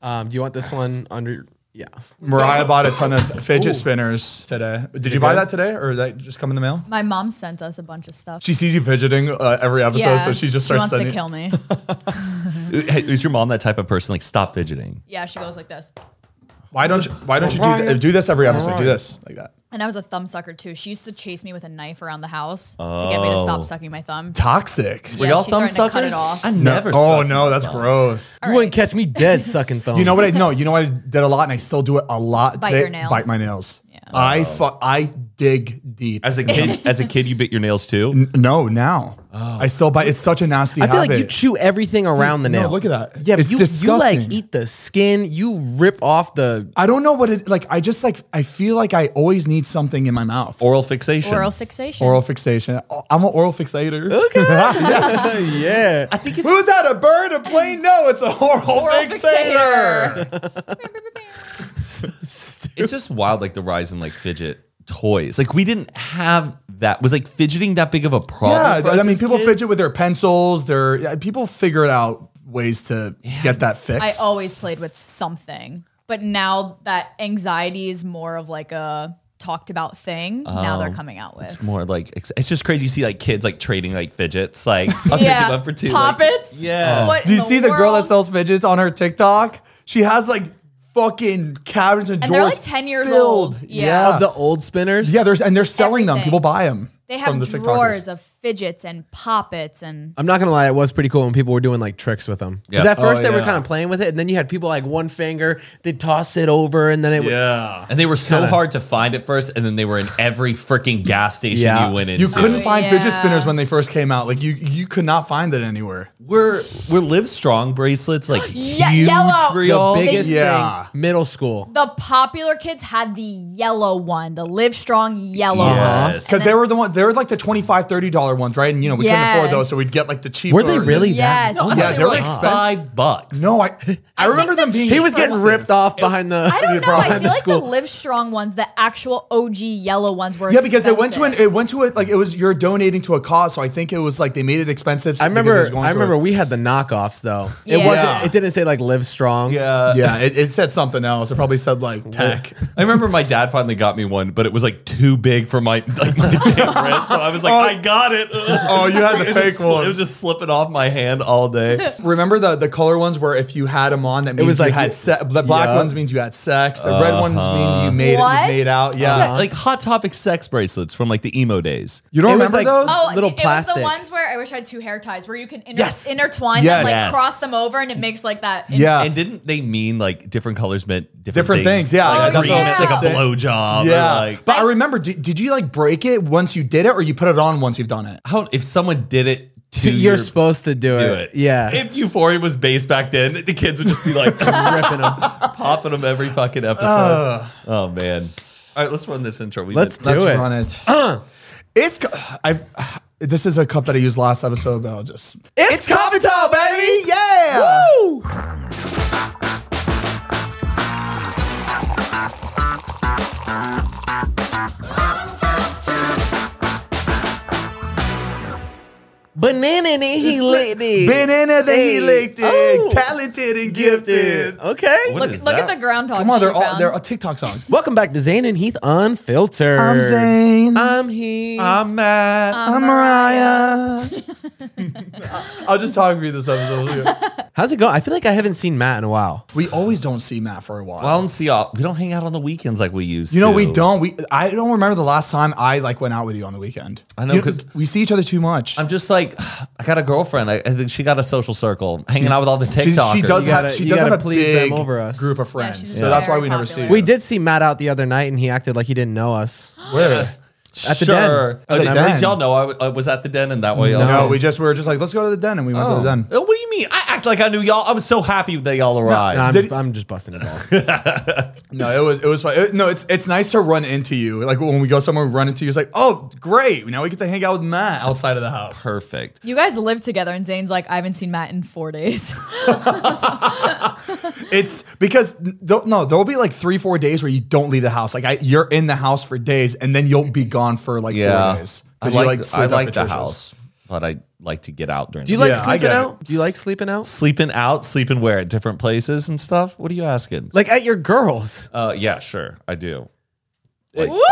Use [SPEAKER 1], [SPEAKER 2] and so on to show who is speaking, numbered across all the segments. [SPEAKER 1] Um, do you want this one under? Yeah.
[SPEAKER 2] Mariah bought a ton of fidget spinners today. Did you buy
[SPEAKER 1] good?
[SPEAKER 2] that today, or did that just come in the mail?
[SPEAKER 3] My mom sent us a bunch of stuff.
[SPEAKER 2] She sees you fidgeting uh, every episode, so she just starts
[SPEAKER 3] wants to
[SPEAKER 2] sending.
[SPEAKER 3] kill me.
[SPEAKER 4] Hey, is your mom that type of person? Like, stop fidgeting.
[SPEAKER 3] yeah, she goes like this.
[SPEAKER 2] Why don't you? Why don't you do, th- do this every episode? Do this like that.
[SPEAKER 3] And I was a thumb sucker too. She used to chase me with a knife around the house to get me to
[SPEAKER 2] Oh.
[SPEAKER 3] stop sucking my thumb.
[SPEAKER 2] Toxic.
[SPEAKER 4] Were
[SPEAKER 3] Yeah,
[SPEAKER 4] y'all
[SPEAKER 3] she
[SPEAKER 4] thumb
[SPEAKER 3] threatened to cut it
[SPEAKER 4] suckers?
[SPEAKER 3] off.
[SPEAKER 4] I
[SPEAKER 2] No.
[SPEAKER 4] never.
[SPEAKER 2] oh
[SPEAKER 4] sucked
[SPEAKER 2] no,
[SPEAKER 4] my
[SPEAKER 2] that's
[SPEAKER 4] thumb.
[SPEAKER 2] gross.
[SPEAKER 1] you wouldn't catch me dead sucking thumb.
[SPEAKER 2] You know what? I no. You know what I did a lot, and I still do it a lot
[SPEAKER 3] Bite
[SPEAKER 2] today.
[SPEAKER 3] your nails.
[SPEAKER 2] Bite my nails. I fu- I dig deep.
[SPEAKER 4] As a kid, as a kid, you bit your nails too.
[SPEAKER 2] no, now I still bite. It's such a nasty
[SPEAKER 1] I feel
[SPEAKER 2] habit.
[SPEAKER 1] like you chew everything around the
[SPEAKER 2] No,
[SPEAKER 1] nail.
[SPEAKER 2] look at that.
[SPEAKER 1] Yeah, but
[SPEAKER 2] It's
[SPEAKER 1] you, you
[SPEAKER 2] disgusting.
[SPEAKER 1] like eat the skin. You rip off the.
[SPEAKER 2] I don't know what it like. I just like. I feel like I always need something in my mouth.
[SPEAKER 4] Oral fixation.
[SPEAKER 3] Oral fixation.
[SPEAKER 2] Oral fixation. Oh, I'm an oral fixator. Okay.
[SPEAKER 1] yeah.
[SPEAKER 4] I think it's.
[SPEAKER 2] Who's that? A bird? A plane? No, it's a oral, fixator.
[SPEAKER 4] It's just wild, like the rise in like fidget toys. Like we didn't have that. Was like fidgeting that big of a problem?
[SPEAKER 2] Yeah,
[SPEAKER 4] for us
[SPEAKER 2] I mean,
[SPEAKER 4] as
[SPEAKER 2] people
[SPEAKER 4] kids?
[SPEAKER 2] fidget with their pencils. Their yeah, people figure it out ways to get that fixed.
[SPEAKER 3] I always played with something, but now that anxiety is more of like a talked about thing. now
[SPEAKER 2] Oh.
[SPEAKER 3] they're coming out with.
[SPEAKER 4] It's more like ex- it's just crazy. You see like kids like trading like fidgets. Like I'll trade you one for two. like-
[SPEAKER 3] poppets.
[SPEAKER 4] Yeah.
[SPEAKER 3] What
[SPEAKER 2] Do you
[SPEAKER 3] in
[SPEAKER 2] see the girl that
[SPEAKER 3] world?
[SPEAKER 2] sells fidgets on her TikTok? She has like fucking cabinets and,
[SPEAKER 3] And they're
[SPEAKER 2] drawers.
[SPEAKER 3] like 10 years
[SPEAKER 2] filled.
[SPEAKER 3] old.
[SPEAKER 2] Yeah.
[SPEAKER 3] Yeah.
[SPEAKER 1] Of the old spinners.
[SPEAKER 2] yeah, there's and they're selling them.
[SPEAKER 3] Everything.
[SPEAKER 2] People buy them.
[SPEAKER 3] They have drawers of fidgets and poppets and
[SPEAKER 1] I'm not gonna lie, it was pretty cool when people were doing like tricks with them. Because
[SPEAKER 4] Yeah.
[SPEAKER 1] at first
[SPEAKER 2] Oh,
[SPEAKER 1] they were
[SPEAKER 2] yeah.
[SPEAKER 1] kind of playing with it, and then you had people like one finger, they'd toss it over, and then it would.
[SPEAKER 2] yeah.
[SPEAKER 4] And they were so hard to find at first, and then they were in every freaking gas station
[SPEAKER 1] Yeah.
[SPEAKER 4] you went into.
[SPEAKER 2] You couldn't find fidget
[SPEAKER 3] Yeah.
[SPEAKER 2] spinners when they first came out. Like you, you could not find it anywhere.
[SPEAKER 4] We're we're Live Strong bracelets, like
[SPEAKER 3] Ye-
[SPEAKER 4] huge
[SPEAKER 3] yellow.
[SPEAKER 4] for
[SPEAKER 3] The
[SPEAKER 1] The
[SPEAKER 4] y'all.
[SPEAKER 1] biggest
[SPEAKER 2] Yeah.
[SPEAKER 1] thing, middle school.
[SPEAKER 3] the popular kids had the yellow one, the Live Strong yellow one.
[SPEAKER 4] Yes.
[SPEAKER 2] Because they were the one, they were like the 25 30 dollar ones, right? And you know we couldn't afford those, so
[SPEAKER 3] Yes.
[SPEAKER 2] we'd get like the cheaper.
[SPEAKER 1] Were they really that?
[SPEAKER 3] Yes. No,
[SPEAKER 4] I
[SPEAKER 2] Yeah,
[SPEAKER 4] thought
[SPEAKER 2] they were
[SPEAKER 4] like
[SPEAKER 2] expen-
[SPEAKER 4] five bucks.
[SPEAKER 2] No, I I, remember them being.
[SPEAKER 1] He was getting
[SPEAKER 2] expensive.
[SPEAKER 1] ripped off behind the.
[SPEAKER 3] I don't know. I
[SPEAKER 1] behind
[SPEAKER 3] feel like the
[SPEAKER 1] school.
[SPEAKER 3] Live Strong ones, the actual OG yellow ones, were
[SPEAKER 2] Yeah, because it went to an it
[SPEAKER 3] expensive.
[SPEAKER 2] went to it like it was you're donating to a cause, so I think it was like they made it expensive.
[SPEAKER 1] I
[SPEAKER 2] because it
[SPEAKER 1] remember.
[SPEAKER 2] was going
[SPEAKER 1] I
[SPEAKER 2] to
[SPEAKER 1] remember
[SPEAKER 2] a-
[SPEAKER 1] we had the knockoffs though. It
[SPEAKER 3] Yeah.
[SPEAKER 1] wasn't. It didn't say like live strong.
[SPEAKER 4] Yeah.
[SPEAKER 2] yeah, it, it said something else. It probably said like tech.
[SPEAKER 4] I remember my dad finally got me one, but it was like too big for my like big wrist. So I was like, I got it.
[SPEAKER 2] Oh, you had the
[SPEAKER 4] It was
[SPEAKER 2] fake
[SPEAKER 4] sli- It
[SPEAKER 2] one.
[SPEAKER 4] was just slipping off my hand all day.
[SPEAKER 2] Remember the the color ones where if you had them on, that means
[SPEAKER 1] was
[SPEAKER 2] you
[SPEAKER 1] like-
[SPEAKER 2] had se- the black
[SPEAKER 1] Yeah.
[SPEAKER 2] ones means you had sex. The red ones mean
[SPEAKER 1] Uh-huh.
[SPEAKER 2] you made it,
[SPEAKER 3] What?
[SPEAKER 2] you made out. Yeah,
[SPEAKER 4] Yeah, like Hot Topic sex bracelets from like the emo days.
[SPEAKER 2] you don't
[SPEAKER 1] It was
[SPEAKER 2] remember
[SPEAKER 1] like-
[SPEAKER 2] those?
[SPEAKER 3] Oh,
[SPEAKER 1] little
[SPEAKER 3] it
[SPEAKER 1] plastic.
[SPEAKER 3] was the ones where I wish I had two hair ties where you can inter-
[SPEAKER 4] Yes.
[SPEAKER 3] intertwine
[SPEAKER 2] Yes.
[SPEAKER 3] them, like
[SPEAKER 4] Yes.
[SPEAKER 3] cross them over, and it makes like that.
[SPEAKER 2] yeah,
[SPEAKER 4] And didn't they mean like different colors meant different,
[SPEAKER 2] Different things, yeah.
[SPEAKER 4] Like,
[SPEAKER 2] Oh,
[SPEAKER 4] a green
[SPEAKER 3] yeah.
[SPEAKER 4] meant, like a
[SPEAKER 2] Sick.
[SPEAKER 4] blowjob.
[SPEAKER 2] yeah.
[SPEAKER 4] Or like,
[SPEAKER 2] but I remember. Did, did you like break it once you did it, or you put it on once you've done it?
[SPEAKER 4] how if someone did it to
[SPEAKER 1] Dude,
[SPEAKER 4] your,
[SPEAKER 1] You're supposed to do,
[SPEAKER 4] do
[SPEAKER 1] it.
[SPEAKER 4] it.
[SPEAKER 1] Yeah.
[SPEAKER 4] If Euphoria was based back then, the kids would just be like ripping them, popping them every fucking episode. oh man. All right, let's run this intro. We
[SPEAKER 1] Let's
[SPEAKER 4] did-
[SPEAKER 1] do
[SPEAKER 2] Let's
[SPEAKER 1] it.
[SPEAKER 2] run it. It's. co- I've. This is a cup that I used last episode, but I'll just.
[SPEAKER 1] It's coffee time, baby. Yeah. Woo. Banana and he licked it.
[SPEAKER 2] Banana that he
[SPEAKER 1] Hey.
[SPEAKER 2] licked it.
[SPEAKER 1] Oh.
[SPEAKER 2] Talented and gifted.
[SPEAKER 1] Okay.
[SPEAKER 4] What
[SPEAKER 3] Look,
[SPEAKER 4] is
[SPEAKER 3] look at
[SPEAKER 4] that?
[SPEAKER 3] the groundhog.
[SPEAKER 2] Come on, they're
[SPEAKER 3] she
[SPEAKER 2] all
[SPEAKER 3] found.
[SPEAKER 2] they're all TikTok songs.
[SPEAKER 1] Welcome back to Zane and Heath Unfiltered.
[SPEAKER 2] I'm Zane.
[SPEAKER 1] I'm Heath.
[SPEAKER 4] I'm mad.
[SPEAKER 2] I'm Mariah. I'll just talk for you this episode. yeah.
[SPEAKER 1] How's it going? I feel like I haven't seen Matt in a while.
[SPEAKER 2] We always don't see Matt for a while.
[SPEAKER 4] Well, I don't see y'all. We don't hang out on the weekends like we used.
[SPEAKER 2] you know we
[SPEAKER 4] to.
[SPEAKER 2] don't. We I don't remember the last time I like went out with you on the weekend.
[SPEAKER 4] I know,
[SPEAKER 2] You
[SPEAKER 4] 'cause-
[SPEAKER 2] we see each other too much.
[SPEAKER 4] I'm just like, I got a girlfriend. I, I think she got a social circle, hanging out with all the
[SPEAKER 2] she,
[SPEAKER 4] TikTokers.
[SPEAKER 2] she does
[SPEAKER 1] You gotta-
[SPEAKER 2] have she
[SPEAKER 1] you
[SPEAKER 2] does have
[SPEAKER 1] gotta
[SPEAKER 2] a
[SPEAKER 1] please
[SPEAKER 2] big
[SPEAKER 1] them over us.
[SPEAKER 2] group of friends,
[SPEAKER 3] she's
[SPEAKER 2] so that's why
[SPEAKER 3] very
[SPEAKER 2] we never
[SPEAKER 3] popular.
[SPEAKER 2] see.
[SPEAKER 1] We did see Matt out the other night and he acted like he didn't know us.
[SPEAKER 2] Where?
[SPEAKER 1] At the
[SPEAKER 4] sure.
[SPEAKER 1] den.
[SPEAKER 4] Oh,
[SPEAKER 2] At the
[SPEAKER 4] did,
[SPEAKER 2] den.
[SPEAKER 4] did y'all know I w- I was at the den and that way?
[SPEAKER 1] No.
[SPEAKER 2] No, we just we were just like, let's go to the den, and we went to the den.
[SPEAKER 4] Uh, What do you mean? I act like I knew y'all. I was so happy that y'all arrived.
[SPEAKER 1] No, I'm,
[SPEAKER 2] Did-
[SPEAKER 1] I'm just busting your balls.
[SPEAKER 2] No, it was it was fun. It- no, it's it's nice to run into you. Like when we go somewhere, we run into you. It's like, oh, great! Now we get to hang out with Matt outside of the house.
[SPEAKER 4] Perfect.
[SPEAKER 3] You guys live together, and Zane's like, I haven't seen Matt in four days.
[SPEAKER 2] It's because th- no, there will be like three, four days where you don't leave the house. Like I, you're in the house for days, and then you'll be gone for like
[SPEAKER 4] Yeah.
[SPEAKER 2] four days.
[SPEAKER 4] I
[SPEAKER 2] 'Cause
[SPEAKER 4] like,
[SPEAKER 2] sleep
[SPEAKER 4] I
[SPEAKER 2] up
[SPEAKER 4] like
[SPEAKER 2] at
[SPEAKER 4] the
[SPEAKER 2] Trisha's.
[SPEAKER 4] house, but I like to get out during.
[SPEAKER 1] Do you
[SPEAKER 4] the
[SPEAKER 1] like
[SPEAKER 2] Yeah, I
[SPEAKER 1] sleeping
[SPEAKER 2] get it.
[SPEAKER 1] out? Do you like sleeping out?
[SPEAKER 4] sleeping out, sleeping where at different places and stuff? What are you asking?
[SPEAKER 1] Like at your girls.
[SPEAKER 4] Uh, yeah, sure, I do. Like, sleeping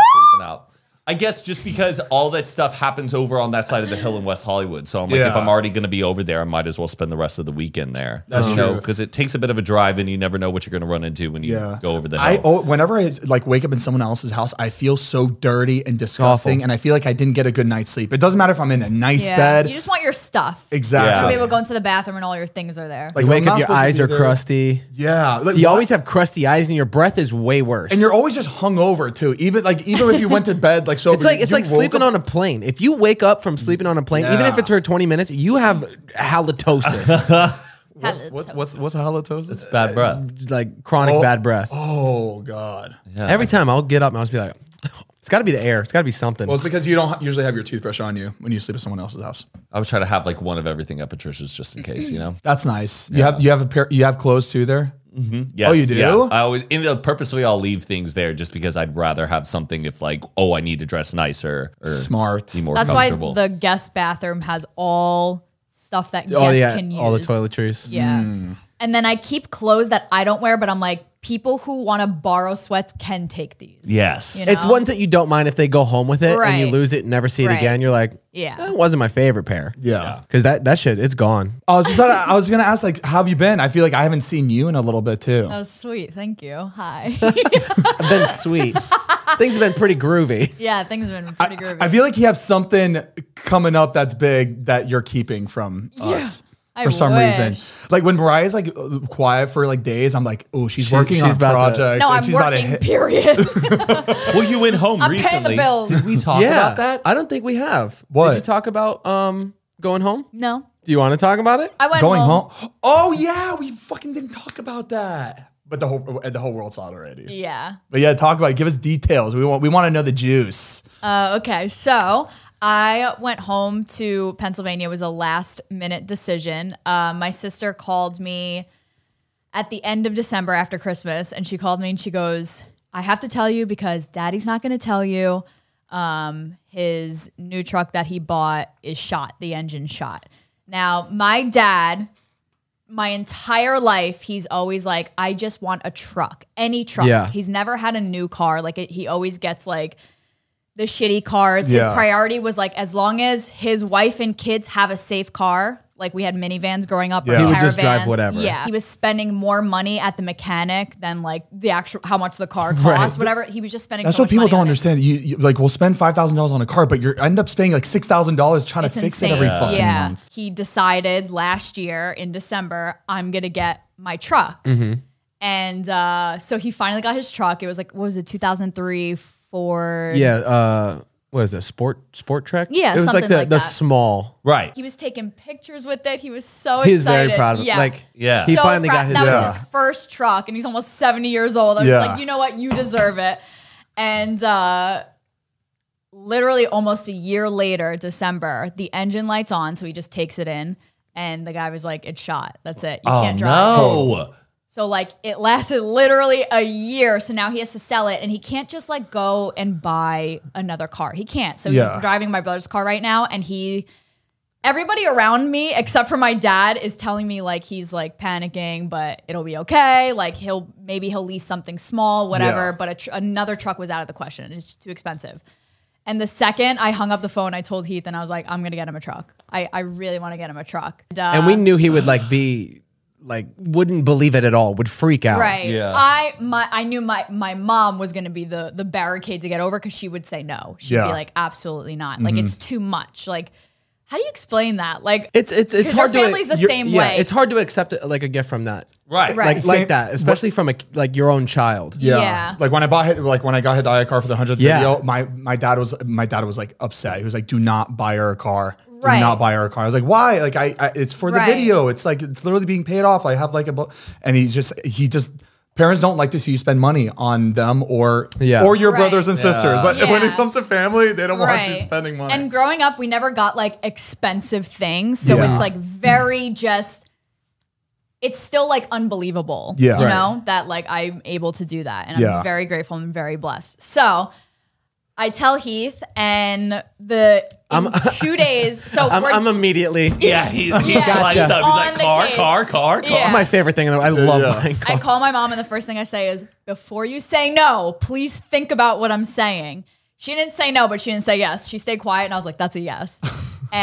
[SPEAKER 4] out. I guess just because all that stuff happens over on that side of the hill in West Hollywood, so I'm like, if
[SPEAKER 2] Yeah.
[SPEAKER 4] I'm already going to be over there, I might as well spend the rest of the weekend there.
[SPEAKER 2] That's
[SPEAKER 4] you know,
[SPEAKER 2] true.
[SPEAKER 4] because it takes a bit of a drive, and you never know what you're going to run into when you
[SPEAKER 2] Yeah.
[SPEAKER 4] go over the hill.
[SPEAKER 2] I oh, whenever I like wake up in someone else's house, I feel so dirty and disgusting,
[SPEAKER 1] Awful.
[SPEAKER 2] and I feel like I didn't get a good night's sleep. It doesn't matter if I'm in a nice
[SPEAKER 3] yeah.
[SPEAKER 2] bed.
[SPEAKER 3] You just want your stuff.
[SPEAKER 2] exactly.
[SPEAKER 3] You'll be able to go into the bathroom, and all your things are there.
[SPEAKER 2] Like
[SPEAKER 1] You
[SPEAKER 2] well,
[SPEAKER 1] wake up,
[SPEAKER 2] I'm not
[SPEAKER 1] your
[SPEAKER 2] supposed to
[SPEAKER 1] eyes
[SPEAKER 2] be
[SPEAKER 1] are
[SPEAKER 2] there.
[SPEAKER 1] crusty.
[SPEAKER 2] Yeah, like,
[SPEAKER 1] You
[SPEAKER 2] why-
[SPEAKER 1] always have crusty eyes, and your breath is way worse.
[SPEAKER 2] and you're always just hungover too. Even like even if you went to bed like sober,
[SPEAKER 1] It's like it's
[SPEAKER 2] you
[SPEAKER 1] like
[SPEAKER 2] woke
[SPEAKER 1] sleeping
[SPEAKER 2] up-
[SPEAKER 1] on a plane. If you wake up from sleeping on a plane, even if
[SPEAKER 2] Yeah.
[SPEAKER 1] it's for 20 minutes, you have halitosis,
[SPEAKER 3] What's,
[SPEAKER 2] What's what's what's halitosis?
[SPEAKER 4] it's bad breath.
[SPEAKER 1] like chronic
[SPEAKER 2] Oh.
[SPEAKER 1] bad breath.
[SPEAKER 2] Oh God!
[SPEAKER 1] Every time I'll get up and I'll just be like, it's got to be the air. It's got to be something.
[SPEAKER 2] Well, it's because you don't ha- usually have your toothbrush on you when you sleep at someone else's house.
[SPEAKER 4] I was trying to have like one of everything at Patricia's just in case, you know.
[SPEAKER 2] That's nice. You have you have a pair. You have clothes too there.
[SPEAKER 4] Yes,
[SPEAKER 2] Oh, you do?
[SPEAKER 4] Yeah. I always in the, purposely I'll leave things there just because I'd rather have something if like oh I need to dress nicer or
[SPEAKER 2] Smart.
[SPEAKER 4] be more
[SPEAKER 3] That's why
[SPEAKER 4] comfortable.
[SPEAKER 3] the guest bathroom has all stuff that
[SPEAKER 1] oh
[SPEAKER 3] guests
[SPEAKER 1] yeah,
[SPEAKER 3] can use.
[SPEAKER 1] all the toiletries.
[SPEAKER 3] Yeah.
[SPEAKER 4] Mm.
[SPEAKER 3] And then I keep clothes that I don't wear, but I'm like, people who want to borrow sweats can take these.
[SPEAKER 4] yes.
[SPEAKER 3] You know?
[SPEAKER 1] It's ones that you don't mind if they go home with it and you
[SPEAKER 3] Right.
[SPEAKER 1] lose it and never see it
[SPEAKER 3] Right.
[SPEAKER 1] again. You're like,
[SPEAKER 3] Yeah.
[SPEAKER 1] that wasn't my favorite pair.
[SPEAKER 2] Yeah.
[SPEAKER 1] Because that, that shit, it's gone.
[SPEAKER 2] I was gonna, I was gonna ask like, how have you been? I feel like I haven't seen you in a little bit too.
[SPEAKER 3] Oh, sweet. Thank you. Hi.
[SPEAKER 1] I've been sweet. Things have been pretty groovy.
[SPEAKER 3] yeah, things have been pretty groovy.
[SPEAKER 2] I feel like you have something coming up that's big that you're keeping from us.
[SPEAKER 3] I
[SPEAKER 2] For some reason,
[SPEAKER 3] wish.
[SPEAKER 2] like when Mariah's like uh, quiet for like days, I'm like, oh, she's working on
[SPEAKER 1] she's
[SPEAKER 2] a
[SPEAKER 1] about to-
[SPEAKER 2] project.
[SPEAKER 3] no,
[SPEAKER 2] and
[SPEAKER 3] I'm
[SPEAKER 2] she's about to
[SPEAKER 3] working,
[SPEAKER 2] hit-
[SPEAKER 3] period.
[SPEAKER 4] Well, you went home
[SPEAKER 3] I'm
[SPEAKER 4] recently.
[SPEAKER 3] paying the bills.
[SPEAKER 4] Did we talk
[SPEAKER 1] yeah.
[SPEAKER 4] about that?
[SPEAKER 1] I don't think we have.
[SPEAKER 2] What?
[SPEAKER 1] Did you talk about um going home?
[SPEAKER 3] no.
[SPEAKER 1] Do you want to talk about it?
[SPEAKER 3] I went
[SPEAKER 2] going
[SPEAKER 3] home.
[SPEAKER 2] home. Oh yeah, we fucking didn't talk about that. But the whole the whole world saw it already.
[SPEAKER 3] Yeah.
[SPEAKER 2] But yeah, talk about it. Give us details. We want we want to know the juice.
[SPEAKER 3] Uh, okay, so I went home to Pennsylvania. It was a last minute decision. Uh, my sister called me at the end of December after Christmas, and she called me and she goes, I have to tell you because daddy's not going to tell you. Um, his new truck that he bought is shot, the engine shot. Now, my dad, my entire life, he's always like, I just want a truck, any truck.
[SPEAKER 1] Yeah.
[SPEAKER 3] He's never had a new car. Like, it, he always gets like, the shitty cars.
[SPEAKER 2] Yeah.
[SPEAKER 3] His priority was like as long as his wife and kids have a safe car. Like we had minivans growing up. Or
[SPEAKER 2] Yeah. He
[SPEAKER 1] would just drive
[SPEAKER 3] caravans.
[SPEAKER 1] whatever.
[SPEAKER 3] Yeah, he was spending more money at the mechanic than like the actual how much the car cost. Whatever he was just spending.
[SPEAKER 2] That's
[SPEAKER 3] so
[SPEAKER 2] what
[SPEAKER 3] much
[SPEAKER 2] people
[SPEAKER 3] money
[SPEAKER 2] don't
[SPEAKER 3] on it.
[SPEAKER 2] understand. You, you- like we'll spend five thousand dollars on a car, but you end up spending like six thousand dollars trying to fix it every fucking
[SPEAKER 3] yeah.
[SPEAKER 2] month.
[SPEAKER 3] He decided last year in December, I'm gonna get my truck.
[SPEAKER 2] Mm-hmm.
[SPEAKER 3] And uh, so he finally got his truck. It was like what was it, 2003 Ford?
[SPEAKER 1] Yeah. Uh, what is it? Sport Sport Trek?
[SPEAKER 3] Yeah,
[SPEAKER 1] It was
[SPEAKER 3] something
[SPEAKER 1] like the
[SPEAKER 3] like
[SPEAKER 1] the
[SPEAKER 3] that.
[SPEAKER 1] small.
[SPEAKER 4] Right.
[SPEAKER 3] He was taking pictures with it. He was so
[SPEAKER 1] He's
[SPEAKER 3] Oh, excited.
[SPEAKER 1] very proud of it.
[SPEAKER 3] Yeah.
[SPEAKER 1] Like
[SPEAKER 4] Yeah.
[SPEAKER 1] he
[SPEAKER 3] so
[SPEAKER 1] finally
[SPEAKER 3] proud-
[SPEAKER 1] got his.
[SPEAKER 3] that
[SPEAKER 2] Yeah.
[SPEAKER 3] was his first truck and he's almost 70 years old. I was
[SPEAKER 2] Yeah.
[SPEAKER 3] like, you know what? You deserve it. And uh literally almost a year later, December, the engine lights on, so he just takes it in and the guy was like, it's shot. That's it. You
[SPEAKER 4] Oh
[SPEAKER 3] can't drive.
[SPEAKER 4] no.
[SPEAKER 3] So like it lasted literally a year. So now he has to sell it and he can't just like go and buy another car. He can't. So
[SPEAKER 2] Yeah.
[SPEAKER 3] he's driving my brother's car right now and he everybody around me except for my dad is telling me like he's like panicking but it'll be okay like he'll maybe he'll lease something small whatever
[SPEAKER 2] Yeah.
[SPEAKER 3] but a tr- another truck was out of the question it's too expensive and the second i hung up the phone i told heath and i was like i'm gonna get him a truck i, I really want to get him a truck and, uh,
[SPEAKER 1] and we knew he would like be like wouldn't believe it at all. Would freak
[SPEAKER 2] Uh,
[SPEAKER 1] out.
[SPEAKER 3] Right.
[SPEAKER 4] Yeah.
[SPEAKER 3] I my I knew my my mom was gonna be the the barricade to get over because she would say no. She'd
[SPEAKER 2] Yeah. Mm-hmm.
[SPEAKER 3] be like, absolutely not. Like it's too much. Like How do you explain that? Like
[SPEAKER 1] It's it's it's
[SPEAKER 3] 'Cause
[SPEAKER 1] hard
[SPEAKER 3] your
[SPEAKER 1] to
[SPEAKER 3] family's the
[SPEAKER 1] you're-
[SPEAKER 3] same
[SPEAKER 1] yeah,
[SPEAKER 3] way.
[SPEAKER 1] It's hard to accept uh, like a gift from that.
[SPEAKER 4] Right.
[SPEAKER 3] Right.
[SPEAKER 1] Like
[SPEAKER 2] Same-
[SPEAKER 1] like that, especially from a like your own child.
[SPEAKER 2] Yeah.
[SPEAKER 3] Yeah.
[SPEAKER 2] Like when I bought hit- like when I got hit by a car for the hundredth
[SPEAKER 1] Yeah.
[SPEAKER 2] video, my my dad was my dad was like upset. He was like, "Do not buy her a car.
[SPEAKER 3] Right.
[SPEAKER 2] Do not buy her a car." I was like, "Why? Like I, I it's for the
[SPEAKER 3] Right.
[SPEAKER 2] video. It's like it's literally being paid off. I have like a bu-" and he's just he just parents don't like to see you spend money on them or
[SPEAKER 1] Yeah.
[SPEAKER 2] or your
[SPEAKER 3] Right.
[SPEAKER 2] brothers and sisters. Like when it
[SPEAKER 3] Yeah.
[SPEAKER 2] comes to family, they don't want
[SPEAKER 3] right.
[SPEAKER 2] you spending money.
[SPEAKER 3] And growing up, we never got like expensive things, so
[SPEAKER 2] Yeah. Mm-hmm.
[SPEAKER 3] it's like very just. It's still like unbelievable,
[SPEAKER 2] Yeah.
[SPEAKER 3] you
[SPEAKER 2] Right.
[SPEAKER 3] know that like I'm able to do that, and
[SPEAKER 2] Yeah.
[SPEAKER 3] I'm very grateful and very blessed. So. I tell Heath, and the in two days. So
[SPEAKER 1] I'm,
[SPEAKER 3] we're,
[SPEAKER 1] I'm immediately.
[SPEAKER 4] Yeah, he, he
[SPEAKER 3] Yeah.
[SPEAKER 4] lights up. He's
[SPEAKER 3] On
[SPEAKER 4] like,
[SPEAKER 3] the
[SPEAKER 4] car,
[SPEAKER 3] case.
[SPEAKER 4] car, car, car.
[SPEAKER 3] Yeah.
[SPEAKER 1] It's my favorite thing. in the world. I love
[SPEAKER 2] yeah.
[SPEAKER 1] buying
[SPEAKER 3] I
[SPEAKER 1] cars.
[SPEAKER 3] call my mom, and the first thing I say is, before you say no, please think about what I'm saying. She didn't say no, but she didn't say yes. She stayed quiet, and I was like, that's a yes.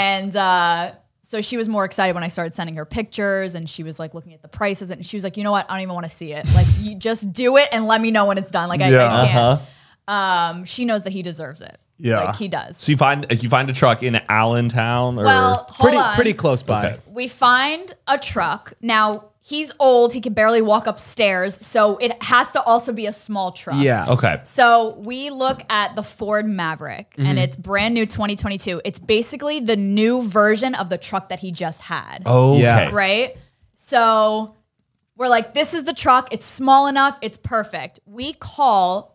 [SPEAKER 3] and uh, so she was more excited when I started sending her pictures, and she was like looking at the prices, and she was like, you know what? I don't even want to see it. Like, you just do it and let me know when it's done. Like, I,
[SPEAKER 2] Yeah. uh-huh.
[SPEAKER 3] I can't. Um, she knows that he deserves it.
[SPEAKER 2] Yeah.
[SPEAKER 3] like he does.
[SPEAKER 4] So you find if you find a truck in Allentown or
[SPEAKER 3] well, hold
[SPEAKER 1] pretty
[SPEAKER 3] on.
[SPEAKER 1] pretty close by.
[SPEAKER 3] We find a truck. Now he's old; he can barely walk upstairs, so it has to also be a small truck.
[SPEAKER 1] Yeah.
[SPEAKER 4] okay,
[SPEAKER 3] So we look at the Ford Maverick, and it's brand new, 2022. It's basically the new version of the truck that he just had,
[SPEAKER 4] okay,
[SPEAKER 1] Yeah.
[SPEAKER 3] right? So we're like, this is the truck. It's small enough. It's perfect. We call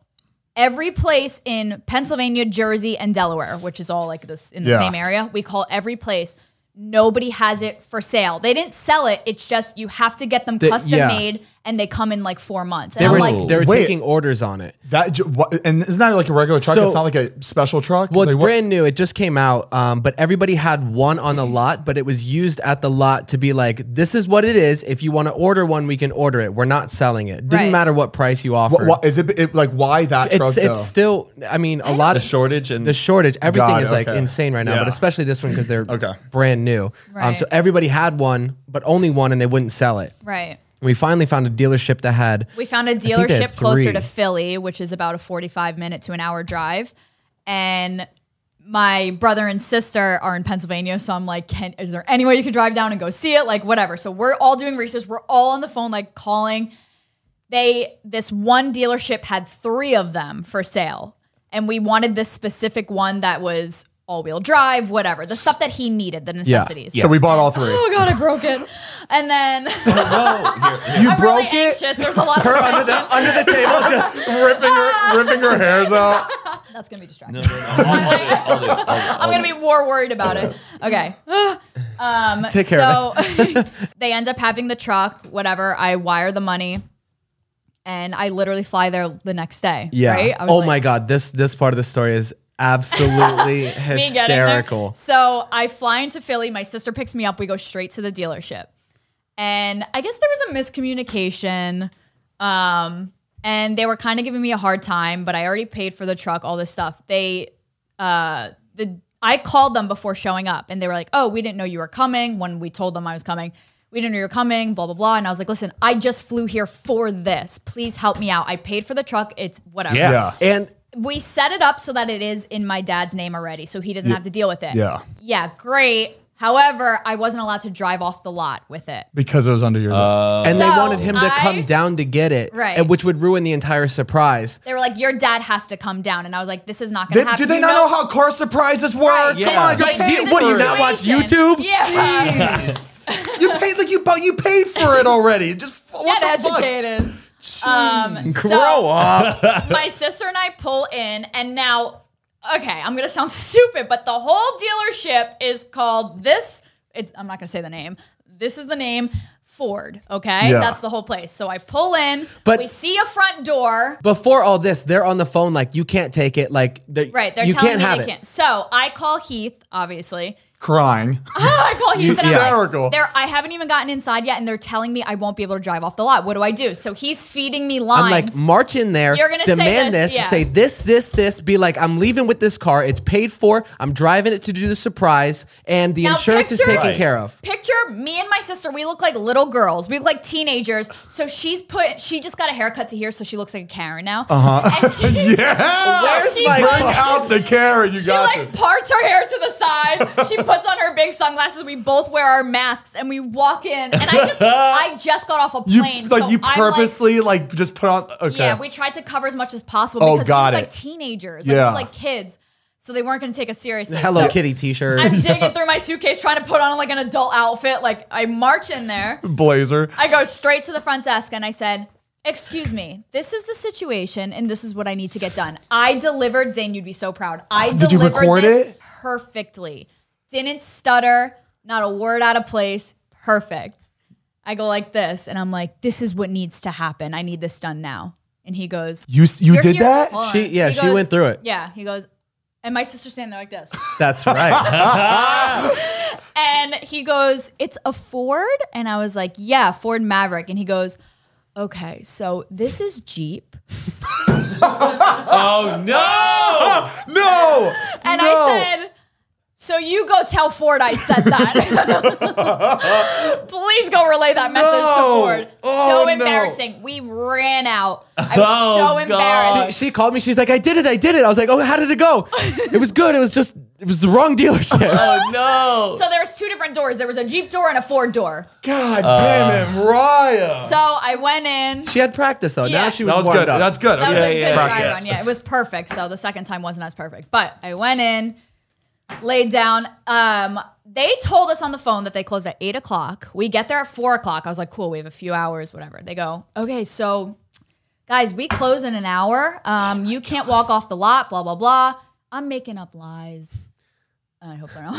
[SPEAKER 3] every place in Pennsylvania, Jersey, and Delaware, which is all like this in the
[SPEAKER 2] Yeah.
[SPEAKER 3] same area. We call every place. Nobody has it for sale. They didn't sell it. It's just you have to get them
[SPEAKER 1] The-
[SPEAKER 3] custom
[SPEAKER 1] yeah.
[SPEAKER 3] made, and they come in like four months. And
[SPEAKER 1] They
[SPEAKER 3] I'm
[SPEAKER 1] were
[SPEAKER 3] like,
[SPEAKER 1] they were
[SPEAKER 2] Wait.
[SPEAKER 1] taking orders on it.
[SPEAKER 2] that ju- what, and isn't that like a regular truck?
[SPEAKER 1] So-
[SPEAKER 2] it's not like a special truck.
[SPEAKER 1] Well,
[SPEAKER 2] Like,
[SPEAKER 1] it's
[SPEAKER 2] what-
[SPEAKER 1] brand new. It just came out, um, but everybody had one on the
[SPEAKER 3] Mm-hmm.
[SPEAKER 1] lot, but it was used at the lot to be like, "This is what it is. If you want to order one, we can order it. We're not selling it. Didn't
[SPEAKER 3] Right.
[SPEAKER 1] matter what price you
[SPEAKER 2] What,
[SPEAKER 1] offered.
[SPEAKER 2] what, is it, it like why that truck
[SPEAKER 1] it's
[SPEAKER 2] though?
[SPEAKER 1] it's still. I mean, a lot
[SPEAKER 4] the
[SPEAKER 1] of
[SPEAKER 4] shortage and
[SPEAKER 1] the shortage. Everything
[SPEAKER 2] Got it,
[SPEAKER 1] is like
[SPEAKER 2] okay.
[SPEAKER 1] insane right now, but
[SPEAKER 2] Yeah.
[SPEAKER 1] especially this one because they're
[SPEAKER 2] Okay.
[SPEAKER 1] brand new. Um,
[SPEAKER 3] Right.
[SPEAKER 1] so everybody had one, but only one, and they wouldn't sell it.
[SPEAKER 3] right.
[SPEAKER 1] We finally found a dealership that had.
[SPEAKER 3] We found a
[SPEAKER 1] they had
[SPEAKER 3] dealership closer to
[SPEAKER 1] three.
[SPEAKER 3] Philly, which is about a 45 minute to an hour drive. And my brother and sister are in Pennsylvania. So I'm like, Can, is there any way you can drive down and go see it? Like, whatever. So we're all doing research. We're all on the phone, like calling. They, this one dealership had three of them for sale. And we wanted this specific one that was all wheel drive, whatever, the stuff that he needed, the necessities.
[SPEAKER 2] So we bought all three.
[SPEAKER 3] Oh God, I broke it. And then
[SPEAKER 2] you
[SPEAKER 3] I'm really
[SPEAKER 2] broke it.
[SPEAKER 3] anxious. There's a lot of
[SPEAKER 1] Her under
[SPEAKER 3] attention.
[SPEAKER 1] the under the table just
[SPEAKER 2] ripping her, ripping her hairs out.
[SPEAKER 3] That's gonna be distracting.
[SPEAKER 4] I'll do it, I'll do it, I'll
[SPEAKER 3] I'm
[SPEAKER 4] do it.
[SPEAKER 3] gonna be more worried about it. Okay. Um,
[SPEAKER 1] Take care
[SPEAKER 3] so
[SPEAKER 1] of
[SPEAKER 3] they end up having the truck. Whatever. I wire the money, and I literally fly there the next day.
[SPEAKER 1] yeah.
[SPEAKER 3] Right? I was
[SPEAKER 1] oh
[SPEAKER 3] like,
[SPEAKER 1] my god, this this part of the story is absolutely
[SPEAKER 3] me getting there.
[SPEAKER 1] hysterical.
[SPEAKER 3] So I fly into Philly. My sister picks me up. We go straight to the dealership. And I guess there was a miscommunication. Um, and they were kind of giving me a hard time, but I already paid for the truck, all this stuff. They, uh, the I called them before showing up, and they were like, "Oh, we didn't know you were coming." When we told them I was coming, we didn't know you were coming. Blah blah blah. And I was like, "Listen, I just flew here for this. Please help me out. I paid for the truck. It's whatever."
[SPEAKER 4] Yeah.
[SPEAKER 2] Yeah.
[SPEAKER 1] And
[SPEAKER 3] we set it up so that it is in my dad's name already, so he doesn't have to deal with it.
[SPEAKER 2] Yeah.
[SPEAKER 3] Yeah, great. However, I wasn't allowed to drive off the lot with it.
[SPEAKER 2] Because it was under your lip.
[SPEAKER 1] and they
[SPEAKER 3] So
[SPEAKER 1] wanted him to
[SPEAKER 3] I-
[SPEAKER 1] come down to get it,
[SPEAKER 3] Right.
[SPEAKER 1] and which would ruin the entire surprise.
[SPEAKER 3] They were like, "Your dad has to come down," and I was like, "This is not
[SPEAKER 2] They,
[SPEAKER 3] going to happen."
[SPEAKER 2] do they
[SPEAKER 3] You
[SPEAKER 2] not know, how car surprises work?
[SPEAKER 3] Right,
[SPEAKER 2] Come
[SPEAKER 3] yeah.
[SPEAKER 2] on, you
[SPEAKER 3] Like,
[SPEAKER 2] paid
[SPEAKER 3] this
[SPEAKER 1] what, do you
[SPEAKER 2] for
[SPEAKER 1] not
[SPEAKER 2] it.
[SPEAKER 1] watch
[SPEAKER 3] situation.
[SPEAKER 1] YouTube?
[SPEAKER 3] Yeah,
[SPEAKER 2] You paid like you bought you paid for it already. Just what
[SPEAKER 3] get
[SPEAKER 2] the fuck?
[SPEAKER 3] educated. Um, so
[SPEAKER 1] Grow up.
[SPEAKER 3] my sister and I pull in, and now, okay, I'm gonna sound stupid, but the whole dealership is called this. It's I'm not gonna say the name. This is the name Ford. Okay,
[SPEAKER 2] Yeah.
[SPEAKER 3] that's the whole place. So I pull in,
[SPEAKER 1] But-
[SPEAKER 3] we see a front door.
[SPEAKER 1] Before all this, they're on the phone like you can't take it. Like they
[SPEAKER 3] Right, they're
[SPEAKER 1] you
[SPEAKER 3] telling
[SPEAKER 1] can't
[SPEAKER 3] me
[SPEAKER 1] have
[SPEAKER 3] they
[SPEAKER 1] it.
[SPEAKER 3] can't. So I call Heath, obviously.
[SPEAKER 2] Crying.
[SPEAKER 3] I call Heath. and I'm like,
[SPEAKER 2] Hysterical.
[SPEAKER 3] "They're- I haven't even gotten inside yet, and they're telling me I won't be able to drive off the lot. What do I do? So he's feeding me lines.
[SPEAKER 1] I'm like, march in there,
[SPEAKER 3] You're gonna say
[SPEAKER 1] demand
[SPEAKER 3] this,
[SPEAKER 1] this,
[SPEAKER 3] yeah.
[SPEAKER 1] say this, this, this. Be like, I'm leaving with this car. It's paid for. I'm driving it to do the surprise, and the
[SPEAKER 3] Now
[SPEAKER 1] insurance is
[SPEAKER 3] picture-
[SPEAKER 1] taken
[SPEAKER 3] Right.
[SPEAKER 1] care of.
[SPEAKER 3] Picture me and my sister. We look like little girls. We look like teenagers. So she's put. She just got a haircut to here, so she looks like a Karen now. Uh
[SPEAKER 2] Uh-huh.
[SPEAKER 3] huh. She,
[SPEAKER 2] Yeah.
[SPEAKER 3] so she
[SPEAKER 1] my
[SPEAKER 3] puts-
[SPEAKER 2] Bring out the Karen. You
[SPEAKER 3] she
[SPEAKER 2] got
[SPEAKER 3] like
[SPEAKER 2] it.
[SPEAKER 3] parts her hair to the side. She puts puts on her big sunglasses. We both wear our masks and we walk in. And I just, I just got off a
[SPEAKER 2] You
[SPEAKER 3] plane.
[SPEAKER 2] like
[SPEAKER 3] so
[SPEAKER 2] you
[SPEAKER 3] I'm,
[SPEAKER 2] purposely like, just put on. Okay.
[SPEAKER 3] Yeah, we tried to cover as much as possible
[SPEAKER 2] Oh,
[SPEAKER 3] because we
[SPEAKER 2] got
[SPEAKER 3] were like
[SPEAKER 2] it.
[SPEAKER 3] teenagers, like, we were
[SPEAKER 2] Yeah.
[SPEAKER 3] like kids. So they weren't going to take us seriously.
[SPEAKER 1] Hello
[SPEAKER 3] So
[SPEAKER 1] Kitty
[SPEAKER 3] I'm
[SPEAKER 1] T-shirt.
[SPEAKER 3] digging through my suitcase trying to put on like an adult outfit. Like I march in there.
[SPEAKER 2] Blazer.
[SPEAKER 3] I go straight to the front desk and I said, Excuse me, this is the situation and this is what I need to get done. I delivered, Zane, you'd be so proud. I
[SPEAKER 2] Did you
[SPEAKER 3] delivered
[SPEAKER 2] record
[SPEAKER 3] this
[SPEAKER 2] it?
[SPEAKER 3] perfectly. Didn't stutter, not a word out of place. Perfect. I go like this and I'm like, This is what needs to happen. I need this done now. And he goes,
[SPEAKER 2] You you
[SPEAKER 3] "You're
[SPEAKER 2] did
[SPEAKER 3] here-
[SPEAKER 2] that?
[SPEAKER 3] Hold on."
[SPEAKER 1] She- yeah,
[SPEAKER 3] He
[SPEAKER 1] she went through it.
[SPEAKER 3] Yeah, he goes, and my sister's standing there like this.
[SPEAKER 1] That's right.
[SPEAKER 3] And he goes, It's a Ford? And I was like, Yeah, Ford Maverick. And he goes, Okay, so this is Jeep.
[SPEAKER 4] Oh no!
[SPEAKER 2] No.
[SPEAKER 3] And
[SPEAKER 2] No.
[SPEAKER 3] I said, So you go tell Ford I said that. Please go relay that message
[SPEAKER 2] No.
[SPEAKER 3] to Ford.
[SPEAKER 2] Oh,
[SPEAKER 3] so
[SPEAKER 2] no.
[SPEAKER 3] embarrassing. We ran out. I was
[SPEAKER 4] Oh,
[SPEAKER 3] so
[SPEAKER 4] God.
[SPEAKER 1] she,
[SPEAKER 3] embarrassed.
[SPEAKER 1] she called me. She's like, I did it. I did it. I was like, oh, how did it go? It was good. It was just, it was the wrong dealership.
[SPEAKER 4] Oh no!
[SPEAKER 3] So there was two different doors. There was a Jeep door and a Ford door.
[SPEAKER 2] God damn it, Raya.
[SPEAKER 3] So I went in.
[SPEAKER 1] she had practice though. Now
[SPEAKER 3] Yeah.
[SPEAKER 1] she was,
[SPEAKER 2] that was
[SPEAKER 1] warmed
[SPEAKER 2] good.
[SPEAKER 1] up.
[SPEAKER 2] That's good.
[SPEAKER 3] That was a
[SPEAKER 2] Okay.
[SPEAKER 3] good drive
[SPEAKER 2] Practice.
[SPEAKER 3] run. Yeah, it was perfect. So the second time wasn't as perfect. But I went in, laid down. Um, they told us on the phone that they close at eight o'clock. We get there at four o'clock. I was like, cool, we have a few hours, whatever. They go, okay, so guys, we close in an hour. Um, you can't walk off the lot, blah, blah, blah. I'm making up lies. I hope they're not.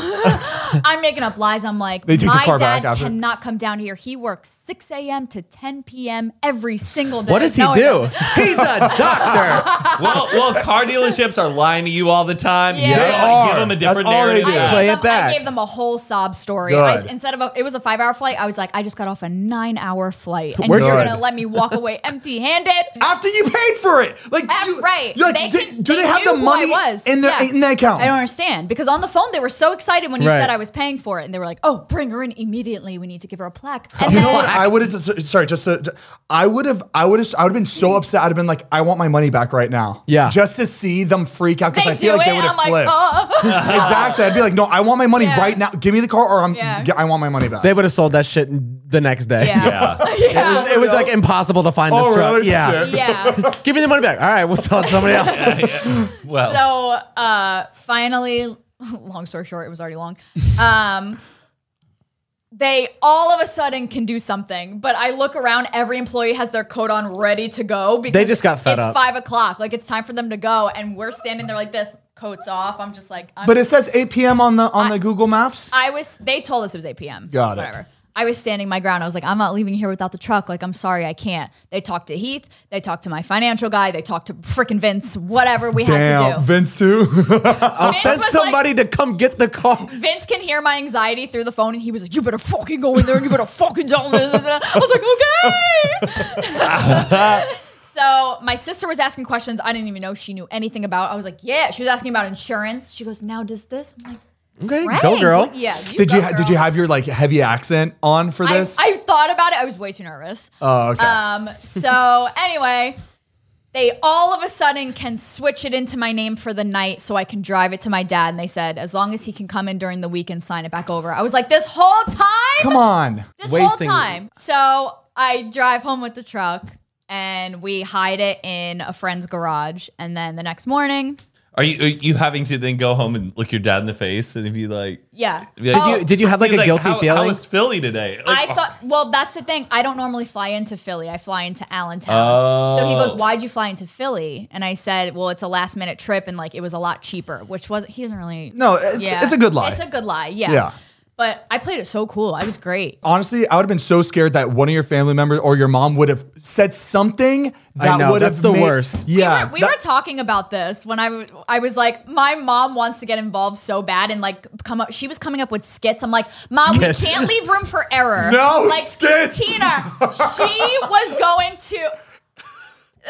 [SPEAKER 3] I'm making up lies. I'm like,
[SPEAKER 2] They take the
[SPEAKER 3] my
[SPEAKER 2] car
[SPEAKER 3] dad
[SPEAKER 2] back after."
[SPEAKER 3] cannot come down here. He works 6 a.m. to 10 p.m. every single day.
[SPEAKER 1] What does he
[SPEAKER 3] No, it
[SPEAKER 1] do?
[SPEAKER 3] doesn't.
[SPEAKER 1] He's a doctor.
[SPEAKER 4] well, well, car dealerships are lying to you all the time.
[SPEAKER 3] Yeah.
[SPEAKER 4] You
[SPEAKER 3] They
[SPEAKER 4] gotta
[SPEAKER 2] are.
[SPEAKER 4] Give them a
[SPEAKER 2] That's
[SPEAKER 4] different
[SPEAKER 2] all they
[SPEAKER 4] narrative.
[SPEAKER 2] do.
[SPEAKER 3] I gave
[SPEAKER 1] Play
[SPEAKER 3] them-
[SPEAKER 1] it back.
[SPEAKER 3] I gave them a whole sob story. I-
[SPEAKER 2] Good.
[SPEAKER 3] instead of a, it was a five hour flight, I was like, I just got off a nine hour flight, and
[SPEAKER 1] Where's
[SPEAKER 3] you're
[SPEAKER 2] your-
[SPEAKER 3] gonna let me walk away empty handed.
[SPEAKER 2] After you paid for it, like
[SPEAKER 3] F-
[SPEAKER 2] you-
[SPEAKER 3] right.
[SPEAKER 2] Like,
[SPEAKER 3] They
[SPEAKER 2] do,
[SPEAKER 3] can-
[SPEAKER 2] do they, have
[SPEAKER 3] knew
[SPEAKER 2] the
[SPEAKER 3] who I
[SPEAKER 2] money
[SPEAKER 3] was.
[SPEAKER 2] in their
[SPEAKER 3] Yeah.
[SPEAKER 2] in their account?
[SPEAKER 3] I don't understand because on the phone they were so excited when you
[SPEAKER 1] Right.
[SPEAKER 3] said I was paying for it, and they were like, "Oh, bring her in immediately. We need to give her a plaque." And
[SPEAKER 2] you
[SPEAKER 3] then,
[SPEAKER 2] know what? I would have. Sorry, just to, I would have. I would have. I would have been so upset. I'd have been like, I want my money back right now.
[SPEAKER 1] Yeah.
[SPEAKER 2] Just to see them freak out
[SPEAKER 3] they
[SPEAKER 2] because I
[SPEAKER 3] do
[SPEAKER 2] feel like
[SPEAKER 3] it.
[SPEAKER 2] they would have
[SPEAKER 3] I'm like,
[SPEAKER 2] flipped.
[SPEAKER 3] "Oh."
[SPEAKER 2] Exactly. I'd be like, no, I want my money
[SPEAKER 3] Yeah.
[SPEAKER 2] right now. Give me the car, or I'm.
[SPEAKER 3] Yeah.
[SPEAKER 2] I want my money back.
[SPEAKER 1] they would have sold that shit the next day.
[SPEAKER 3] yeah, yeah,
[SPEAKER 1] It was like impossible to find
[SPEAKER 2] oh,
[SPEAKER 1] this truck.
[SPEAKER 2] really?
[SPEAKER 1] Yeah.
[SPEAKER 2] Shit.
[SPEAKER 3] yeah.
[SPEAKER 1] Give me the money back. All right, we'll sell it to somebody else.
[SPEAKER 4] Well,
[SPEAKER 3] So uh, finally, long story short, it was already long. Um, they all of a sudden can do something, but I look around. Every employee has their coat on, ready to go. Because
[SPEAKER 1] They just got fed
[SPEAKER 3] it's
[SPEAKER 1] up.
[SPEAKER 3] five o'clock. Like it's time for them to go, and we're standing there like this, coats off. I'm just like, I'm,
[SPEAKER 2] But it says 8 p.m. on the on the Google Maps.
[SPEAKER 3] I was. They told us it was 8 p.m.
[SPEAKER 2] Got it.
[SPEAKER 3] Whatever. I was standing my ground. I was like, I'm not leaving here without the truck. Like, I'm sorry, I can't. They talked to Heath. They talked to my financial guy. They talked to frickin' Vince. Whatever we had to
[SPEAKER 2] Damn,
[SPEAKER 3] do.
[SPEAKER 2] Vince too.
[SPEAKER 1] I'll send
[SPEAKER 3] was
[SPEAKER 1] somebody to come get the car.
[SPEAKER 3] Vince can hear my anxiety through the phone, and he was like, "You better fucking go in there, and you better fucking tell him." this." I was like, "Okay." so my sister was asking questions I didn't even know she knew anything about. I was like, "Yeah." She was asking about insurance. She goes, "Now does this?" I'm like,
[SPEAKER 1] Okay, go
[SPEAKER 3] "Frank,
[SPEAKER 1] girl.
[SPEAKER 3] what- Yeah. You
[SPEAKER 2] did you
[SPEAKER 3] go,
[SPEAKER 2] ha- did you
[SPEAKER 3] girl."
[SPEAKER 2] have your like heavy accent on for
[SPEAKER 3] I,
[SPEAKER 2] this?
[SPEAKER 3] I thought about it. I was way too nervous.
[SPEAKER 2] oh, okay.
[SPEAKER 3] Um, so anyway, they all of a sudden can switch it into my name for the night so I can drive it to my dad. And they said, as long as he can come in during the week and sign it back over. I was like, this whole time?
[SPEAKER 2] Come on.
[SPEAKER 3] This
[SPEAKER 1] Wasting-
[SPEAKER 3] whole time. So I drive home with the truck and we hide it in a friend's garage. And then the next morning,
[SPEAKER 4] are you are you having to then go home and look your dad in the face and if you like?
[SPEAKER 3] yeah.
[SPEAKER 4] be like-
[SPEAKER 3] Oh,
[SPEAKER 1] Did you- did you have, like,
[SPEAKER 4] He's
[SPEAKER 1] a guilty
[SPEAKER 4] how, How
[SPEAKER 1] feeling?
[SPEAKER 4] was Philly today?
[SPEAKER 3] I
[SPEAKER 4] Like, uh,
[SPEAKER 3] thought, well, that's the thing. I don't normally fly into Philly. I fly into Allentown. So he
[SPEAKER 4] Oh.
[SPEAKER 3] goes, Why'd you fly into Philly? And I said, Well, it's a last minute trip and like it was a lot cheaper, which was, he doesn't really.
[SPEAKER 2] No, it's, it's a good lie.
[SPEAKER 3] It's a good lie. Yeah.
[SPEAKER 2] Yeah.
[SPEAKER 3] But I played it so cool. I was great.
[SPEAKER 2] Honestly, I would have been so scared that one of your family members or your mom would have said something that
[SPEAKER 1] know,
[SPEAKER 2] would have
[SPEAKER 1] that's the
[SPEAKER 2] made-
[SPEAKER 1] worst.
[SPEAKER 2] Yeah,
[SPEAKER 3] We, were, we
[SPEAKER 2] that-
[SPEAKER 3] were talking about this when I, w- I was like, my mom wants to get involved so bad and like come up. She was coming up with skits. I'm like, mom,
[SPEAKER 1] Skits.
[SPEAKER 3] we can't leave room for error.
[SPEAKER 2] No,
[SPEAKER 3] like
[SPEAKER 2] skits.
[SPEAKER 3] Tina, she was going to.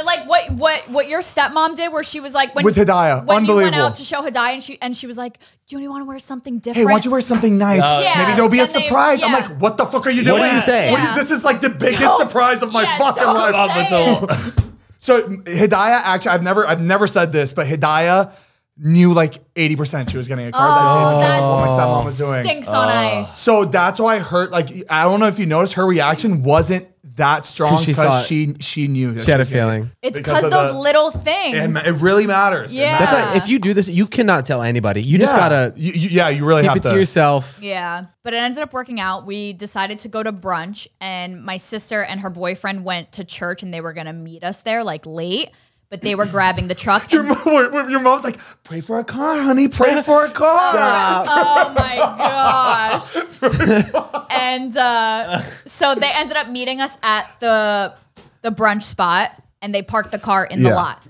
[SPEAKER 3] Like what what what your stepmom did, where she was like when
[SPEAKER 2] With Hidayah.
[SPEAKER 3] when you went
[SPEAKER 2] Unbelievable.
[SPEAKER 3] out to show Hidayah, and she and she was like, "Do you want to wear something different?"
[SPEAKER 2] hey, why don't you wear something nice?
[SPEAKER 3] Yeah.
[SPEAKER 2] Maybe there'll be a
[SPEAKER 3] And they-
[SPEAKER 2] surprise. I'm
[SPEAKER 3] yeah.
[SPEAKER 2] like, what the fuck are you
[SPEAKER 1] What
[SPEAKER 2] doing?
[SPEAKER 1] do you say?
[SPEAKER 2] What do you-
[SPEAKER 3] Yeah.
[SPEAKER 2] this is like the biggest surprise of my
[SPEAKER 3] yeah,
[SPEAKER 2] fucking
[SPEAKER 3] don't
[SPEAKER 2] life.
[SPEAKER 3] say
[SPEAKER 4] Oh,
[SPEAKER 3] it.
[SPEAKER 4] that's all-
[SPEAKER 2] So Hidayah, actually, I've never, I've never said this, but Hidayah knew like 80% she was getting a card that day.
[SPEAKER 3] Oh, That
[SPEAKER 2] That's Oh, what my stepmom was doing. Uh,
[SPEAKER 3] Stinks on ice.
[SPEAKER 2] So that's why her like I don't know if you noticed her reaction wasn't that strong
[SPEAKER 1] 'Cause she saw
[SPEAKER 2] because
[SPEAKER 1] it.
[SPEAKER 2] she, she knew that
[SPEAKER 1] She had a
[SPEAKER 2] was getting
[SPEAKER 1] feeling.
[SPEAKER 3] It's
[SPEAKER 2] because
[SPEAKER 3] because
[SPEAKER 2] of
[SPEAKER 3] those
[SPEAKER 2] the-
[SPEAKER 3] little things.
[SPEAKER 2] it. And it really matters. It
[SPEAKER 3] Yeah.
[SPEAKER 2] matters.
[SPEAKER 1] That's why if you do this, you cannot tell anybody. You just
[SPEAKER 2] Yeah.
[SPEAKER 1] gotta
[SPEAKER 2] You- you- yeah, you really
[SPEAKER 1] keep
[SPEAKER 2] have
[SPEAKER 1] it to,
[SPEAKER 2] to.
[SPEAKER 1] yourself.
[SPEAKER 3] Yeah, but it ended up working out. We decided to go to brunch, and my sister and her boyfriend went to church, and they were gonna meet us there like late, but they were grabbing the truck.
[SPEAKER 2] Your,
[SPEAKER 3] and-
[SPEAKER 2] mom, your mom's like, pray for a car, honey. Pray for a car.
[SPEAKER 3] oh my gosh! and uh, so they ended up meeting us at the the brunch spot, and they parked the car in the
[SPEAKER 2] Yeah.
[SPEAKER 3] lot.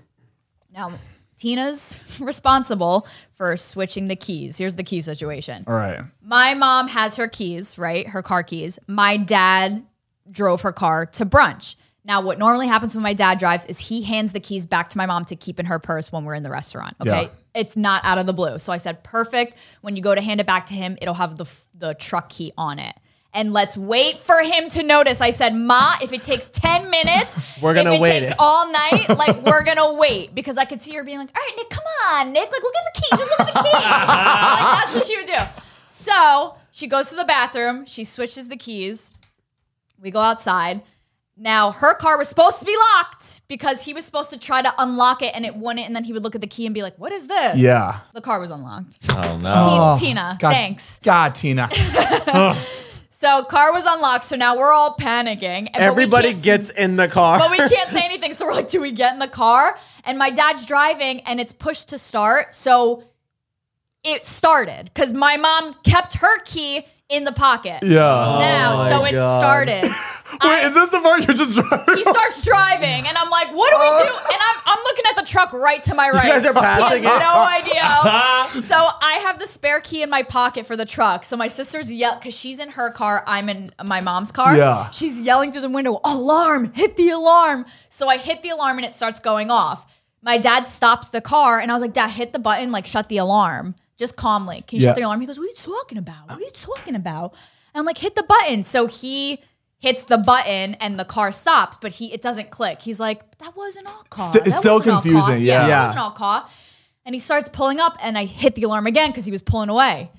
[SPEAKER 3] Now Tina's responsible for switching the keys. Here's the key situation.
[SPEAKER 2] All right.
[SPEAKER 3] My mom has her keys, right? Her car keys. My dad drove her car to brunch. Now, what normally happens when my dad drives is he hands the keys back to my mom to keep in her purse when we're in the restaurant. Okay.
[SPEAKER 2] Yeah.
[SPEAKER 3] It's not out of the blue. So I said, perfect. When you go to hand it back to him, it'll have the, f- the truck key on it. And let's wait for him to notice. I said, Ma, if it takes 10 minutes,
[SPEAKER 1] We're gonna
[SPEAKER 3] if it
[SPEAKER 1] wait.
[SPEAKER 3] takes all night, like we're gonna wait. Because I could see her being like, all right, Nick, come on, Nick, like look at the keys, just look at the keys. like, that's what she would do. So she goes to the bathroom, she switches the keys. We go outside. Now her car was supposed to be locked because he was supposed to try to unlock it and it wouldn't, and then he would look at the key and be like, What is this?
[SPEAKER 2] Yeah.
[SPEAKER 3] The car was unlocked.
[SPEAKER 4] Oh no.
[SPEAKER 3] Ti- Tina,
[SPEAKER 2] God-
[SPEAKER 3] thanks.
[SPEAKER 2] God, Tina.
[SPEAKER 3] So car was unlocked, so now we're all panicking. and- but we
[SPEAKER 1] Everybody
[SPEAKER 3] can't-
[SPEAKER 1] gets in the car.
[SPEAKER 3] but we can't say anything. So we're like, do we get in the car? And my dad's driving and it's pushed to start. So it started because my mom kept her key in the pocket.
[SPEAKER 2] Yeah. Oh
[SPEAKER 3] Now, so it
[SPEAKER 1] God.
[SPEAKER 3] started.
[SPEAKER 2] Wait,
[SPEAKER 3] Uh, I-
[SPEAKER 2] is this the part you're just driving?
[SPEAKER 3] he starts driving, and I'm like, "What do we do?" And I'm, I'm looking at the truck right to my right.
[SPEAKER 1] guys are passing Uh-huh.
[SPEAKER 3] He has no idea. so I have the spare key in my pocket for the truck. So my sister's yell because she's in her car, I'm in my mom's car.
[SPEAKER 2] Yeah.
[SPEAKER 3] she's yelling through the window, "Alarm! Hit the alarm!" So I hit the alarm, and it starts going off. My dad stops the car, and I was like, "Dad, hit the button, like shut the alarm, just calmly. Can you
[SPEAKER 2] Yeah.
[SPEAKER 3] shut the alarm?" He goes, "What are you talking about? What are you talking about?" And I'm like, "Hit the button." So he hits the button and the car stops, but he it doesn't click. He's like, that wasn't all car.
[SPEAKER 2] Sti-
[SPEAKER 3] That
[SPEAKER 2] still
[SPEAKER 3] wasn't all
[SPEAKER 2] confusing,
[SPEAKER 3] car.
[SPEAKER 2] yeah.
[SPEAKER 3] that
[SPEAKER 1] Yeah.
[SPEAKER 3] wasn't all car. And he starts pulling up, and I hit the alarm again because he was pulling away.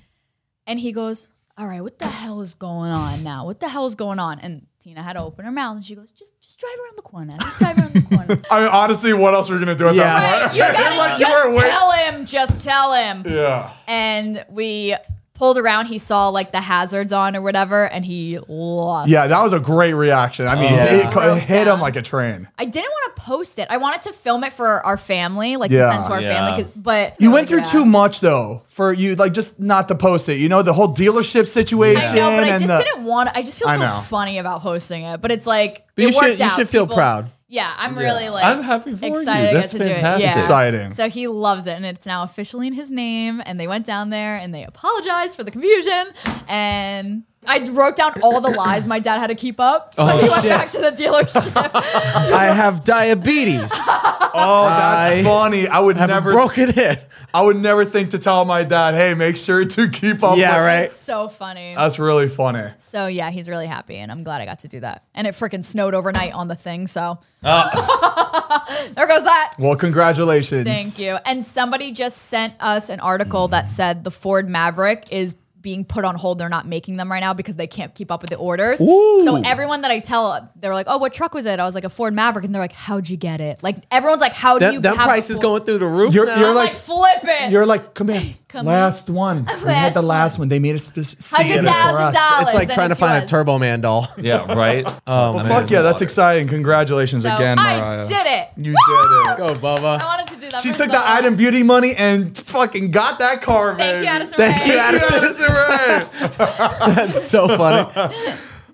[SPEAKER 3] And he goes, "All right, what the hell is going on now? What the hell is going on?" And Tina had to open her mouth, and she goes, "Just, just drive around the corner. Just drive around the corner."
[SPEAKER 2] I mean, honestly, what else were you going to do at
[SPEAKER 1] Yeah.
[SPEAKER 2] that
[SPEAKER 3] Right?
[SPEAKER 2] point?
[SPEAKER 3] You gotta
[SPEAKER 2] Like, you
[SPEAKER 3] just
[SPEAKER 2] were wait-
[SPEAKER 3] tell him. Just tell him.
[SPEAKER 2] Yeah.
[SPEAKER 3] And we pulled around. He saw like the hazards on or whatever, and he lost.
[SPEAKER 2] Yeah, that was a great reaction.
[SPEAKER 1] Oh,
[SPEAKER 2] I mean, it, co- it hit him like a train.
[SPEAKER 3] I didn't want to post it. I wanted to film it for our family, like to
[SPEAKER 2] Yeah.
[SPEAKER 3] send to our
[SPEAKER 4] Yeah.
[SPEAKER 3] family. 'cause- But
[SPEAKER 2] You went through
[SPEAKER 3] Oh, Yeah.
[SPEAKER 2] too much though for you, like just not to post it. You know the whole dealership situation.
[SPEAKER 3] I know, but I
[SPEAKER 2] and
[SPEAKER 3] just
[SPEAKER 2] the-
[SPEAKER 3] didn't want. I just feel
[SPEAKER 2] I
[SPEAKER 3] so
[SPEAKER 2] know.
[SPEAKER 3] funny about hosting it. But it's like
[SPEAKER 1] But
[SPEAKER 3] it
[SPEAKER 1] you should-
[SPEAKER 3] worked
[SPEAKER 1] you
[SPEAKER 3] out.
[SPEAKER 1] should feel
[SPEAKER 3] People-
[SPEAKER 1] proud.
[SPEAKER 3] Yeah, I'm really like
[SPEAKER 4] I'm happy for you.
[SPEAKER 3] excited I
[SPEAKER 4] That's
[SPEAKER 3] get to do
[SPEAKER 4] fantastic.
[SPEAKER 3] it. Yeah.
[SPEAKER 2] Exciting.
[SPEAKER 3] So he loves it, and it's now officially in his name. And they went down there and they apologized for the confusion. And I wrote down all the lies my dad had to keep up. Oh, he went back to the dealership.
[SPEAKER 1] I have diabetes.
[SPEAKER 2] Oh, that's
[SPEAKER 1] I
[SPEAKER 2] funny. I would
[SPEAKER 1] I've
[SPEAKER 2] never,
[SPEAKER 1] broken it.
[SPEAKER 2] I would never think to tell my dad, "Hey, make sure to keep up."
[SPEAKER 1] Yeah,
[SPEAKER 2] with-"
[SPEAKER 1] right.
[SPEAKER 3] it's so funny.
[SPEAKER 2] That's really funny.
[SPEAKER 3] So yeah, he's really happy, and I'm glad I got to do that. And it freaking snowed overnight on the thing, so there goes that.
[SPEAKER 2] Well, congratulations.
[SPEAKER 3] Thank you. And somebody just sent us an article that said the Ford Maverick is being put on hold. They're not making them right now because they can't keep up with the orders. So everyone that I tell, they're like, "Oh, what truck was it?" I was like, "A Ford Maverick," and they're like, "How'd you get it?" Like everyone's like, "How do
[SPEAKER 1] That,
[SPEAKER 3] you?"
[SPEAKER 1] that
[SPEAKER 3] have a
[SPEAKER 1] price is
[SPEAKER 3] Ford-"
[SPEAKER 1] going through the roof.
[SPEAKER 2] You're-
[SPEAKER 1] now.
[SPEAKER 2] you're
[SPEAKER 3] I'm
[SPEAKER 2] like-
[SPEAKER 3] like, "Flip it."
[SPEAKER 2] You're like, come here,
[SPEAKER 3] Come
[SPEAKER 2] last one. we had the last one. They made it specific
[SPEAKER 3] Hundred
[SPEAKER 2] for
[SPEAKER 3] thousand
[SPEAKER 2] us.
[SPEAKER 3] dollars.
[SPEAKER 1] it's like trying to find a Turbo Man doll.
[SPEAKER 4] Yeah. Right. Um,
[SPEAKER 1] Oh,
[SPEAKER 2] Well,
[SPEAKER 1] man.
[SPEAKER 2] fuck yeah, that's exciting. Congratulations
[SPEAKER 3] So
[SPEAKER 2] again,
[SPEAKER 3] I
[SPEAKER 2] Mariah.
[SPEAKER 3] did it.
[SPEAKER 2] You did it.
[SPEAKER 1] Go,
[SPEAKER 3] I
[SPEAKER 1] Bubba.
[SPEAKER 3] wanted to do that.
[SPEAKER 2] She
[SPEAKER 3] for
[SPEAKER 2] took
[SPEAKER 3] so
[SPEAKER 2] the
[SPEAKER 3] long.
[SPEAKER 2] item beauty money and fucking got that car,
[SPEAKER 3] Thank
[SPEAKER 2] baby.
[SPEAKER 3] you, Addison.
[SPEAKER 1] Thank you,
[SPEAKER 3] Rae.
[SPEAKER 1] Addison.
[SPEAKER 2] Yes, hooray.
[SPEAKER 1] That's so funny.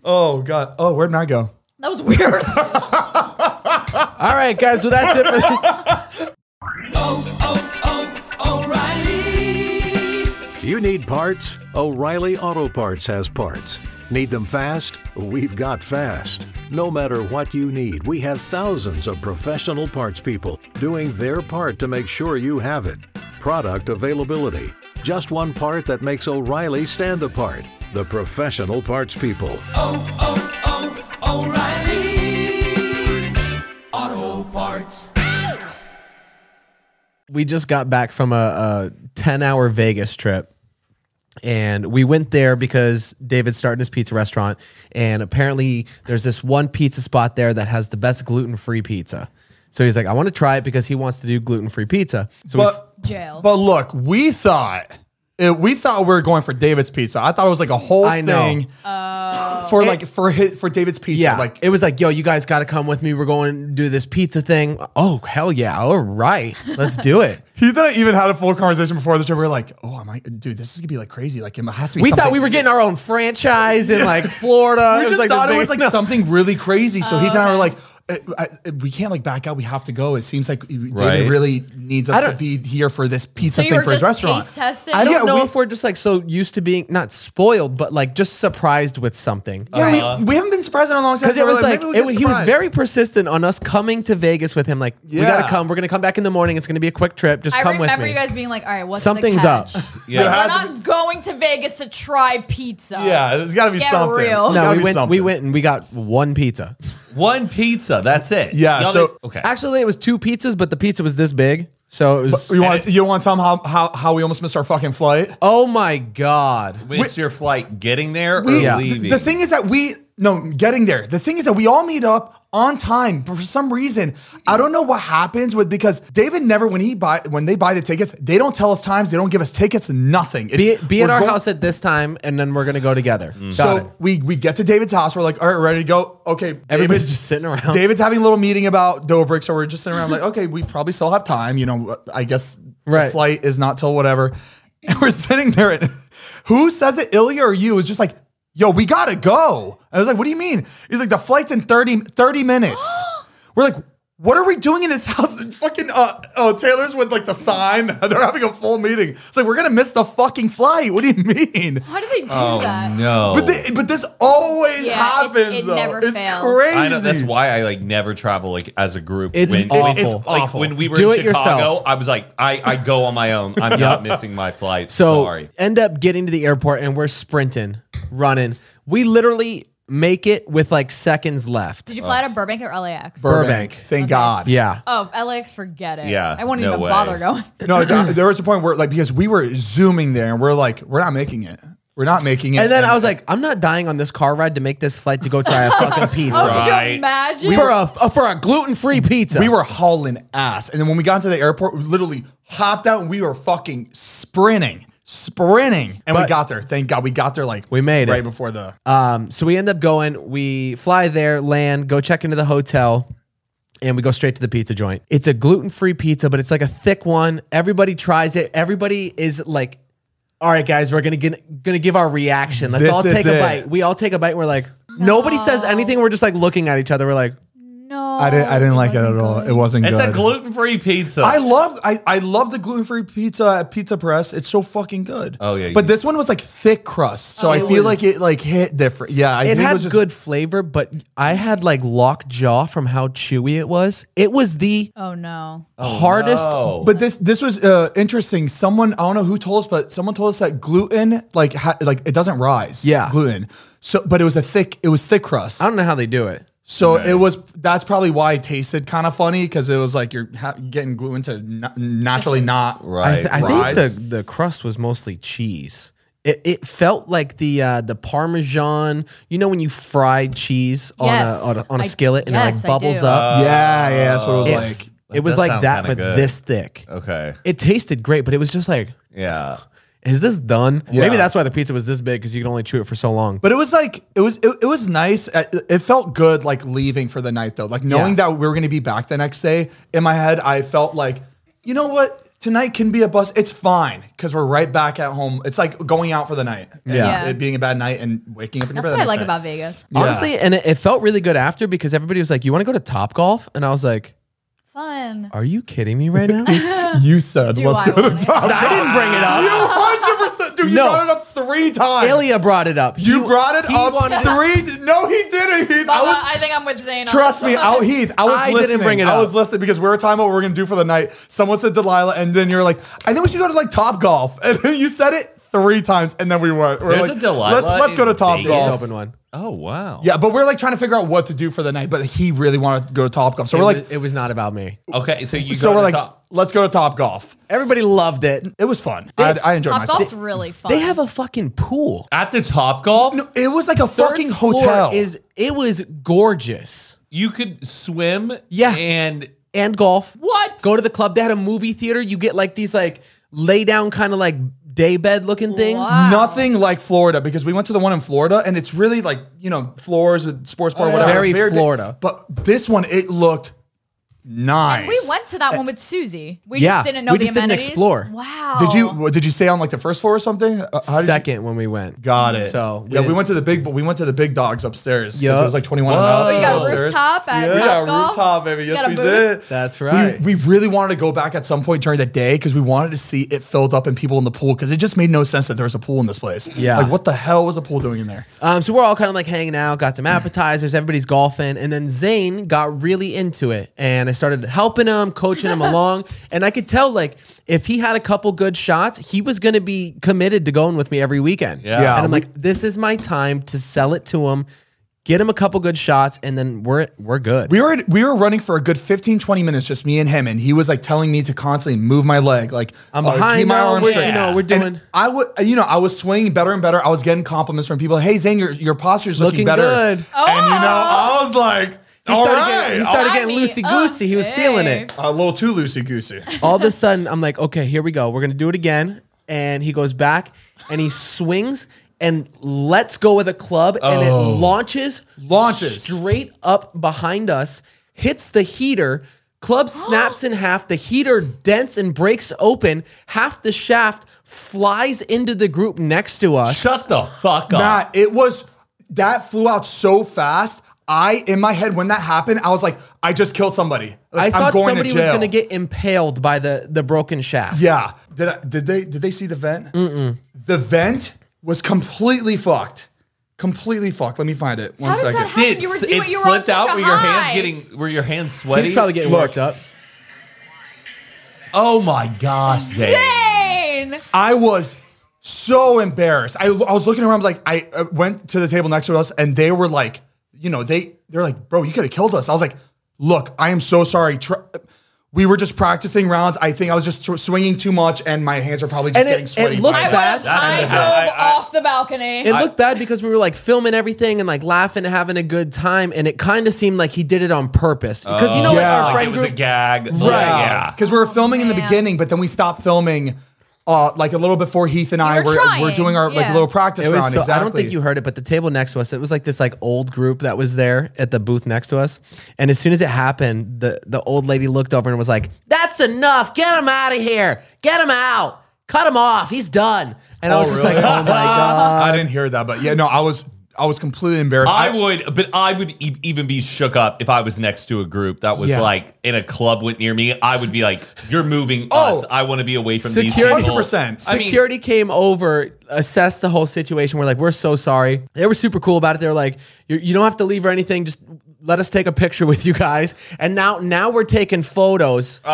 [SPEAKER 2] Oh god. Oh, where'd I go?
[SPEAKER 3] That was weird.
[SPEAKER 1] All right, guys. Well, that's it. For
[SPEAKER 5] You need parts? O'Reilly Auto Parts has parts. Need them fast? We've got fast. No matter what you need, we have thousands of professional parts people doing their part to make sure you have it. Product availability. Just one part that makes O'Reilly stand apart. The professional parts people.
[SPEAKER 1] we just got back from a, a 10 hour Vegas trip. And we went there because David started his pizza restaurant. And apparently, there's this one pizza spot there that has the best gluten free pizza. So he's like, I want to try it because he wants to do gluten free pizza. So we
[SPEAKER 2] But
[SPEAKER 3] Jail.
[SPEAKER 2] but look, we thought it, we thought we were going for David's pizza. I thought it was like a whole
[SPEAKER 1] I know.
[SPEAKER 2] thing
[SPEAKER 3] Oh.
[SPEAKER 2] for like for his, for David's pizza.
[SPEAKER 1] Yeah,
[SPEAKER 2] like
[SPEAKER 1] it was like, yo, you guys got to come with me. We're going to do this pizza thing. Oh hell yeah! All right, let's do it.
[SPEAKER 2] he thought I even had a full conversation before the trip. We were like, oh, am I, dude, this is gonna be like crazy. Like it has to be.
[SPEAKER 1] we thought
[SPEAKER 2] something-
[SPEAKER 1] we were getting our own franchise in like Florida.
[SPEAKER 2] We just
[SPEAKER 1] like
[SPEAKER 2] thought
[SPEAKER 1] this
[SPEAKER 2] it was
[SPEAKER 1] big-
[SPEAKER 2] like something really crazy. So he and
[SPEAKER 3] Oh,
[SPEAKER 2] I were like. uh, I, uh, we can't like back out. We have to go. It seems like David
[SPEAKER 4] Right.
[SPEAKER 2] really needs
[SPEAKER 1] I
[SPEAKER 2] us to
[SPEAKER 1] don't-
[SPEAKER 2] be here for this pizza
[SPEAKER 3] so you
[SPEAKER 2] thing
[SPEAKER 3] were
[SPEAKER 2] for his
[SPEAKER 3] just
[SPEAKER 2] restaurant.
[SPEAKER 3] taste testing.
[SPEAKER 1] I don't
[SPEAKER 2] Yeah,
[SPEAKER 1] know
[SPEAKER 2] we-
[SPEAKER 1] if we're just like so used to being not spoiled, but like just surprised with something.
[SPEAKER 2] Yeah, we, we haven't been surprised in a long time.
[SPEAKER 1] Because
[SPEAKER 2] So
[SPEAKER 1] Uh-huh. it
[SPEAKER 2] we're
[SPEAKER 1] was like,
[SPEAKER 2] maybe we'll
[SPEAKER 1] it
[SPEAKER 2] get
[SPEAKER 1] was- he was
[SPEAKER 2] surprised.
[SPEAKER 1] very persistent on us coming to Vegas with him. Like, we
[SPEAKER 2] Yeah.
[SPEAKER 1] gotta come. We're gonna come back in the morning. It's gonna be a quick trip. Just
[SPEAKER 3] I
[SPEAKER 1] come with
[SPEAKER 3] remember
[SPEAKER 1] me.
[SPEAKER 3] you guys being like, "All right, what's
[SPEAKER 1] Something's
[SPEAKER 3] the
[SPEAKER 1] up.
[SPEAKER 3] catch?
[SPEAKER 4] Yeah.
[SPEAKER 3] We're not going to Vegas to try pizza.
[SPEAKER 2] Yeah, there's got to be
[SPEAKER 3] Get
[SPEAKER 2] something.
[SPEAKER 3] real.
[SPEAKER 2] There's
[SPEAKER 1] no,
[SPEAKER 2] gotta
[SPEAKER 1] we
[SPEAKER 2] be
[SPEAKER 1] went. We
[SPEAKER 2] something.
[SPEAKER 1] went and we got one pizza.
[SPEAKER 4] One pizza. That's it.
[SPEAKER 2] Yeah,
[SPEAKER 4] The other-
[SPEAKER 2] so-
[SPEAKER 4] okay.
[SPEAKER 1] Actually, it was two pizzas, but the pizza was this big, so it was.
[SPEAKER 2] You want you want to tell him how, how how we almost missed our fucking flight?
[SPEAKER 1] oh my god!
[SPEAKER 4] Missed your flight getting there or
[SPEAKER 2] We,
[SPEAKER 1] Yeah.
[SPEAKER 2] th-
[SPEAKER 4] leaving?
[SPEAKER 2] the, thing is that we no getting there. The thing is that we all meet up on time, but for some reason I don't know what happens with because David never when he buy when they buy the tickets they don't tell us times, they don't give us tickets, nothing. It's,
[SPEAKER 1] Be, be at
[SPEAKER 2] we're
[SPEAKER 1] our
[SPEAKER 2] going-
[SPEAKER 1] house at this time, and then we're gonna go together. Got it.
[SPEAKER 2] So we we get to David's house. We're like, all right, ready to go. Okay,
[SPEAKER 1] Everybody's
[SPEAKER 2] David-
[SPEAKER 1] just sitting around.
[SPEAKER 2] David's having a little meeting about Dobrik, so we're just sitting around like, okay, we probably still have time. You know, I guess
[SPEAKER 1] Right.
[SPEAKER 2] the flight is not till whatever. And we're sitting there, and who says it, Ilya or you? Is just like, yo, we gotta go. I was like, what do you mean? He's like, the flight's in 30, 30 minutes. we're like. What are we doing in this house? And fucking uh, oh, Taylor's with like the sign. They're having a full meeting. It's like we're gonna miss the fucking flight. What do you mean?
[SPEAKER 3] How do they do
[SPEAKER 4] Oh.
[SPEAKER 3] that?
[SPEAKER 4] no.
[SPEAKER 2] But, they, but this always
[SPEAKER 3] Yeah, it-
[SPEAKER 2] happens.
[SPEAKER 3] it
[SPEAKER 2] though.
[SPEAKER 3] never
[SPEAKER 2] it's
[SPEAKER 3] fails.
[SPEAKER 2] crazy.
[SPEAKER 4] I know, that's why I like never travel like as a group.
[SPEAKER 1] It's awful.
[SPEAKER 4] It's
[SPEAKER 1] It's
[SPEAKER 4] like,
[SPEAKER 2] awful.
[SPEAKER 4] When we were
[SPEAKER 1] Do
[SPEAKER 4] in
[SPEAKER 1] it
[SPEAKER 4] Chicago,
[SPEAKER 1] yourself.
[SPEAKER 4] I was like, I, I go on my own. I'm not missing my flight.
[SPEAKER 1] So
[SPEAKER 4] Sorry.
[SPEAKER 1] end up getting to the airport and we're sprinting, running. We literally make it with like seconds left.
[SPEAKER 3] Did you fly to Burbank or LAX?
[SPEAKER 1] Burbank.
[SPEAKER 2] Thank God.
[SPEAKER 1] Yeah.
[SPEAKER 3] oh, LAX, forget it.
[SPEAKER 4] Yeah,
[SPEAKER 3] I wouldn't
[SPEAKER 4] no
[SPEAKER 3] even
[SPEAKER 4] way.
[SPEAKER 3] bother going.
[SPEAKER 2] No, th- there was a point where like because we were zooming there and we're like, we're not making it. We're not making it.
[SPEAKER 1] And then I was like, I'm not dying on this car ride to make this flight to go try a fucking pizza.
[SPEAKER 3] Could you
[SPEAKER 4] Right.
[SPEAKER 3] imagine?
[SPEAKER 1] for a uh, for a gluten free pizza.
[SPEAKER 2] we were hauling ass. And then when we got to the airport, we literally hopped out and we were fucking sprinting, sprinting. And we
[SPEAKER 1] But-
[SPEAKER 2] got there. Thank God we got there like
[SPEAKER 1] We made it.
[SPEAKER 2] right before the
[SPEAKER 1] um, so we end up going. We fly there, land, go check into the hotel. And we go straight to the pizza joint. It's a gluten free pizza, but it's like a thick one. Everybody tries it. Everybody is like, "All right, guys, we're gonna get, gonna give our reaction. Let's
[SPEAKER 2] This
[SPEAKER 1] all
[SPEAKER 2] is
[SPEAKER 1] take a
[SPEAKER 2] it.
[SPEAKER 1] bite." We all take a bite. And we're like, nobody says anything. We're just like looking at each other. We're like,
[SPEAKER 3] no,
[SPEAKER 2] I didn't I
[SPEAKER 3] Oh,
[SPEAKER 2] didn't like it at all. It wasn't
[SPEAKER 4] It's
[SPEAKER 2] good.
[SPEAKER 4] a gluten free pizza.
[SPEAKER 2] I love I, I love the gluten free pizza at Pizza Press. It's so fucking good.
[SPEAKER 4] Oh, yeah,
[SPEAKER 2] But
[SPEAKER 4] you-
[SPEAKER 2] this one was like thick crust, so I feel like it like hit different. Yeah, I
[SPEAKER 1] Oh, it
[SPEAKER 2] think
[SPEAKER 1] had
[SPEAKER 2] it was just,
[SPEAKER 1] good flavor, but I had like locked jaw from how chewy it was. It was the
[SPEAKER 3] Oh no.
[SPEAKER 1] hardest.
[SPEAKER 4] oh.
[SPEAKER 2] But this this was uh, interesting. Someone I don't know who told us, but someone told us that gluten like ha- like it doesn't rise.
[SPEAKER 1] Yeah.
[SPEAKER 2] gluten. So, but it was a thick it was thick crust.
[SPEAKER 1] I don't know how they do it.
[SPEAKER 2] So it was that's probably why it tasted kind of funny because it was like you're ha- getting gluten to na- naturally not
[SPEAKER 1] I,
[SPEAKER 4] right.
[SPEAKER 1] th- I
[SPEAKER 4] right.
[SPEAKER 1] think
[SPEAKER 2] Fries.
[SPEAKER 1] the, the crust was mostly cheese. It, it felt like the uh, the parmesan. You know when you fry cheese on
[SPEAKER 3] Yes.
[SPEAKER 1] a on a, on a
[SPEAKER 3] I-
[SPEAKER 1] skillet and
[SPEAKER 3] yes,
[SPEAKER 1] it
[SPEAKER 3] I
[SPEAKER 1] like bubbles
[SPEAKER 3] do.
[SPEAKER 1] up.
[SPEAKER 2] yeah, yeah, that's what it was
[SPEAKER 1] it,
[SPEAKER 2] Uh, like.
[SPEAKER 1] it was
[SPEAKER 4] does
[SPEAKER 1] like
[SPEAKER 4] sound
[SPEAKER 1] that,
[SPEAKER 4] kinda
[SPEAKER 1] but
[SPEAKER 4] good.
[SPEAKER 1] this thick.
[SPEAKER 4] okay.
[SPEAKER 1] It tasted great, but it was just like,
[SPEAKER 4] Yeah.
[SPEAKER 1] is this done?
[SPEAKER 2] Yeah.
[SPEAKER 1] Maybe that's why the pizza was this big because you could only chew it for so long.
[SPEAKER 2] But it was like it was it, it was nice. Uh, It felt good like leaving for the night though. Like knowing
[SPEAKER 1] Yeah.
[SPEAKER 2] that we were going to be back the next day. In my head, I felt like, you know what? Tonight can be a bus. It's fine because we're right back at home. It's like going out for the night. and
[SPEAKER 3] Yeah.
[SPEAKER 2] It being a bad night and waking up.
[SPEAKER 3] That's what I like about Vegas.
[SPEAKER 1] Honestly, and it, it felt really good after because everybody was like, "You want to go to Top Golf?" And I was like,
[SPEAKER 3] Fun.
[SPEAKER 1] "Are you kidding me right now?"
[SPEAKER 2] You said
[SPEAKER 3] Do I want it?
[SPEAKER 1] I didn't bring it
[SPEAKER 2] You
[SPEAKER 1] up.
[SPEAKER 2] 100%. Dude, you
[SPEAKER 1] No.
[SPEAKER 2] brought it up three times.
[SPEAKER 1] Ilya brought it up.
[SPEAKER 2] You
[SPEAKER 1] He-
[SPEAKER 2] brought it
[SPEAKER 1] he
[SPEAKER 2] up
[SPEAKER 1] wanted-
[SPEAKER 2] three. No, he didn't. He, I
[SPEAKER 3] I,
[SPEAKER 2] was
[SPEAKER 3] think I'm with Zane. on
[SPEAKER 2] Trust
[SPEAKER 3] this
[SPEAKER 2] me,
[SPEAKER 3] one.
[SPEAKER 2] out Heath. I was
[SPEAKER 1] I didn't
[SPEAKER 2] listening.
[SPEAKER 1] bring it
[SPEAKER 2] I was
[SPEAKER 1] up.
[SPEAKER 2] listening because we were talking about what we are gonna do for the night. Someone said Delilah, and then you're like, I think we should go to like Top Golf, and then you said it three times, and then we went. We're
[SPEAKER 4] There's
[SPEAKER 2] like,
[SPEAKER 4] a Delilah
[SPEAKER 2] Let's, let's go to
[SPEAKER 4] in
[SPEAKER 2] Top
[SPEAKER 4] Vegas?
[SPEAKER 2] Golf.
[SPEAKER 1] open one.
[SPEAKER 4] Oh wow.
[SPEAKER 2] Yeah, but we're like trying to figure out what to do for the night. But he really wanted to go to Top Golf, so
[SPEAKER 1] It
[SPEAKER 2] we're
[SPEAKER 1] was,
[SPEAKER 2] like,
[SPEAKER 1] it was not about me.
[SPEAKER 4] Okay. So you.
[SPEAKER 2] so
[SPEAKER 4] go
[SPEAKER 2] we're
[SPEAKER 4] to
[SPEAKER 2] like,
[SPEAKER 4] top.
[SPEAKER 2] Let's go to Top Golf.
[SPEAKER 1] Everybody loved it.
[SPEAKER 2] It was fun. I, I enjoyed
[SPEAKER 3] Top
[SPEAKER 2] myself.
[SPEAKER 3] golf's really fun.
[SPEAKER 1] They have a fucking pool.
[SPEAKER 4] At the Top Golf,
[SPEAKER 2] No, it was like a
[SPEAKER 1] Third
[SPEAKER 2] fucking
[SPEAKER 1] floor
[SPEAKER 2] hotel.
[SPEAKER 1] Is it was gorgeous
[SPEAKER 4] you could swim.
[SPEAKER 1] Yeah.
[SPEAKER 4] And
[SPEAKER 1] and golf.
[SPEAKER 4] What?
[SPEAKER 1] Go to the club. They had a movie theater. You get like these like lay down kind of like day bed looking things.
[SPEAKER 3] Wow.
[SPEAKER 2] Nothing like Florida because we went to the one in Florida and it's really like, you know, floors with sports bar, whatever.
[SPEAKER 1] Oh, Very Florida.
[SPEAKER 2] But this one, it looked nice.
[SPEAKER 3] And we went to that one with Susie. We
[SPEAKER 1] Yeah,
[SPEAKER 3] just didn't know
[SPEAKER 1] we
[SPEAKER 3] the
[SPEAKER 1] just didn't
[SPEAKER 3] amenities.
[SPEAKER 1] explore.
[SPEAKER 3] Wow.
[SPEAKER 2] Did you what- did you stay on like the first floor or something? Uh, how did you-
[SPEAKER 1] Second when we went.
[SPEAKER 2] got it.
[SPEAKER 1] So
[SPEAKER 2] yeah, we
[SPEAKER 1] didn't-
[SPEAKER 2] went to the big we went to the big dogs upstairs because
[SPEAKER 1] Yup.
[SPEAKER 2] it was like twenty one.
[SPEAKER 4] Whoa.
[SPEAKER 3] We got
[SPEAKER 2] upstairs.
[SPEAKER 3] rooftop at
[SPEAKER 2] We got
[SPEAKER 3] Topgolf.
[SPEAKER 2] rooftop, baby. Yes,
[SPEAKER 3] got a
[SPEAKER 2] we
[SPEAKER 3] booth.
[SPEAKER 2] did.
[SPEAKER 1] That's right.
[SPEAKER 2] We, we really wanted to go back at some point during the day because we wanted to see it filled up and people in the pool because it just made no sense that there was a pool in this place.
[SPEAKER 1] Yeah.
[SPEAKER 2] Like, what the hell was a pool doing in there?
[SPEAKER 1] Um, so we're all kind of like hanging out, got some appetizers, everybody's golfing, and then Zane got really into it, and I started helping him, coaching him along, and I could tell like if he had a couple good shots, he was going to be committed to going with me every weekend.
[SPEAKER 4] Yeah.
[SPEAKER 2] Yeah,
[SPEAKER 1] and I'm
[SPEAKER 2] we-
[SPEAKER 1] like, this is my time to sell it to him, get him a couple good shots, and then we're we're good.
[SPEAKER 2] We were we were running for a good 15, 20 minutes, just me and him, and he was like telling me to constantly move my leg. Like
[SPEAKER 1] I'm
[SPEAKER 2] uh, keep
[SPEAKER 1] behind now, we're- you know, we're
[SPEAKER 2] And
[SPEAKER 1] doing-
[SPEAKER 2] I would, you know, I was swinging better and better. I was getting compliments from people. Hey, Zane, your your posture's
[SPEAKER 1] Looking
[SPEAKER 2] looking, better.
[SPEAKER 1] good. Oh!
[SPEAKER 2] And you know, I was like, all
[SPEAKER 1] started
[SPEAKER 2] right,
[SPEAKER 1] getting- he started getting
[SPEAKER 3] Sign me
[SPEAKER 1] loosey goosey.
[SPEAKER 3] up,
[SPEAKER 1] He was feeling
[SPEAKER 3] babe.
[SPEAKER 1] it.
[SPEAKER 2] a little too loosey goosey.
[SPEAKER 1] All of a sudden, I'm like, okay, here we go. We're gonna do it again. And he goes back and he swings and lets go with a club and it launches,
[SPEAKER 2] Oh. Launches.
[SPEAKER 1] straight up behind us, hits the heater. Club snaps in half. The heater dents and breaks open. Half the shaft flies into the group next to us.
[SPEAKER 4] shut the fuck up.
[SPEAKER 2] Matt, it was that flew out so fast. I in my head when that happened, I was like, I just killed somebody.
[SPEAKER 1] I
[SPEAKER 2] Like, I'm
[SPEAKER 1] thought
[SPEAKER 2] going
[SPEAKER 1] somebody
[SPEAKER 2] to
[SPEAKER 1] was
[SPEAKER 2] jail.
[SPEAKER 1] gonna get impaled by the the broken shaft.
[SPEAKER 2] Yeah. Did I, did they did they see the vent? The vent was completely fucked. Completely fucked. Let me find it. One
[SPEAKER 3] How does
[SPEAKER 2] second.
[SPEAKER 3] that happen?
[SPEAKER 4] It,
[SPEAKER 3] You were
[SPEAKER 4] s-
[SPEAKER 3] doing-
[SPEAKER 4] it
[SPEAKER 3] you were on
[SPEAKER 4] slipped
[SPEAKER 3] such
[SPEAKER 4] out
[SPEAKER 3] a
[SPEAKER 4] where your hands
[SPEAKER 3] high.
[SPEAKER 4] getting where your hands sweaty.
[SPEAKER 1] He's probably getting
[SPEAKER 2] Look.
[SPEAKER 1] worked up.
[SPEAKER 4] oh my gosh, Zane.
[SPEAKER 3] Zane.
[SPEAKER 2] I was so embarrassed. I, I was looking around. I was like, I uh, went to the table next to us, and they were like, you know, they they're like, bro, you could have killed us. I was like, look, I am so sorry. Tr- we were just practicing rounds. I think I was just tw- swinging too much, and my hands are probably just
[SPEAKER 1] And it-
[SPEAKER 2] getting
[SPEAKER 1] it
[SPEAKER 2] sweaty.
[SPEAKER 1] looked
[SPEAKER 3] I
[SPEAKER 2] by
[SPEAKER 3] would have
[SPEAKER 1] That
[SPEAKER 3] I
[SPEAKER 4] didn't
[SPEAKER 3] dove
[SPEAKER 4] happen. I- I-
[SPEAKER 3] off the balcony.
[SPEAKER 1] It looked bad because we were like filming everything and like laughing and having a good time, and it kind of seemed like he did it on purpose because you know like
[SPEAKER 2] Yeah.
[SPEAKER 1] our
[SPEAKER 4] Like
[SPEAKER 1] friend
[SPEAKER 4] it was a
[SPEAKER 1] group.
[SPEAKER 4] gag. Right.
[SPEAKER 2] yeah,
[SPEAKER 4] Yeah.
[SPEAKER 2] because we were filming in the
[SPEAKER 3] Man.
[SPEAKER 2] beginning, but then we stopped filming. Uh, like a little before Heath and I
[SPEAKER 3] were
[SPEAKER 2] were, were
[SPEAKER 3] trying,
[SPEAKER 2] doing our like
[SPEAKER 3] yeah.
[SPEAKER 2] little practice
[SPEAKER 1] It was
[SPEAKER 2] round.
[SPEAKER 1] so-
[SPEAKER 2] exactly.
[SPEAKER 1] I don't think you heard it, but the table next to us, it was like this like old group that was there at the booth next to us. And as soon as it happened, the the old lady looked over and was like, "That's enough! Get him out of here! Get him out! Cut him off! He's done!" And I was just like, "Oh my god!"
[SPEAKER 2] I didn't hear that, but yeah, no, I was I was completely embarrassed.
[SPEAKER 4] I would, but I would e- even be shook up if I was next to a group that was
[SPEAKER 2] Yeah.
[SPEAKER 4] like in a club went near me. I would be like, "You're moving
[SPEAKER 2] Oh.
[SPEAKER 4] us. I want to be away from
[SPEAKER 1] Security.
[SPEAKER 4] these people."
[SPEAKER 2] 100%.
[SPEAKER 4] I mean,
[SPEAKER 1] Security came over, assessed the whole situation. We're like, we're so sorry. They were super cool about it. They were like, you you don't have to leave or anything. Just let us take a picture with you guys. And now, now we're taking photos
[SPEAKER 4] Oh.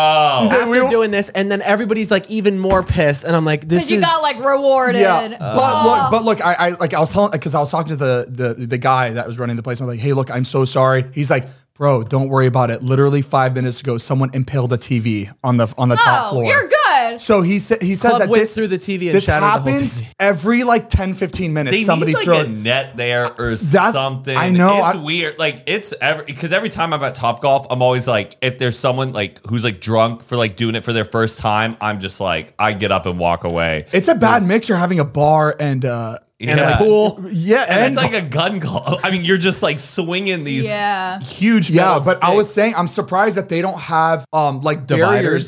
[SPEAKER 1] after
[SPEAKER 2] We don't-
[SPEAKER 1] doing this. And then everybody's like even more pissed. And I'm like, this
[SPEAKER 3] Because you
[SPEAKER 1] is
[SPEAKER 3] got like rewarded.
[SPEAKER 2] Yeah, but
[SPEAKER 3] Oh.
[SPEAKER 2] look, but look, I, I like I was telling because I was talking to the, the the guy that was running the place. I was like, hey, look, I'm so sorry. He's like, bro, don't worry about it. Literally five minutes ago, someone impaled a TV on the on the top
[SPEAKER 3] oh,
[SPEAKER 2] floor.
[SPEAKER 3] you're good.
[SPEAKER 2] So he said he says
[SPEAKER 1] Club
[SPEAKER 2] that
[SPEAKER 1] went
[SPEAKER 2] this
[SPEAKER 1] through the TV and
[SPEAKER 2] this
[SPEAKER 1] shattered the whole
[SPEAKER 2] happens
[SPEAKER 1] TV.
[SPEAKER 2] every like 10, 15 minutes.
[SPEAKER 4] they
[SPEAKER 2] somebody
[SPEAKER 4] need like
[SPEAKER 2] throw
[SPEAKER 4] a net there or
[SPEAKER 2] That's-
[SPEAKER 4] something.
[SPEAKER 2] I know,
[SPEAKER 4] it's
[SPEAKER 2] I-
[SPEAKER 4] weird. Like it's every because every time I'm at Top Golf, I'm always like, if there's someone like who's like drunk for like doing it for their first time, I'm just like, I get up and walk away.
[SPEAKER 2] It's a bad mixture having a bar and uh
[SPEAKER 1] and
[SPEAKER 4] Yeah.
[SPEAKER 1] a pool.
[SPEAKER 2] yeah,
[SPEAKER 4] and, it's like a gun club. I mean, you're just like swinging these
[SPEAKER 3] Yeah.
[SPEAKER 4] huge.
[SPEAKER 2] Yeah,
[SPEAKER 4] metal
[SPEAKER 2] but I was
[SPEAKER 4] sticks.
[SPEAKER 2] saying I'm surprised that they don't have um like barriers,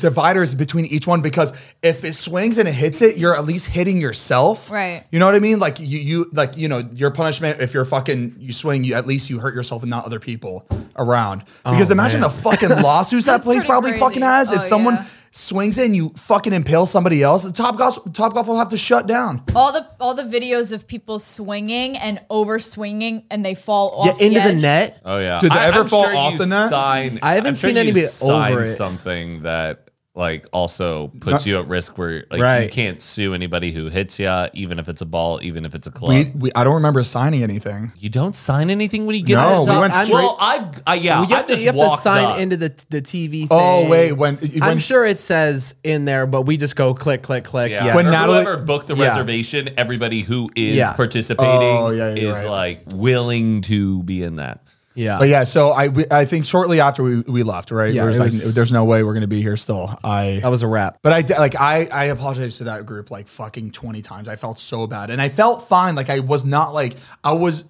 [SPEAKER 1] Dividers.
[SPEAKER 2] dividers between each one because if it swings and it hits it, you're at least hitting yourself.
[SPEAKER 3] Right.
[SPEAKER 2] You know what I mean? Like you you like you know, your punishment if you're fucking you swing, you at least you hurt yourself and not other people around. Because imagine the fucking lawsuits that place
[SPEAKER 3] Oh, pretty
[SPEAKER 2] probably
[SPEAKER 3] crazy.
[SPEAKER 2] fucking has if
[SPEAKER 3] Oh,
[SPEAKER 2] someone
[SPEAKER 3] yeah.
[SPEAKER 2] swings it and you fucking impale somebody else, the top golf top golf will have to shut down.
[SPEAKER 3] all the all the videos of people swinging and over swinging and they fall off
[SPEAKER 1] Yeah, into the
[SPEAKER 3] edge.
[SPEAKER 1] net.
[SPEAKER 4] Oh yeah.
[SPEAKER 2] Did they
[SPEAKER 4] I-
[SPEAKER 2] ever
[SPEAKER 4] I'm
[SPEAKER 2] fall
[SPEAKER 4] sure
[SPEAKER 2] off
[SPEAKER 4] you
[SPEAKER 2] the net?
[SPEAKER 4] Sign,
[SPEAKER 1] I haven't
[SPEAKER 4] I'm sure
[SPEAKER 1] seen
[SPEAKER 4] you
[SPEAKER 1] anybody
[SPEAKER 4] sign
[SPEAKER 1] over it.
[SPEAKER 4] something that like also puts you at risk where like you
[SPEAKER 1] Right.
[SPEAKER 4] can't sue anybody who hits you, even if it's a ball, even if it's a club.
[SPEAKER 2] We, we I don't remember signing anything.
[SPEAKER 4] you don't sign anything when you get
[SPEAKER 2] No,
[SPEAKER 4] it.
[SPEAKER 2] we went straight-
[SPEAKER 4] Well, I, I yeah,
[SPEAKER 1] Well, you
[SPEAKER 4] I
[SPEAKER 1] have to,
[SPEAKER 4] just
[SPEAKER 1] you have to
[SPEAKER 4] walked
[SPEAKER 1] sign
[SPEAKER 4] up.
[SPEAKER 1] into the the TV.
[SPEAKER 2] Oh,
[SPEAKER 1] thing.
[SPEAKER 2] wait, when-
[SPEAKER 1] I'm
[SPEAKER 2] when-
[SPEAKER 1] sure it says in there, but we just go click, click, click.
[SPEAKER 4] Yeah.
[SPEAKER 1] yes.
[SPEAKER 2] When
[SPEAKER 4] Or
[SPEAKER 2] Natalie-
[SPEAKER 4] whoever booked the
[SPEAKER 1] Yeah.
[SPEAKER 4] reservation, everybody who is
[SPEAKER 1] Yeah.
[SPEAKER 4] participating
[SPEAKER 2] Oh, yeah, you're
[SPEAKER 4] is
[SPEAKER 2] right.
[SPEAKER 4] like willing to be in that.
[SPEAKER 1] yeah.
[SPEAKER 2] But Oh, yeah, so I we, I think shortly after we, we left, right?
[SPEAKER 1] Yeah,
[SPEAKER 2] we was
[SPEAKER 1] it
[SPEAKER 2] like,
[SPEAKER 1] was-
[SPEAKER 2] there's no way we're gonna be here still. I
[SPEAKER 1] that was a wrap.
[SPEAKER 2] But I de- like I I apologized to that group like fucking 20 times. I felt so bad. And I felt fine. Like I was not like I was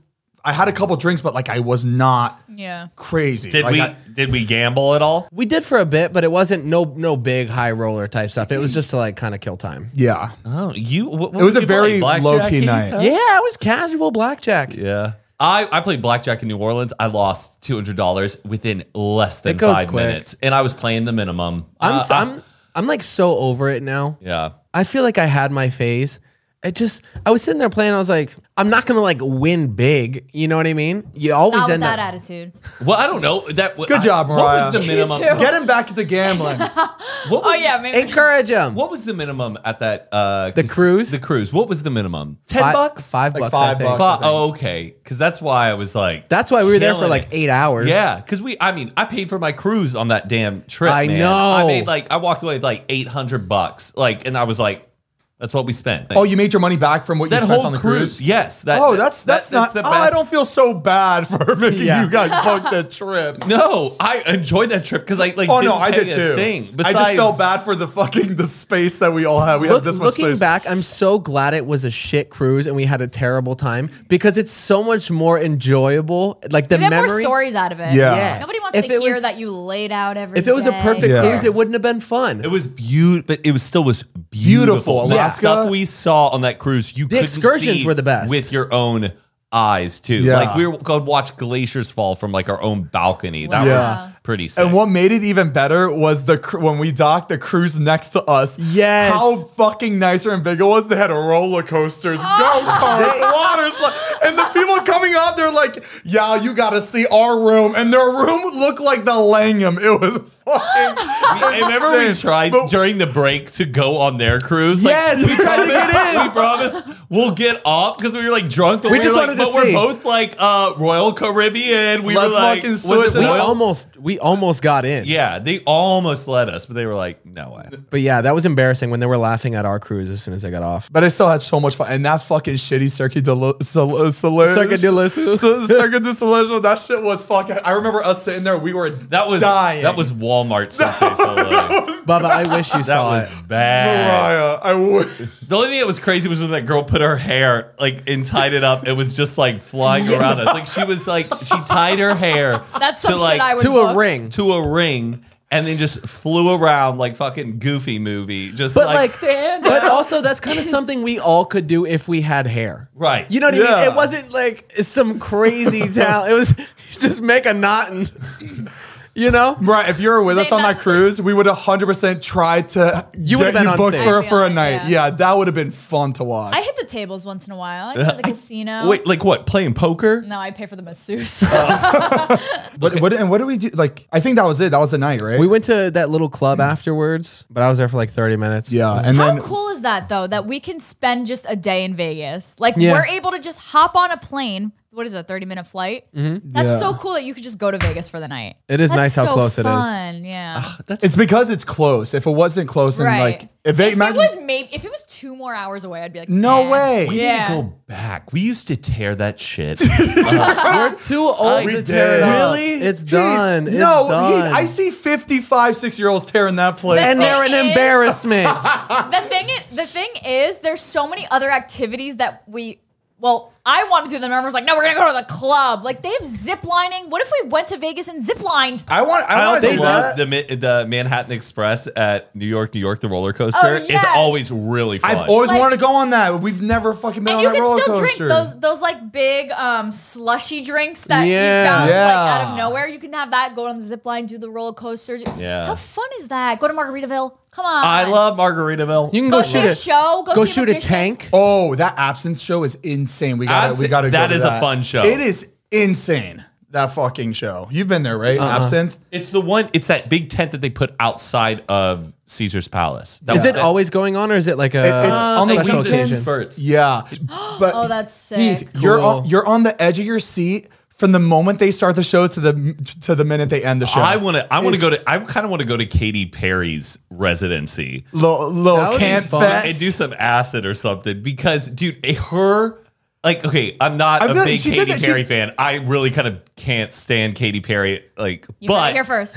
[SPEAKER 2] I had a couple drinks, but like I was not
[SPEAKER 3] Yeah.
[SPEAKER 2] crazy.
[SPEAKER 4] Did
[SPEAKER 2] Like,
[SPEAKER 4] we
[SPEAKER 2] I-
[SPEAKER 4] did we gamble at all?
[SPEAKER 1] We did for a bit, but it wasn't no no big high roller type stuff. It was just to like kind of kill time.
[SPEAKER 2] yeah.
[SPEAKER 4] Oh, you. wh- What,
[SPEAKER 2] It was
[SPEAKER 4] did
[SPEAKER 2] a
[SPEAKER 4] you play?
[SPEAKER 2] very low
[SPEAKER 4] Blackjack,
[SPEAKER 2] key
[SPEAKER 4] Keith?
[SPEAKER 2] night.
[SPEAKER 1] Yeah, it was casual blackjack.
[SPEAKER 4] Yeah. I, I played blackjack in New Orleans. I lost two hundred dollars within less than
[SPEAKER 1] It goes
[SPEAKER 4] five
[SPEAKER 1] quick.
[SPEAKER 4] minutes, and I was playing the minimum.
[SPEAKER 1] I'm
[SPEAKER 4] Uh,
[SPEAKER 1] s
[SPEAKER 4] I-
[SPEAKER 1] I'm I'm like so over it now.
[SPEAKER 4] yeah.
[SPEAKER 1] I feel like I had my phase. It just I was sitting there playing. I was like, I'm not gonna like win big. You know what I mean? You always
[SPEAKER 3] Not with
[SPEAKER 1] end
[SPEAKER 3] that
[SPEAKER 1] up.
[SPEAKER 3] attitude.
[SPEAKER 4] Well, I don't know that.
[SPEAKER 2] Good
[SPEAKER 4] I-
[SPEAKER 2] job, Mariah.
[SPEAKER 4] What was the
[SPEAKER 2] You
[SPEAKER 4] minimum?
[SPEAKER 3] too.
[SPEAKER 2] Get him back into gambling.
[SPEAKER 4] What was,
[SPEAKER 3] Oh yeah, maybe.
[SPEAKER 1] Encourage them.
[SPEAKER 4] What was the minimum at that? Uh,
[SPEAKER 1] The
[SPEAKER 4] cas-
[SPEAKER 1] cruise?
[SPEAKER 4] The cruise. What was the minimum? Ten bucks.
[SPEAKER 1] Five
[SPEAKER 2] Like
[SPEAKER 1] bucks.
[SPEAKER 2] five
[SPEAKER 1] I think.
[SPEAKER 2] bucks.
[SPEAKER 4] Fi- oh, okay. Because that's why I was like.
[SPEAKER 1] That's why we were there for
[SPEAKER 4] killing
[SPEAKER 1] like
[SPEAKER 4] it.
[SPEAKER 1] eight hours.
[SPEAKER 4] Yeah, because we, I mean, I paid for my cruise on that damn trip.
[SPEAKER 1] I
[SPEAKER 4] man.
[SPEAKER 1] know.
[SPEAKER 4] I made like, I walked away with like 800 bucks. Like, and I was like, that's what we spent.
[SPEAKER 2] oh, you made your money back from what you
[SPEAKER 4] that
[SPEAKER 2] spent
[SPEAKER 4] whole
[SPEAKER 2] on the
[SPEAKER 4] cruise,
[SPEAKER 2] cruise?
[SPEAKER 4] Yes. That,
[SPEAKER 2] oh, that's that's, not. oh,
[SPEAKER 4] the best.
[SPEAKER 2] I don't feel so bad for making
[SPEAKER 1] Yeah.
[SPEAKER 2] you guys book the trip.
[SPEAKER 4] No, I enjoyed that trip because I like.
[SPEAKER 2] Oh
[SPEAKER 4] didn't
[SPEAKER 2] no, I
[SPEAKER 4] pay
[SPEAKER 2] did
[SPEAKER 4] a
[SPEAKER 2] too.
[SPEAKER 4] Thing.
[SPEAKER 2] I just
[SPEAKER 4] Besides-
[SPEAKER 2] felt bad for the fucking the space that we all had. We
[SPEAKER 1] Look-
[SPEAKER 2] had this much
[SPEAKER 1] looking
[SPEAKER 2] space.
[SPEAKER 1] back, I'm so glad it was a shit cruise and we had a terrible time because it's so much more enjoyable. Like the
[SPEAKER 3] You get
[SPEAKER 1] memory.
[SPEAKER 3] more stories out of it.
[SPEAKER 2] Yeah. Yeah.
[SPEAKER 3] Nobody wants
[SPEAKER 1] If
[SPEAKER 3] to
[SPEAKER 1] it
[SPEAKER 3] hear
[SPEAKER 1] was-
[SPEAKER 3] that you laid out every.
[SPEAKER 1] If it was a
[SPEAKER 3] day.
[SPEAKER 1] perfect
[SPEAKER 2] Yeah.
[SPEAKER 1] cruise, it wouldn't have been fun.
[SPEAKER 4] It was beautiful, but it was still was
[SPEAKER 2] Beautiful,
[SPEAKER 4] beautiful. The
[SPEAKER 2] Alaska.
[SPEAKER 4] stuff we saw on that cruise, you couldn't
[SPEAKER 1] excursions
[SPEAKER 4] see
[SPEAKER 1] were the best.
[SPEAKER 4] with your own eyes too.
[SPEAKER 2] Yeah.
[SPEAKER 4] Like we were going to watch glaciers fall from like our own balcony. That
[SPEAKER 2] Yeah.
[SPEAKER 4] was pretty sick.
[SPEAKER 2] And what made it even better was the cr- when we docked the cruise next to us.
[SPEAKER 1] Yes.
[SPEAKER 2] how fucking nicer and big it was. They had roller coasters,
[SPEAKER 4] Ah,
[SPEAKER 2] go karts, water slides, and the people coming up, they're like, "Yeah, you got to see our room." And their room looked like the Langham. It was fucking.
[SPEAKER 4] We- I remember we
[SPEAKER 2] insane.
[SPEAKER 4] tried
[SPEAKER 2] But-
[SPEAKER 4] during the break to go on their cruise. Like,
[SPEAKER 1] Yes, we tried to get
[SPEAKER 4] promised- We promised we'll get off because we were like drunk. But
[SPEAKER 1] We
[SPEAKER 4] we,
[SPEAKER 1] just
[SPEAKER 4] were like,
[SPEAKER 1] wanted to
[SPEAKER 4] but we're
[SPEAKER 1] see.
[SPEAKER 4] both like uh, Royal Caribbean. We
[SPEAKER 2] Let's
[SPEAKER 4] were like,
[SPEAKER 2] fucking
[SPEAKER 4] was it
[SPEAKER 2] switch it
[SPEAKER 1] we
[SPEAKER 2] Well-
[SPEAKER 4] Royal-
[SPEAKER 1] almost we almost got in.
[SPEAKER 4] Yeah, they almost let us, but they were like, no way.
[SPEAKER 1] But yeah, that was embarrassing when they were laughing at our cruise as soon as I got off.
[SPEAKER 2] But I still had so much fun, and that fucking shitty Circuit de Soleil,
[SPEAKER 1] Cirque du
[SPEAKER 2] Soleil,
[SPEAKER 1] Soleil.
[SPEAKER 2] Circuit du Soleil. That shit was fucking. I remember us sitting there. We were
[SPEAKER 4] That was
[SPEAKER 2] dying. Oh,
[SPEAKER 4] that was Walmart sensei solo.
[SPEAKER 1] Bubba, I wish you
[SPEAKER 4] That
[SPEAKER 1] saw
[SPEAKER 4] was
[SPEAKER 1] it.
[SPEAKER 4] bad.
[SPEAKER 2] Mariah. I would.
[SPEAKER 4] The only thing that was crazy was when that girl put her hair like and tied it up. It was just like flying around us. Like she was like she tied her hair
[SPEAKER 3] That's
[SPEAKER 4] to
[SPEAKER 3] some
[SPEAKER 4] like
[SPEAKER 3] shit I would
[SPEAKER 1] To a
[SPEAKER 3] book.
[SPEAKER 1] ring.
[SPEAKER 4] to a ring and then just flew around like fucking goofy movie. Just
[SPEAKER 1] But
[SPEAKER 4] like,
[SPEAKER 1] like,
[SPEAKER 4] stand
[SPEAKER 1] but
[SPEAKER 4] up.
[SPEAKER 1] also that's kind of something we all could do if we had hair.
[SPEAKER 4] Right.
[SPEAKER 1] You know what I
[SPEAKER 2] Yeah.
[SPEAKER 1] mean? It wasn't like some crazy talent. It was just make a knot and you know?
[SPEAKER 2] Right, if you were with us
[SPEAKER 3] Say
[SPEAKER 2] on that
[SPEAKER 3] that's-
[SPEAKER 2] cruise, we would 100% try to
[SPEAKER 1] You
[SPEAKER 2] get
[SPEAKER 1] would've been on
[SPEAKER 2] booked
[SPEAKER 1] stage.
[SPEAKER 2] for,
[SPEAKER 3] I
[SPEAKER 2] for a
[SPEAKER 3] feel
[SPEAKER 2] night.
[SPEAKER 3] that,
[SPEAKER 2] Yeah,
[SPEAKER 3] yeah.
[SPEAKER 2] that would have been fun to watch.
[SPEAKER 3] I hit the tables once in a while. I hit the casino.
[SPEAKER 4] Wait, like what? Playing poker?
[SPEAKER 3] No, I pay for the masseuse.
[SPEAKER 2] What, what, and what did we do? Like, I think that was it. That was the night, right?
[SPEAKER 1] We went to that little club afterwards, but I was there for like 30 minutes.
[SPEAKER 2] yeah, and
[SPEAKER 3] How
[SPEAKER 2] then
[SPEAKER 3] cool is that though? That we can spend just a day in Vegas. Like
[SPEAKER 1] Yeah.
[SPEAKER 3] we're able to just hop on a plane. What is it, a thirty-minute flight? That's
[SPEAKER 2] Yeah.
[SPEAKER 3] so cool that you could just go to Vegas for the night.
[SPEAKER 1] Mm-hmm. It is
[SPEAKER 3] That's
[SPEAKER 1] nice how
[SPEAKER 3] so
[SPEAKER 1] close it is. Ah,
[SPEAKER 3] fun. it is. Yeah,
[SPEAKER 2] it's because it's close. If it wasn't close, then
[SPEAKER 3] right.
[SPEAKER 2] like, if, it,
[SPEAKER 3] if it was maybe if it was two more hours away, I'd be like,
[SPEAKER 2] no
[SPEAKER 3] eh.
[SPEAKER 2] way.
[SPEAKER 4] We
[SPEAKER 3] Yeah.
[SPEAKER 4] need to go back. We used to tear that shit.
[SPEAKER 1] We're too old
[SPEAKER 4] we
[SPEAKER 1] to tear it
[SPEAKER 2] did.
[SPEAKER 1] up.
[SPEAKER 4] Really?
[SPEAKER 1] It's
[SPEAKER 2] He-
[SPEAKER 1] done. It's
[SPEAKER 2] no, he-
[SPEAKER 1] done.
[SPEAKER 2] I see 55, six year olds tearing that place.
[SPEAKER 3] Then
[SPEAKER 1] and
[SPEAKER 2] up.
[SPEAKER 1] they're an
[SPEAKER 3] It is.
[SPEAKER 1] embarrassment.
[SPEAKER 3] The thing, i- the thing is, there's so many other activities that we. Well, I wanted to do them. Everyone's like, no, we're gonna go to the club. Like they have zip lining. What if we went to Vegas and zip lined?
[SPEAKER 2] I want,
[SPEAKER 4] I
[SPEAKER 2] I want to
[SPEAKER 4] also
[SPEAKER 2] do that.
[SPEAKER 4] love the, Ma- the Manhattan Express at New York, New York, the roller coaster. It's
[SPEAKER 3] Oh, yes.
[SPEAKER 4] always really fun.
[SPEAKER 2] I've always
[SPEAKER 3] Like-
[SPEAKER 2] wanted to go on that. We've never fucking been
[SPEAKER 3] and
[SPEAKER 2] on that
[SPEAKER 3] you
[SPEAKER 2] roller
[SPEAKER 3] can still drink
[SPEAKER 2] coaster.
[SPEAKER 3] those those like big um slushy drinks that
[SPEAKER 1] Yeah.
[SPEAKER 3] you found like out
[SPEAKER 2] Yeah.
[SPEAKER 3] of nowhere. You can have that, go on the zip line, do the roller coasters.
[SPEAKER 4] Yeah.
[SPEAKER 3] How fun is that? Go to Margaritaville. Come on.
[SPEAKER 4] I love Margaritaville.
[SPEAKER 1] You can
[SPEAKER 3] go,
[SPEAKER 1] go,
[SPEAKER 3] see
[SPEAKER 1] shoot
[SPEAKER 3] a
[SPEAKER 1] a
[SPEAKER 3] show, go,
[SPEAKER 1] Go
[SPEAKER 3] see
[SPEAKER 1] shoot a
[SPEAKER 3] magician.
[SPEAKER 1] tank.
[SPEAKER 2] Oh, that absinthe show is insane. We got to we
[SPEAKER 4] Absinthe-
[SPEAKER 2] got to go.
[SPEAKER 4] that
[SPEAKER 2] to
[SPEAKER 4] is a fun show.
[SPEAKER 2] It is insane. that fucking show. You've been there, right? Absinthe.
[SPEAKER 4] It's the one. It's that big tent that they put outside of Caesar's Palace. That
[SPEAKER 1] Is it
[SPEAKER 4] that-
[SPEAKER 1] always going on, or is it like a
[SPEAKER 2] It- it's on the
[SPEAKER 1] Uh, special
[SPEAKER 2] weekends.
[SPEAKER 1] occasion?
[SPEAKER 4] Spurts.
[SPEAKER 2] Yeah, but
[SPEAKER 3] Oh, that's sick.
[SPEAKER 2] Heath, you're
[SPEAKER 1] Cool.
[SPEAKER 2] on, you're on the edge of your seat from the moment they start the show to the to the minute they end the show.
[SPEAKER 4] I want to. I want to go to. I kind of want to go to Katy Perry's residency
[SPEAKER 2] little,
[SPEAKER 1] That
[SPEAKER 2] little
[SPEAKER 1] would be
[SPEAKER 2] camp
[SPEAKER 1] fun.
[SPEAKER 2] fest.
[SPEAKER 4] and do some acid or something because, dude, eh, her. Like, okay, I'm not
[SPEAKER 2] I
[SPEAKER 4] a
[SPEAKER 2] feel like
[SPEAKER 4] big
[SPEAKER 2] she did
[SPEAKER 4] Katy
[SPEAKER 2] that- she-
[SPEAKER 4] Perry fan. I really kind of can't stand Katy Perry. Like,
[SPEAKER 3] You heard it
[SPEAKER 4] but
[SPEAKER 3] here first.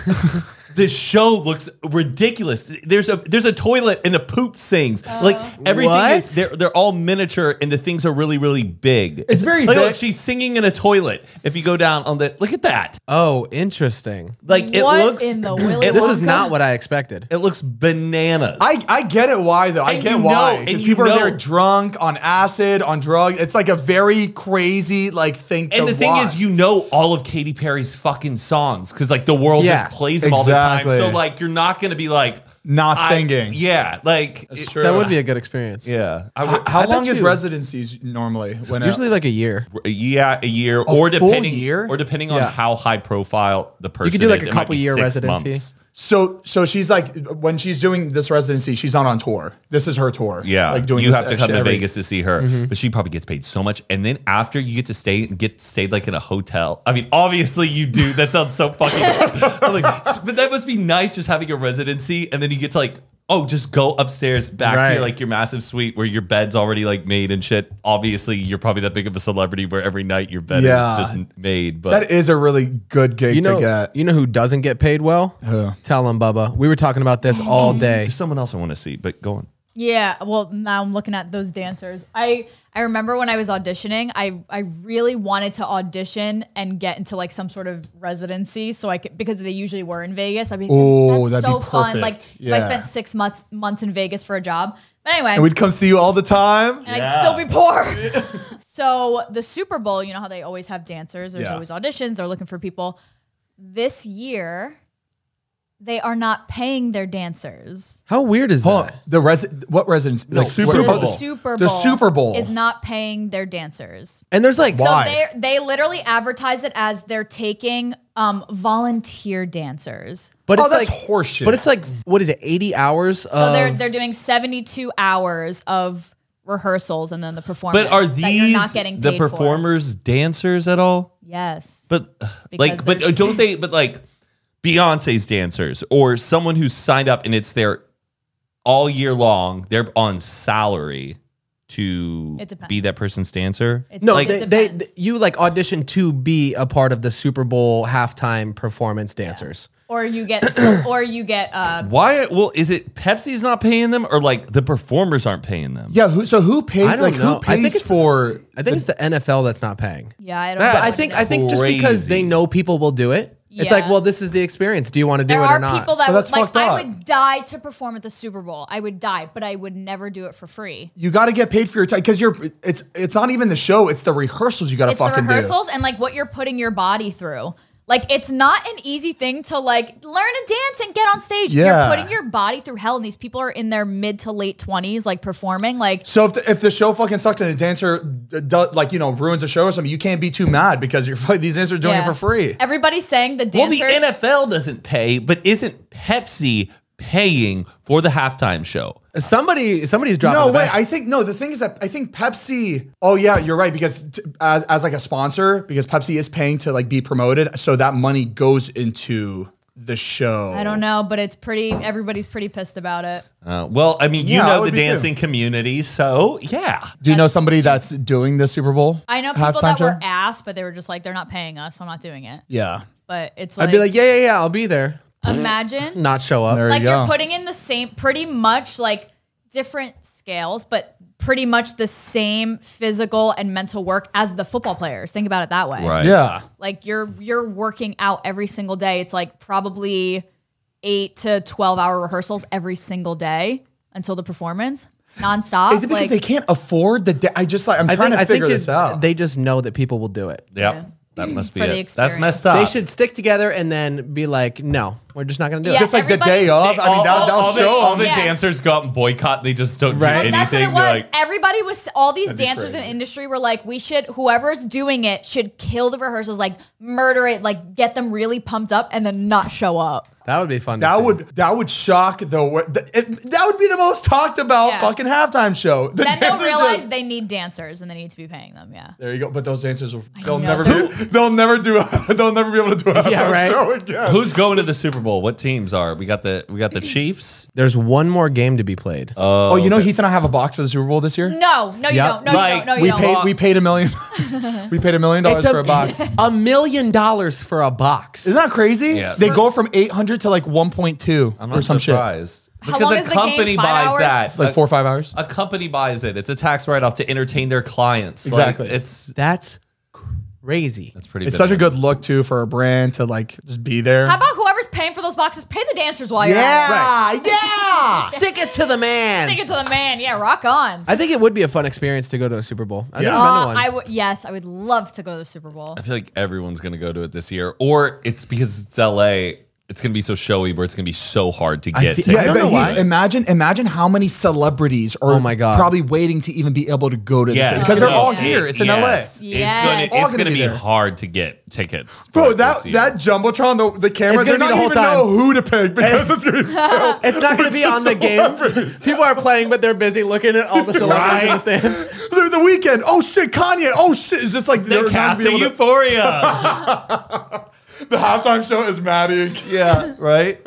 [SPEAKER 4] the show looks ridiculous. There's a there's a toilet and the poop sings. like everything
[SPEAKER 1] What?
[SPEAKER 4] is they're they're all miniature and the things are really really big. It's
[SPEAKER 2] very
[SPEAKER 4] like,
[SPEAKER 2] big.
[SPEAKER 4] look, she's singing in a toilet. If you go down on the look at that.
[SPEAKER 1] Oh, interesting.
[SPEAKER 4] Like it
[SPEAKER 3] What
[SPEAKER 4] looks
[SPEAKER 3] in the willy
[SPEAKER 4] it
[SPEAKER 1] This
[SPEAKER 4] looks,
[SPEAKER 1] is not what I expected.
[SPEAKER 4] it looks bananas.
[SPEAKER 2] I, I get it why though. I
[SPEAKER 4] And
[SPEAKER 2] get
[SPEAKER 4] you know-
[SPEAKER 2] why.
[SPEAKER 4] and
[SPEAKER 2] Because
[SPEAKER 4] you
[SPEAKER 2] people
[SPEAKER 4] know-
[SPEAKER 2] are there drunk on acid, on drugs. It's like a very crazy like thing to
[SPEAKER 4] and the thing is,
[SPEAKER 2] watch.
[SPEAKER 4] you know all of Katy Perry's fucking songs because like the world
[SPEAKER 1] Yeah,
[SPEAKER 4] just plays them all
[SPEAKER 2] exactly.
[SPEAKER 4] the time. So like you're not gonna be like
[SPEAKER 2] Not
[SPEAKER 4] I-
[SPEAKER 2] singing.
[SPEAKER 4] Yeah, like
[SPEAKER 1] That would be a good experience.
[SPEAKER 4] yeah. I
[SPEAKER 2] H-
[SPEAKER 4] would,
[SPEAKER 2] How
[SPEAKER 1] I bet
[SPEAKER 2] long is
[SPEAKER 1] you-
[SPEAKER 2] residencies normally? When a-
[SPEAKER 1] Usually like a year.
[SPEAKER 4] a year, a year, or
[SPEAKER 2] full
[SPEAKER 4] depending,
[SPEAKER 2] year?
[SPEAKER 4] or depending on
[SPEAKER 1] Yeah.
[SPEAKER 4] how high profile the person.
[SPEAKER 1] could do, like,
[SPEAKER 4] is.
[SPEAKER 1] a
[SPEAKER 4] It might
[SPEAKER 1] couple
[SPEAKER 4] be
[SPEAKER 1] year
[SPEAKER 4] six
[SPEAKER 1] residency.
[SPEAKER 4] months.
[SPEAKER 2] so so she's like when she's doing this residency, she's not on tour. This is her tour.
[SPEAKER 4] Yeah,
[SPEAKER 2] like doing
[SPEAKER 4] you
[SPEAKER 2] this
[SPEAKER 4] have to
[SPEAKER 2] at
[SPEAKER 4] come to
[SPEAKER 2] every-
[SPEAKER 4] Vegas to see her, but she probably gets paid so much. And then after you get to stay and get stayed like in a hotel. I mean, obviously you do. That sounds so fucking. I'm like, but that must be nice, just having a residency, and then you get to like. Oh, just go upstairs back to
[SPEAKER 1] Right.
[SPEAKER 4] your, like your massive suite where your bed's already like made and shit. Obviously, you're probably that big of a celebrity where every night your bed
[SPEAKER 2] Yeah.
[SPEAKER 4] is just made. But
[SPEAKER 2] That is a really good gig
[SPEAKER 1] You know,
[SPEAKER 2] to get.
[SPEAKER 1] you know who doesn't get paid well? Tell him, Bubba. We were talking about this all day.
[SPEAKER 4] there's someone else I want to see. But go on.
[SPEAKER 3] Yeah, well, now I'm looking at those dancers. I I remember when I was auditioning, I I really wanted to audition and get into like some sort of residency, so I could because they usually were in Vegas. I'd be like,
[SPEAKER 2] Oh,
[SPEAKER 3] that's
[SPEAKER 2] that'd be
[SPEAKER 3] so fun.
[SPEAKER 2] perfect.
[SPEAKER 3] Like if
[SPEAKER 2] Yeah.
[SPEAKER 3] I spent six months months in Vegas for a job. But anyway,
[SPEAKER 2] And we'd come see you all the time.
[SPEAKER 3] and I'd still be poor. so the Super Bowl, you know how they always have dancers. There's
[SPEAKER 2] Yeah.
[SPEAKER 3] always auditions. They're looking for people. This year, they are not paying their dancers.
[SPEAKER 1] How weird is
[SPEAKER 2] Hold on.
[SPEAKER 1] that?
[SPEAKER 2] The res what residence? The Super
[SPEAKER 3] The
[SPEAKER 2] Bowl.
[SPEAKER 3] Super Bowl.
[SPEAKER 2] The Super Bowl.
[SPEAKER 3] is not paying their dancers.
[SPEAKER 1] And there's like
[SPEAKER 2] Why?
[SPEAKER 3] So they they literally advertise it as they're taking um, volunteer dancers.
[SPEAKER 1] But
[SPEAKER 2] Oh,
[SPEAKER 1] it's
[SPEAKER 2] that's
[SPEAKER 1] like
[SPEAKER 2] horseshit.
[SPEAKER 1] But it's like what is it? 80 hours
[SPEAKER 3] So
[SPEAKER 1] of
[SPEAKER 3] they're they're doing 72 hours of rehearsals and then the performance.
[SPEAKER 4] But are
[SPEAKER 3] that you're
[SPEAKER 4] these
[SPEAKER 3] not getting
[SPEAKER 4] the
[SPEAKER 3] paid for.
[SPEAKER 4] performers dancers at all?
[SPEAKER 3] Yes.
[SPEAKER 4] But like, but
[SPEAKER 3] there's-
[SPEAKER 4] don't they? But like, Beyonce's dancers or someone who's signed up and it's their all year long. They're on salary to
[SPEAKER 3] It depends.
[SPEAKER 4] be that person's dancer.
[SPEAKER 3] It's-
[SPEAKER 1] no,
[SPEAKER 3] it
[SPEAKER 1] they, they,
[SPEAKER 3] depends.
[SPEAKER 1] you like audition to be a part of the Super Bowl halftime performance dancers.
[SPEAKER 3] or you get or you get uh
[SPEAKER 4] Why? Well, is it Pepsi's not paying them or like the performers aren't paying them?
[SPEAKER 2] yeah. Who, so who pays?
[SPEAKER 1] I don't
[SPEAKER 2] Like
[SPEAKER 1] know.
[SPEAKER 2] who
[SPEAKER 1] I think
[SPEAKER 2] pays
[SPEAKER 1] it's-
[SPEAKER 2] for?
[SPEAKER 1] I think it's the NFL that's not paying.
[SPEAKER 3] yeah, I don't
[SPEAKER 4] But
[SPEAKER 3] know.
[SPEAKER 4] I
[SPEAKER 1] I
[SPEAKER 3] what
[SPEAKER 1] think
[SPEAKER 3] it
[SPEAKER 1] I
[SPEAKER 3] is.
[SPEAKER 1] think just because
[SPEAKER 4] Crazy.
[SPEAKER 1] they know people will do it, it's like,
[SPEAKER 3] Yeah.
[SPEAKER 1] well, this is the experience. Do you want to do
[SPEAKER 3] there
[SPEAKER 1] it
[SPEAKER 3] are
[SPEAKER 1] or not?
[SPEAKER 3] people that
[SPEAKER 2] But
[SPEAKER 3] would,
[SPEAKER 2] that's
[SPEAKER 3] like
[SPEAKER 2] fucked
[SPEAKER 3] I
[SPEAKER 2] up.
[SPEAKER 3] would die to perform at the Super Bowl. I would die, but I would never do it for free.
[SPEAKER 2] You got to get paid for your time because you're. It's it's not even the show. It's the rehearsals you got to
[SPEAKER 3] It's the
[SPEAKER 2] fucking do.
[SPEAKER 3] rehearsals and like what you're putting your body through. Like it's not an easy thing to like learn to dance and get on stage.
[SPEAKER 2] Yeah.
[SPEAKER 3] You're putting your body through hell, and these people are in their mid to late twenties, like performing. Like
[SPEAKER 2] So if the, if the show fucking sucked and a dancer d- d- like you know ruins the show or something, you can't be too mad because you're fuck- these dancers are doing
[SPEAKER 3] yeah.
[SPEAKER 2] it for free.
[SPEAKER 3] Everybody's saying the
[SPEAKER 4] Well,
[SPEAKER 3] dancers.
[SPEAKER 4] the NFL doesn't pay, but isn't Pepsi paying for the halftime show?
[SPEAKER 1] Somebody, somebody's dropping.
[SPEAKER 2] No
[SPEAKER 1] the
[SPEAKER 2] way.
[SPEAKER 1] bag.
[SPEAKER 2] I think no. The thing is that I think Pepsi. Oh yeah, you're right. Because t- as as like a sponsor, because Pepsi is paying to like be promoted, so that money goes into the show.
[SPEAKER 3] I don't know, but it's pretty. Everybody's pretty pissed about it.
[SPEAKER 4] Uh, well, I mean, you
[SPEAKER 2] Yeah, I
[SPEAKER 4] know
[SPEAKER 2] would
[SPEAKER 4] the
[SPEAKER 2] be too.
[SPEAKER 4] dancing community, so yeah.
[SPEAKER 2] Do you know somebody that's doing the Super Bowl?
[SPEAKER 3] I know people that
[SPEAKER 2] halftime
[SPEAKER 3] were
[SPEAKER 2] show?
[SPEAKER 3] asked, but they were just like, they're not paying us, so I'm not doing it.
[SPEAKER 2] Yeah.
[SPEAKER 3] But it's like,
[SPEAKER 1] I'd be like, yeah, yeah, yeah, I'll be there.
[SPEAKER 3] imagine
[SPEAKER 1] Not show up.
[SPEAKER 2] There
[SPEAKER 3] like
[SPEAKER 2] you
[SPEAKER 3] you're
[SPEAKER 2] go.
[SPEAKER 3] putting in the same, pretty much like different scales, but pretty much the same physical and mental work as the football players. Think about it that way.
[SPEAKER 2] yeah.
[SPEAKER 3] Like you're you're working out every single day. It's like probably eight to twelve hour rehearsals every single day until the performance, nonstop.
[SPEAKER 2] Is it because
[SPEAKER 3] like,
[SPEAKER 2] they can't afford the? Da- I just like I'm
[SPEAKER 1] I
[SPEAKER 2] trying
[SPEAKER 1] think, I
[SPEAKER 2] to
[SPEAKER 1] think
[SPEAKER 2] figure
[SPEAKER 1] it-
[SPEAKER 2] this out.
[SPEAKER 1] they just know that people will do it.
[SPEAKER 4] Yep. That must be
[SPEAKER 3] For
[SPEAKER 4] it.
[SPEAKER 3] the
[SPEAKER 4] That's
[SPEAKER 3] experience.
[SPEAKER 4] messed up.
[SPEAKER 1] They should stick together and then be like, no, we're just not going to do
[SPEAKER 3] Yeah.
[SPEAKER 1] it.
[SPEAKER 2] Just like the day of.
[SPEAKER 3] everybody's-
[SPEAKER 2] I mean, that,
[SPEAKER 4] all
[SPEAKER 2] that'll
[SPEAKER 4] the, all
[SPEAKER 2] show
[SPEAKER 4] the
[SPEAKER 2] them.
[SPEAKER 3] Yeah.
[SPEAKER 4] dancers got boycott. They just don't
[SPEAKER 1] Right.
[SPEAKER 4] do
[SPEAKER 3] That's what it
[SPEAKER 4] anything.
[SPEAKER 3] was.
[SPEAKER 4] They're like,
[SPEAKER 3] Everybody was all these
[SPEAKER 2] be
[SPEAKER 3] dancers in the
[SPEAKER 2] crazy.
[SPEAKER 3] industry were like, we should whoever's doing it should kill the rehearsals, like murder it, like get them really pumped up and then not show up.
[SPEAKER 1] That would be fun. to
[SPEAKER 2] That
[SPEAKER 1] see.
[SPEAKER 2] would that would shock the wor- th- it, that would be the most talked about
[SPEAKER 3] Yeah.
[SPEAKER 2] fucking halftime show. The
[SPEAKER 3] Then they'll
[SPEAKER 2] dancers
[SPEAKER 3] realize
[SPEAKER 2] just-
[SPEAKER 3] they need dancers and they need to be paying them. Yeah.
[SPEAKER 2] There you go. But those dancers will they'll
[SPEAKER 3] know.
[SPEAKER 2] never be, they'll never do they'll never be able to do a
[SPEAKER 1] Yeah,
[SPEAKER 2] halftime
[SPEAKER 1] right.
[SPEAKER 2] show again.
[SPEAKER 4] who's going to the Super Bowl? What teams are? We got the we got the Chiefs.
[SPEAKER 1] There's one more game to be played.
[SPEAKER 2] Oh, you know Heath and I have a box for the Super Bowl this year.
[SPEAKER 3] No, no, you
[SPEAKER 1] Yeah.
[SPEAKER 3] don't. No, you
[SPEAKER 4] Like,
[SPEAKER 3] don't. No, you
[SPEAKER 2] we
[SPEAKER 3] don't.
[SPEAKER 2] paid we paid a million we paid a million dollars for a box. Isn't
[SPEAKER 1] a million dollars for a box.
[SPEAKER 2] that crazy?
[SPEAKER 4] Yeah.
[SPEAKER 2] They
[SPEAKER 4] For-
[SPEAKER 2] go from 800 to like 1.2
[SPEAKER 4] I'm
[SPEAKER 2] or
[SPEAKER 4] not
[SPEAKER 2] some
[SPEAKER 4] surprised
[SPEAKER 3] How
[SPEAKER 4] because
[SPEAKER 3] long
[SPEAKER 4] a
[SPEAKER 3] is the game?
[SPEAKER 4] company
[SPEAKER 3] Five
[SPEAKER 4] buys
[SPEAKER 3] hours?
[SPEAKER 4] that.
[SPEAKER 2] shit. Like
[SPEAKER 4] A-
[SPEAKER 2] four or five hours.
[SPEAKER 4] a company buys it. It's a tax write off to entertain their clients. Like,
[SPEAKER 2] Exactly.
[SPEAKER 4] it's
[SPEAKER 1] That's crazy.
[SPEAKER 4] that's pretty.
[SPEAKER 2] It's
[SPEAKER 4] big.
[SPEAKER 2] such a good look too for a brand to like just be there.
[SPEAKER 3] How about whoever's paying for those boxes, pay the dancers while you're at it.
[SPEAKER 2] yeah, yeah.
[SPEAKER 1] Stick it to the
[SPEAKER 3] Take
[SPEAKER 1] man.
[SPEAKER 3] it to the man. Yeah, rock on.
[SPEAKER 1] I think it would be a fun experience to go to a Super Bowl. I've
[SPEAKER 2] Yeah.
[SPEAKER 1] never been
[SPEAKER 3] Uh,
[SPEAKER 1] to one.
[SPEAKER 3] I would yes, I would love to go to the Super Bowl.
[SPEAKER 4] I feel like everyone's gonna go to it this year, or it's because it's L.A. It's gonna be so showy, where it's gonna be so hard to get.
[SPEAKER 1] feel-
[SPEAKER 4] to.
[SPEAKER 1] I
[SPEAKER 2] Yeah,
[SPEAKER 1] don't know
[SPEAKER 2] but
[SPEAKER 1] why.
[SPEAKER 2] he, imagine imagine how many celebrities are
[SPEAKER 1] Oh my God.
[SPEAKER 2] probably waiting to even be able to go to
[SPEAKER 4] Yes.
[SPEAKER 2] this because they're
[SPEAKER 4] No,
[SPEAKER 2] all
[SPEAKER 4] it-
[SPEAKER 2] here. It's in
[SPEAKER 4] yes.
[SPEAKER 2] LA.
[SPEAKER 3] Yes.
[SPEAKER 2] All
[SPEAKER 4] It's gonna it's
[SPEAKER 2] gonna
[SPEAKER 4] gonna
[SPEAKER 2] be
[SPEAKER 4] be
[SPEAKER 2] there.
[SPEAKER 4] hard to get tickets.
[SPEAKER 2] Bro,
[SPEAKER 4] for
[SPEAKER 2] that
[SPEAKER 4] this year.
[SPEAKER 2] that jumbotron, the, the camera,
[SPEAKER 1] It's
[SPEAKER 2] they're
[SPEAKER 1] gonna be
[SPEAKER 2] not
[SPEAKER 1] the
[SPEAKER 2] even
[SPEAKER 1] whole
[SPEAKER 2] know who to pick because it's gonna be filled.
[SPEAKER 1] it's not going to be on the game. People are playing, but they're busy looking at all the celebrities in the
[SPEAKER 4] Right.
[SPEAKER 1] stands.
[SPEAKER 2] They're the weekend. Oh shit, Kanye. Oh shit, it's just like
[SPEAKER 4] the
[SPEAKER 2] they're not
[SPEAKER 4] cast
[SPEAKER 2] gonna
[SPEAKER 4] of
[SPEAKER 2] be able to-
[SPEAKER 4] Euphoria.
[SPEAKER 2] the halftime show is Maddie. Yeah, right.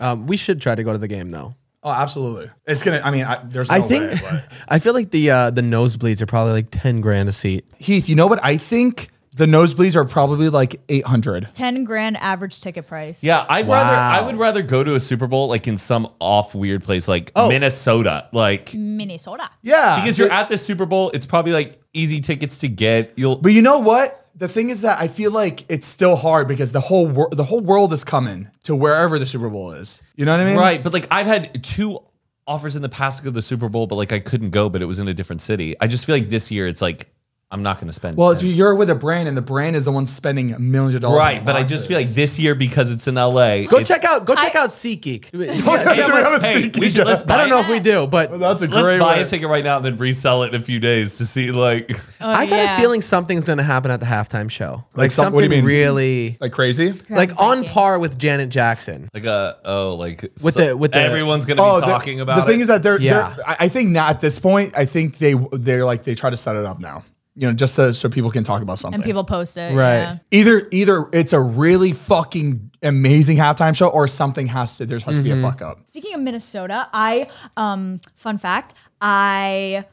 [SPEAKER 1] Um, we should try to go to the game though.
[SPEAKER 2] Oh, absolutely. It's gonna. I mean, I, there's no
[SPEAKER 1] I think
[SPEAKER 2] way. but-
[SPEAKER 1] I feel like the uh, the nosebleeds are probably like ten grand a seat.
[SPEAKER 2] Heath, you know what? I think the nosebleeds are probably like 800.
[SPEAKER 3] Ten grand average ticket price.
[SPEAKER 4] yeah, I'd rather I would rather go to a Super Bowl like in some off weird place like Minnesota, like
[SPEAKER 3] Minnesota.
[SPEAKER 2] Yeah,
[SPEAKER 4] because you're at the Super Bowl. It's probably like easy tickets to get. You'll
[SPEAKER 2] But you know what? The thing is that I feel like it's still hard because the whole wor- the whole world is coming to wherever the Super Bowl is. You know what I mean?
[SPEAKER 4] Right, but like I've had two offers in the past to go to the Super Bowl, but like I couldn't go, but it was in a different city. I just feel like this year it's like I'm not going to spend.
[SPEAKER 2] Well, it's,
[SPEAKER 4] ten-
[SPEAKER 2] you're with a brand, and the brand is the one spending millions of dollars.
[SPEAKER 4] right,
[SPEAKER 2] on
[SPEAKER 4] but I just feel like this year because it's in LA.
[SPEAKER 1] Go
[SPEAKER 4] it's-
[SPEAKER 1] check out go check
[SPEAKER 3] I-
[SPEAKER 1] out SeatGeek.
[SPEAKER 4] Hey,
[SPEAKER 2] Do we have a
[SPEAKER 4] hey,
[SPEAKER 2] sneaky
[SPEAKER 4] we should, let's buy,
[SPEAKER 1] I don't know if we do, but
[SPEAKER 2] that's a
[SPEAKER 4] Let's
[SPEAKER 2] great
[SPEAKER 4] buy
[SPEAKER 2] way.
[SPEAKER 4] a ticket right now and then resell it in a few days to see like
[SPEAKER 3] Uh,
[SPEAKER 1] I got
[SPEAKER 3] yeah.
[SPEAKER 1] a feeling something's going to happen at the halftime show. Like,
[SPEAKER 2] some- what
[SPEAKER 1] something
[SPEAKER 2] do you mean?
[SPEAKER 1] really
[SPEAKER 2] like crazy.
[SPEAKER 1] like on par with Janet Jackson.
[SPEAKER 4] like a oh like
[SPEAKER 1] With the- with the-
[SPEAKER 4] everyone's gonna be
[SPEAKER 2] Oh, the-
[SPEAKER 4] talking about
[SPEAKER 2] the thing
[SPEAKER 4] it.
[SPEAKER 2] is that they're,
[SPEAKER 1] Yeah.
[SPEAKER 2] they're I I think now at this point, I think they they're like they try to set it up now. You know, just so, so people can talk about something.
[SPEAKER 3] And people post it.
[SPEAKER 1] Right.
[SPEAKER 3] yeah.
[SPEAKER 2] either either it's a really fucking amazing halftime show, or something has to there has
[SPEAKER 1] Mm-hmm.
[SPEAKER 2] to be a fuck up.
[SPEAKER 3] Speaking of Minnesota, I um fun fact, I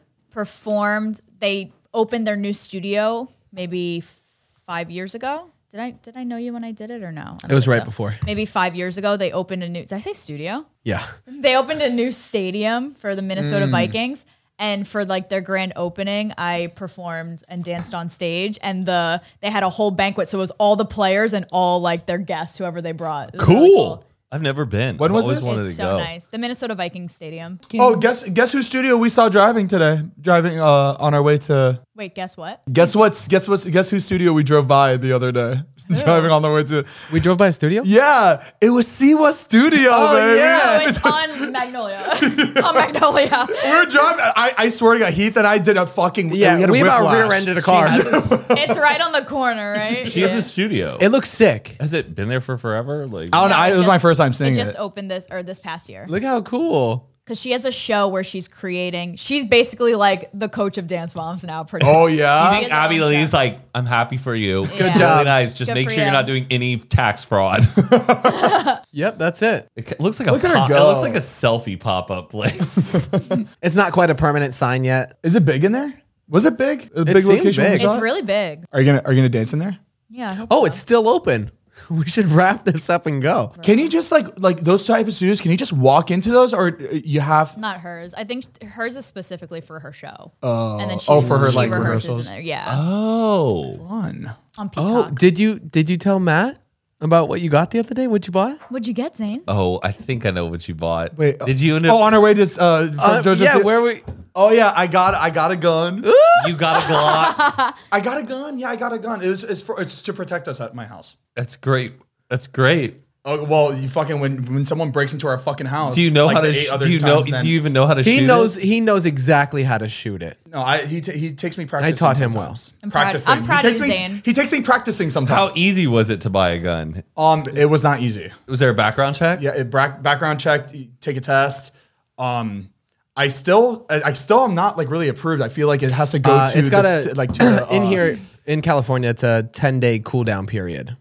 [SPEAKER 3] performed they opened their new studio maybe f- 5 years ago. Did I did I know you when I did it or no? I don't
[SPEAKER 1] It was
[SPEAKER 3] think
[SPEAKER 1] right
[SPEAKER 3] so.
[SPEAKER 1] before.
[SPEAKER 3] Maybe 5 years ago they opened a new Did I say studio?
[SPEAKER 1] Yeah.
[SPEAKER 3] They opened a new stadium for the Minnesota
[SPEAKER 1] Mm.
[SPEAKER 3] Vikings. And for like their grand opening, I performed and danced on stage, and the they had a whole banquet, so it was all the players and all like their guests, whoever they brought. It was really
[SPEAKER 4] cool. I've never been.
[SPEAKER 2] When
[SPEAKER 4] I've
[SPEAKER 2] was
[SPEAKER 4] always
[SPEAKER 2] this?
[SPEAKER 4] Wanted
[SPEAKER 3] It's
[SPEAKER 4] to
[SPEAKER 3] so
[SPEAKER 4] go.
[SPEAKER 3] nice. The Minnesota Vikings Stadium.
[SPEAKER 2] Oh, guess guess whose studio we saw driving today? Driving uh, on our way to
[SPEAKER 3] Wait, guess what?
[SPEAKER 2] guess what's guess what's guess whose studio we drove by the other day? driving on the way to
[SPEAKER 1] We drove by a studio?
[SPEAKER 2] yeah, it was Siwa Studio,
[SPEAKER 1] Oh,
[SPEAKER 2] baby.
[SPEAKER 1] yeah.
[SPEAKER 3] No, it's on Magnolia. it's on Magnolia.
[SPEAKER 2] We were driving. I, I swear to God, Heath and I did a fucking
[SPEAKER 1] Yeah,
[SPEAKER 2] had
[SPEAKER 1] we about
[SPEAKER 2] whiplash.
[SPEAKER 1] rear-ended a car.
[SPEAKER 3] It's right on the corner, right?
[SPEAKER 4] She has a studio.
[SPEAKER 1] It looks sick.
[SPEAKER 4] Has it been there for forever? Like
[SPEAKER 2] I don't know. I, it was my first time
[SPEAKER 3] It
[SPEAKER 2] seeing it.
[SPEAKER 3] just opened this or this past year
[SPEAKER 1] Look how cool.
[SPEAKER 3] because she has a show where she's creating. She's basically like the coach of dance moms now. Pretty.
[SPEAKER 2] oh
[SPEAKER 4] I
[SPEAKER 2] yeah,
[SPEAKER 4] think
[SPEAKER 3] has her
[SPEAKER 4] Abby
[SPEAKER 3] own
[SPEAKER 4] Lee's
[SPEAKER 3] show.
[SPEAKER 4] like, I'm happy for you.
[SPEAKER 3] Good
[SPEAKER 4] Really
[SPEAKER 1] job.
[SPEAKER 4] nice. Just
[SPEAKER 3] Good
[SPEAKER 4] make
[SPEAKER 3] for
[SPEAKER 4] sure you. are
[SPEAKER 3] you.
[SPEAKER 4] not doing any tax fraud.
[SPEAKER 1] Yep, that's it.
[SPEAKER 4] it looks like a
[SPEAKER 2] Look at her
[SPEAKER 4] pop- it
[SPEAKER 2] go.
[SPEAKER 4] looks like a selfie pop up place.
[SPEAKER 1] It's not quite a permanent sign yet.
[SPEAKER 2] is it big in there? Was it big? A big
[SPEAKER 1] seemed
[SPEAKER 2] location. when we
[SPEAKER 1] big.
[SPEAKER 2] saw
[SPEAKER 3] it's
[SPEAKER 2] it?
[SPEAKER 3] really big.
[SPEAKER 2] Are you gonna Are you gonna dance in there?
[SPEAKER 3] Yeah. I hope
[SPEAKER 1] Oh,
[SPEAKER 3] so.
[SPEAKER 1] it's still open. We should wrap this up and go.
[SPEAKER 2] Can you just like like those type of studios? Can you just walk into those, or uh, you have?
[SPEAKER 3] not hers. I think hers is specifically for her show. and then she,
[SPEAKER 2] oh, for her, like,
[SPEAKER 3] rehearses
[SPEAKER 2] rehearsals?
[SPEAKER 3] In there. Yeah.
[SPEAKER 4] oh,
[SPEAKER 2] Fun.
[SPEAKER 3] on Peacock.
[SPEAKER 1] Oh, did you did you tell Matt about what you got the other day? What you bought?
[SPEAKER 3] What'd you get, Zane?
[SPEAKER 4] oh, I Oh, think I know what you bought.
[SPEAKER 2] Wait,
[SPEAKER 4] did you end
[SPEAKER 2] Oh,
[SPEAKER 4] up?
[SPEAKER 2] on our way to uh, from
[SPEAKER 1] Uh,
[SPEAKER 2] Jojo's-
[SPEAKER 1] yeah, where we
[SPEAKER 2] Oh yeah, I got I got a gun.
[SPEAKER 4] You got a Glock.
[SPEAKER 2] I got a gun. Yeah, I got a gun. It was, it's for it's to protect us at my house.
[SPEAKER 4] That's great. That's great.
[SPEAKER 2] Oh well, you fucking when when someone breaks into our fucking house.
[SPEAKER 4] Do you know
[SPEAKER 2] like
[SPEAKER 4] how
[SPEAKER 2] the
[SPEAKER 4] to?
[SPEAKER 2] eight
[SPEAKER 4] Sh-
[SPEAKER 2] other
[SPEAKER 4] do you know?
[SPEAKER 2] times then-
[SPEAKER 4] Do you even know how to?
[SPEAKER 1] He
[SPEAKER 4] shoot
[SPEAKER 1] knows.
[SPEAKER 4] It?
[SPEAKER 1] He knows exactly how to shoot it.
[SPEAKER 2] No, I he ta he takes me practicing.
[SPEAKER 1] taught him well.
[SPEAKER 2] sometimes.
[SPEAKER 3] I'm proud-
[SPEAKER 2] practicing.
[SPEAKER 3] I'm proud
[SPEAKER 2] he
[SPEAKER 3] of
[SPEAKER 2] takes
[SPEAKER 3] you,
[SPEAKER 2] me,
[SPEAKER 3] Zane.
[SPEAKER 2] He takes me practicing
[SPEAKER 4] How e
[SPEAKER 2] sometimes.
[SPEAKER 4] easy was it to buy a gun?
[SPEAKER 2] um, it was not easy.
[SPEAKER 4] Was there a background check?
[SPEAKER 2] Yeah, it bra- background check, you take a test. Um, I still, I, I still am not like really approved. I feel like it has to go
[SPEAKER 1] Uh,
[SPEAKER 2] to
[SPEAKER 1] it's got
[SPEAKER 2] the,
[SPEAKER 1] a
[SPEAKER 2] ci- like to the,
[SPEAKER 1] in
[SPEAKER 2] uh,
[SPEAKER 1] here in California. It's a ten day cool down period,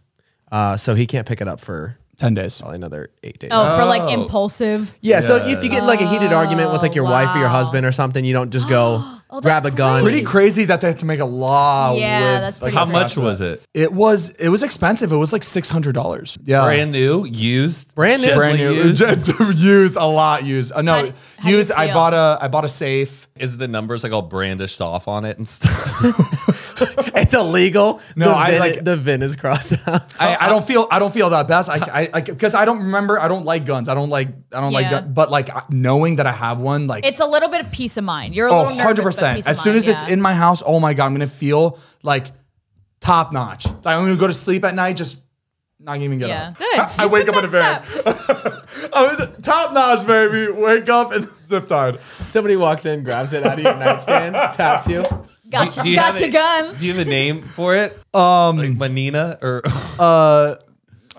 [SPEAKER 1] uh, so he can't pick it up for
[SPEAKER 2] ten days.
[SPEAKER 1] probably another eight days.
[SPEAKER 3] Oh, for like impulsive.
[SPEAKER 1] Yeah, so if you get in, like a heated argument with like your wife or your husband or something, you don't just go grab a gun.
[SPEAKER 2] Pretty crazy that they had to make a law.
[SPEAKER 3] Yeah,
[SPEAKER 2] with,
[SPEAKER 3] that's
[SPEAKER 2] like,
[SPEAKER 3] pretty
[SPEAKER 4] How
[SPEAKER 3] Yeah.
[SPEAKER 4] much was it?
[SPEAKER 2] It was it was expensive. It was like six hundred dollars. Yeah,
[SPEAKER 4] Brand new, used,
[SPEAKER 1] Brand new.
[SPEAKER 4] gently
[SPEAKER 2] brand new.
[SPEAKER 4] used?
[SPEAKER 2] used a lot. Used uh,
[SPEAKER 3] How
[SPEAKER 2] no
[SPEAKER 3] do- how do you
[SPEAKER 2] used. I
[SPEAKER 3] feel?
[SPEAKER 2] bought a I bought a safe.
[SPEAKER 4] Is the numbers like all brandished off on it and stuff?
[SPEAKER 1] it's illegal.
[SPEAKER 2] No,
[SPEAKER 1] the
[SPEAKER 2] I,
[SPEAKER 1] vin,
[SPEAKER 2] like-
[SPEAKER 1] the vin is crossed out.
[SPEAKER 2] I, I don't feel I don't feel that best. I I because I, don't remember. I don't like guns. I don't like I don't like.
[SPEAKER 3] Yeah.
[SPEAKER 2] Gun, but like I- knowing that I have one, like
[SPEAKER 3] It's a little bit of peace of mind. You're a
[SPEAKER 2] Oh,
[SPEAKER 3] little nervous,
[SPEAKER 2] 100
[SPEAKER 3] but
[SPEAKER 2] percent.
[SPEAKER 3] peace
[SPEAKER 2] As
[SPEAKER 3] of
[SPEAKER 2] soon
[SPEAKER 3] mind,
[SPEAKER 2] as it's
[SPEAKER 3] yeah.
[SPEAKER 2] in my house, oh my god, I'm gonna feel like top notch. Like, I'm gonna go to sleep at night, just not even get
[SPEAKER 3] Yeah.
[SPEAKER 2] up.
[SPEAKER 3] Good.
[SPEAKER 2] I
[SPEAKER 3] You
[SPEAKER 2] wake
[SPEAKER 3] took
[SPEAKER 2] up in a van.
[SPEAKER 3] that
[SPEAKER 2] I was top notch, baby. Wake up and zip tied.
[SPEAKER 1] Somebody walks in, grabs it out of your nightstand, taps you.
[SPEAKER 3] Gotcha,
[SPEAKER 4] Do you have
[SPEAKER 3] gotcha
[SPEAKER 4] a-
[SPEAKER 3] gun.
[SPEAKER 4] Do you have a name for it? Um, like Manina or uh,
[SPEAKER 2] uh,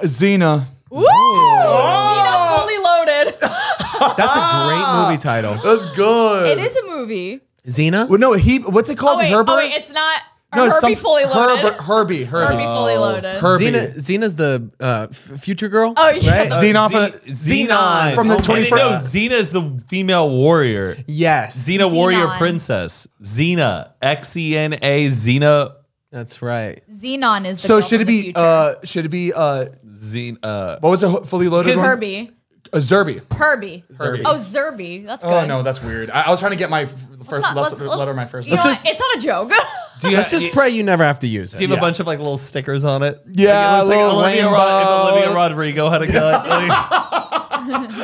[SPEAKER 2] Xena.
[SPEAKER 3] Woo! Xena fully loaded.
[SPEAKER 1] That's a great movie title.
[SPEAKER 2] That's good.
[SPEAKER 3] it is a movie.
[SPEAKER 1] Xena?
[SPEAKER 2] Well, no, he. What's it
[SPEAKER 3] Oh
[SPEAKER 2] called?
[SPEAKER 3] wait,
[SPEAKER 2] Herbert.
[SPEAKER 3] oh wait, it's not.
[SPEAKER 2] no,
[SPEAKER 3] No, Herbie
[SPEAKER 2] some- Oh.
[SPEAKER 3] fully loaded.
[SPEAKER 2] Herbert- Herbie. Herbie.
[SPEAKER 3] Herbie fully loaded.
[SPEAKER 2] Herbie.
[SPEAKER 1] Xena, Xena's the uh, f- future girl.
[SPEAKER 3] Oh, yeah.
[SPEAKER 1] Right?
[SPEAKER 2] Xena off
[SPEAKER 4] Ze-
[SPEAKER 2] of-
[SPEAKER 4] Xenon
[SPEAKER 2] From the
[SPEAKER 4] Oh, and
[SPEAKER 2] 21st
[SPEAKER 4] No, Xena is the female warrior.
[SPEAKER 1] Yes.
[SPEAKER 4] Xena warrior
[SPEAKER 3] Xenon.
[SPEAKER 4] princess. Xena. X E N A. Xena.
[SPEAKER 1] That's right.
[SPEAKER 3] Xenon is the
[SPEAKER 2] So
[SPEAKER 3] girl
[SPEAKER 2] should
[SPEAKER 3] from
[SPEAKER 2] it
[SPEAKER 3] the
[SPEAKER 2] be?
[SPEAKER 3] future.
[SPEAKER 2] Uh, should it be? Uh,
[SPEAKER 4] Xena. Uh,
[SPEAKER 2] what was it? Fully loaded.
[SPEAKER 4] Kids-
[SPEAKER 2] one?
[SPEAKER 3] Herbie.
[SPEAKER 2] Uh, Zerby.
[SPEAKER 3] Herbie.
[SPEAKER 2] Herbie.
[SPEAKER 3] Oh, Zerby. That's good.
[SPEAKER 2] Oh no, that's weird. I, I was trying to get my f- first
[SPEAKER 3] not-
[SPEAKER 2] let's,
[SPEAKER 3] let's-
[SPEAKER 2] letter, my first.
[SPEAKER 3] You know
[SPEAKER 2] name.
[SPEAKER 3] what? It's not a joke.
[SPEAKER 4] do you
[SPEAKER 1] Let's
[SPEAKER 4] have,
[SPEAKER 1] just pray you never have to use
[SPEAKER 4] Do
[SPEAKER 1] it.
[SPEAKER 4] you have a bunch of like little stickers on it?
[SPEAKER 2] Yeah,
[SPEAKER 4] Like, it looks like
[SPEAKER 2] little
[SPEAKER 4] Olivia, Rod- if
[SPEAKER 2] rainbow.
[SPEAKER 4] Olivia Rodrigo had a gun. Like,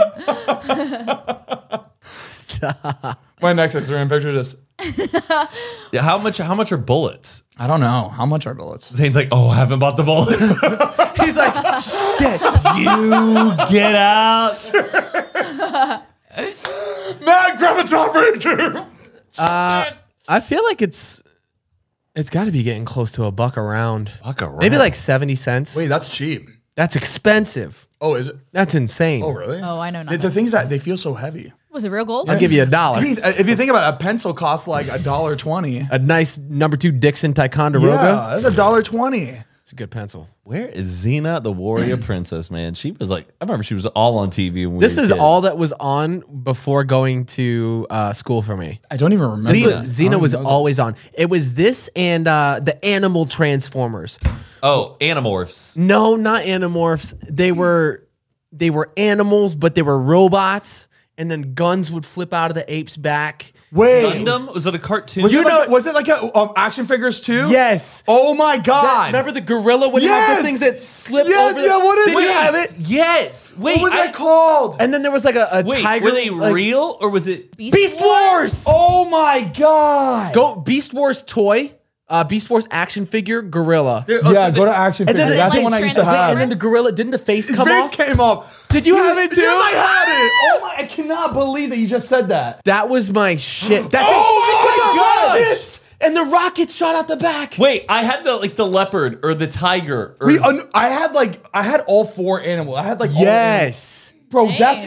[SPEAKER 2] My next Instagram picture just
[SPEAKER 4] yeah, how much? How much are bullets?
[SPEAKER 2] I don't know how much are bullets.
[SPEAKER 4] Zane's like, oh, I haven't bought the bullet.
[SPEAKER 1] He's like, shit.
[SPEAKER 4] you get out.
[SPEAKER 2] Matt, grab a top ranger.
[SPEAKER 1] I feel like it's it's got to be getting close to a buck around.
[SPEAKER 4] Fuck around.
[SPEAKER 1] Maybe like 70 cents.
[SPEAKER 2] Wait, that's cheap.
[SPEAKER 1] That's expensive.
[SPEAKER 2] Oh, is it?
[SPEAKER 1] That's insane.
[SPEAKER 2] Oh, really?
[SPEAKER 3] Oh, I know
[SPEAKER 2] The, the
[SPEAKER 3] nothing.
[SPEAKER 2] things that they feel so heavy.
[SPEAKER 3] Was it real gold?
[SPEAKER 1] I'll give you a dollar.
[SPEAKER 2] I mean, uh, if you think about it, a pencil costs like a dollar twenty.
[SPEAKER 1] a nice number two Dixon Ticonderoga.
[SPEAKER 2] Yeah, that's a dollar twenty.
[SPEAKER 1] It's a good pencil.
[SPEAKER 4] Where is Xena, the warrior princess, man? She was like, I remember she was all on TV. When we
[SPEAKER 1] This
[SPEAKER 4] were
[SPEAKER 1] is
[SPEAKER 4] kids.
[SPEAKER 1] all that was on before going to uh, school for me.
[SPEAKER 2] I don't even remember.
[SPEAKER 1] Xena,
[SPEAKER 2] I
[SPEAKER 1] Xena
[SPEAKER 2] don't
[SPEAKER 1] was
[SPEAKER 2] know.
[SPEAKER 1] always on. It was this and uh, the Animal Transformers.
[SPEAKER 4] Oh, Animorphs.
[SPEAKER 1] No, not Animorphs. They were they were animals, but they were robots. And then guns would flip out of the ape's back.
[SPEAKER 2] Wait,
[SPEAKER 4] Gundam was it a cartoon?
[SPEAKER 2] Was,
[SPEAKER 4] You
[SPEAKER 2] it
[SPEAKER 4] know-
[SPEAKER 2] like a, was it like a um, action figures too?
[SPEAKER 1] Yes.
[SPEAKER 2] Oh my god.
[SPEAKER 1] Remember the gorilla would have
[SPEAKER 2] Yes!
[SPEAKER 1] the things that slip
[SPEAKER 2] Yes,
[SPEAKER 1] over. the-
[SPEAKER 2] yeah, what is
[SPEAKER 1] Did you
[SPEAKER 2] that?
[SPEAKER 1] have it?
[SPEAKER 4] Yes. Wait.
[SPEAKER 2] what was
[SPEAKER 4] I-
[SPEAKER 2] that called?
[SPEAKER 1] And then there was like a, a
[SPEAKER 4] Wait.
[SPEAKER 1] tiger.
[SPEAKER 4] were they
[SPEAKER 1] like-
[SPEAKER 4] real or was it?
[SPEAKER 1] Beast Wars.
[SPEAKER 2] oh my god.
[SPEAKER 1] Go Beast Wars toy, uh, Beast Wars action figure, gorilla.
[SPEAKER 2] Yeah, go to action
[SPEAKER 1] And
[SPEAKER 2] figures.
[SPEAKER 1] then,
[SPEAKER 2] That's
[SPEAKER 3] like
[SPEAKER 2] the one I used to
[SPEAKER 3] Transformers?
[SPEAKER 2] have.
[SPEAKER 1] and then the gorilla didn't the face
[SPEAKER 2] His
[SPEAKER 1] come
[SPEAKER 2] face
[SPEAKER 1] off?
[SPEAKER 2] came up.
[SPEAKER 1] Did you have it too?
[SPEAKER 2] Yes, I had it. Oh my! I cannot believe that you just said that.
[SPEAKER 1] That was my shit. That's
[SPEAKER 4] Oh
[SPEAKER 1] it.
[SPEAKER 4] my
[SPEAKER 1] With the rockets! And the rockets shot out the back.
[SPEAKER 4] Wait. I had the like the leopard or the tiger. Or,
[SPEAKER 2] We, un- I had like I had all four animals. I had like all
[SPEAKER 1] Yes.
[SPEAKER 2] animals. bro. That's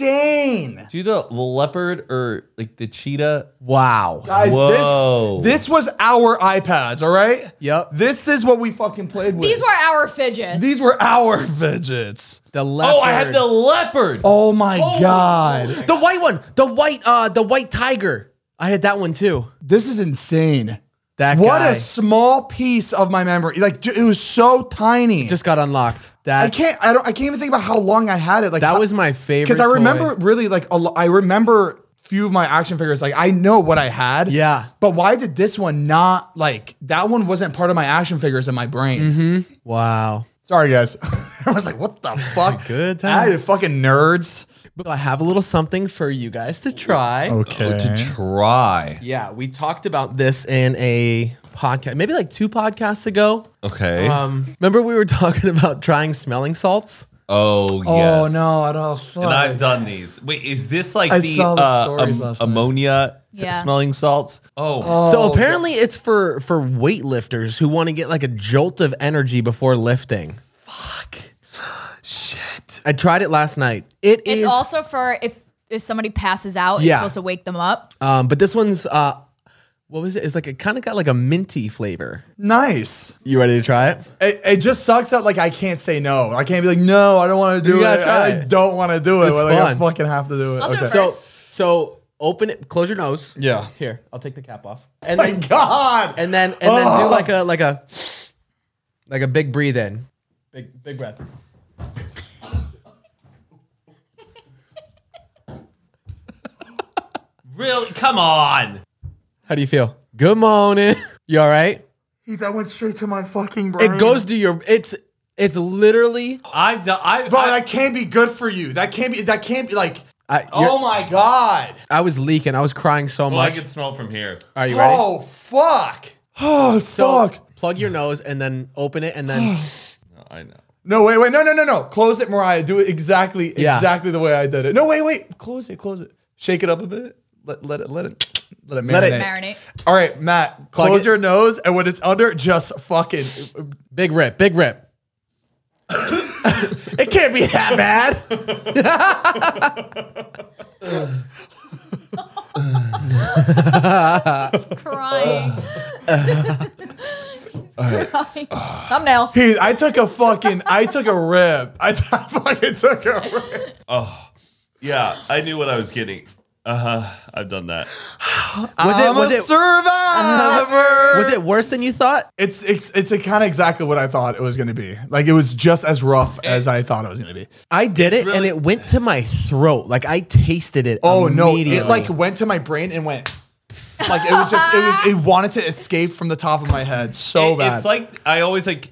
[SPEAKER 2] insane,
[SPEAKER 4] do the leopard or like the cheetah?
[SPEAKER 1] Wow.
[SPEAKER 2] guys.
[SPEAKER 4] Whoa.
[SPEAKER 2] This this was our iPads. All right.
[SPEAKER 1] Yep.
[SPEAKER 2] This is what we fucking played with.
[SPEAKER 3] These were our fidgets.
[SPEAKER 2] these were our fidgets.
[SPEAKER 1] The leopard.
[SPEAKER 4] Oh, I had the leopard.
[SPEAKER 2] Oh my god.
[SPEAKER 1] the white one. The white uh the white tiger. I had that one too.
[SPEAKER 2] This is insane.
[SPEAKER 1] That
[SPEAKER 2] What
[SPEAKER 1] guy
[SPEAKER 2] a small piece of my memory. Like j- it was so tiny.
[SPEAKER 1] just got unlocked. That
[SPEAKER 2] I can't. I don't. I can't even think about how long I had it. Like
[SPEAKER 1] that
[SPEAKER 2] how-
[SPEAKER 1] was my favorite.
[SPEAKER 2] because I remember
[SPEAKER 1] toy.
[SPEAKER 2] really like a lo- I remember few of my action figures. Like I know what I had.
[SPEAKER 1] Yeah.
[SPEAKER 2] But why did this one not like that one wasn't part of my action figures in my brain?
[SPEAKER 1] Wow.
[SPEAKER 2] Sorry guys. I was like, what the fuck?
[SPEAKER 1] Good
[SPEAKER 2] I
[SPEAKER 1] times.
[SPEAKER 2] fucking nerds.
[SPEAKER 1] But I have a little something for you guys to try.
[SPEAKER 2] Okay.
[SPEAKER 4] to try.
[SPEAKER 1] Yeah, we talked about this in a podcast, maybe like two podcasts ago.
[SPEAKER 4] Okay.
[SPEAKER 1] Um, remember we were talking about trying smelling salts?
[SPEAKER 4] oh
[SPEAKER 2] Oh
[SPEAKER 4] yes.
[SPEAKER 2] no, I don't. Fuck.
[SPEAKER 4] And I've done these. Wait, is this like
[SPEAKER 2] I
[SPEAKER 4] the,
[SPEAKER 2] saw the
[SPEAKER 4] uh,
[SPEAKER 2] stories
[SPEAKER 4] am-
[SPEAKER 2] last night.
[SPEAKER 4] ammonia s-
[SPEAKER 3] Yeah.
[SPEAKER 4] smelling salts? Oh,
[SPEAKER 1] so apparently it's for for weightlifters who want to get like a jolt of energy before lifting. Fuck. Shit. I tried it last night. It
[SPEAKER 3] It's
[SPEAKER 1] is-
[SPEAKER 3] also for if if somebody passes out,
[SPEAKER 1] Yeah.
[SPEAKER 3] it's supposed to wake them up.
[SPEAKER 1] um but this one's uh what was it? It's like it kind of got like a minty flavor.
[SPEAKER 2] nice.
[SPEAKER 1] You ready to try it?
[SPEAKER 2] It, it just sucks that like I can't say no. I can't be like, no, I don't want to do
[SPEAKER 1] You
[SPEAKER 2] it.
[SPEAKER 1] gotta try
[SPEAKER 2] I
[SPEAKER 1] it.
[SPEAKER 2] don't want to do it.
[SPEAKER 1] It's
[SPEAKER 2] but, like, I
[SPEAKER 1] fun.
[SPEAKER 2] fucking have to do it.
[SPEAKER 3] I'll do it
[SPEAKER 1] So
[SPEAKER 3] First.
[SPEAKER 1] so open it, close your nose.
[SPEAKER 2] Yeah.
[SPEAKER 1] Here, I'll take the cap off. Oh. And
[SPEAKER 2] My
[SPEAKER 1] then
[SPEAKER 2] God.
[SPEAKER 1] and then and then do like a like a like a big breathe in. Big big breath.
[SPEAKER 4] really? Come on.
[SPEAKER 1] How do you feel? Good morning. You all right?
[SPEAKER 2] that went straight to my fucking brain.
[SPEAKER 1] It goes to your it's it's literally
[SPEAKER 4] I've done. I,
[SPEAKER 2] Bro,
[SPEAKER 4] I,
[SPEAKER 2] that can't be good for you. That can't be. That can't be like.
[SPEAKER 1] I, you're-
[SPEAKER 2] Oh my God.
[SPEAKER 1] I was leaking. I was crying so
[SPEAKER 4] well, Oh, I
[SPEAKER 1] much.
[SPEAKER 4] can smell it from here.
[SPEAKER 1] Are you ready?
[SPEAKER 2] Oh fuck. Oh
[SPEAKER 1] So
[SPEAKER 2] fuck.
[SPEAKER 1] plug your nose and then open it and then
[SPEAKER 4] I know.
[SPEAKER 2] No, wait, wait, no, no, no, no. Close it, Mariah. Do it exactly,
[SPEAKER 1] Yeah.
[SPEAKER 2] exactly the way I did it. No, wait, wait. Close it, close it. Shake it up a bit. Let, let it, let it, let it marinate.
[SPEAKER 1] Let it
[SPEAKER 3] Marinate.
[SPEAKER 2] All right, Matt.
[SPEAKER 1] Plug
[SPEAKER 2] close
[SPEAKER 1] it.
[SPEAKER 2] your nose, and when it's under, just fucking.
[SPEAKER 1] big rip, big rip. it can't be that bad.
[SPEAKER 3] Crying. Crying. Thumbnail.
[SPEAKER 2] Dude, I took a fucking. I took a rib. I t- I fucking took a rib.
[SPEAKER 4] Yeah, I knew what I was getting. Uh huh. I've done that.
[SPEAKER 1] Was it
[SPEAKER 2] I'm
[SPEAKER 1] was
[SPEAKER 2] a
[SPEAKER 1] it
[SPEAKER 2] survivor.
[SPEAKER 1] was it worse than you thought?
[SPEAKER 2] It's it's it's kind of exactly what I thought it was gonna be. Like it was just as rough
[SPEAKER 4] Eh.
[SPEAKER 2] as I thought it was gonna be.
[SPEAKER 1] I did it and it went to my throat. Like I tasted it.
[SPEAKER 2] Oh no! It
[SPEAKER 1] immediately.
[SPEAKER 2] like went to my brain and went. Like it was just it was it wanted to escape from the top of my head so
[SPEAKER 4] It-
[SPEAKER 2] bad.
[SPEAKER 4] It's like I always like.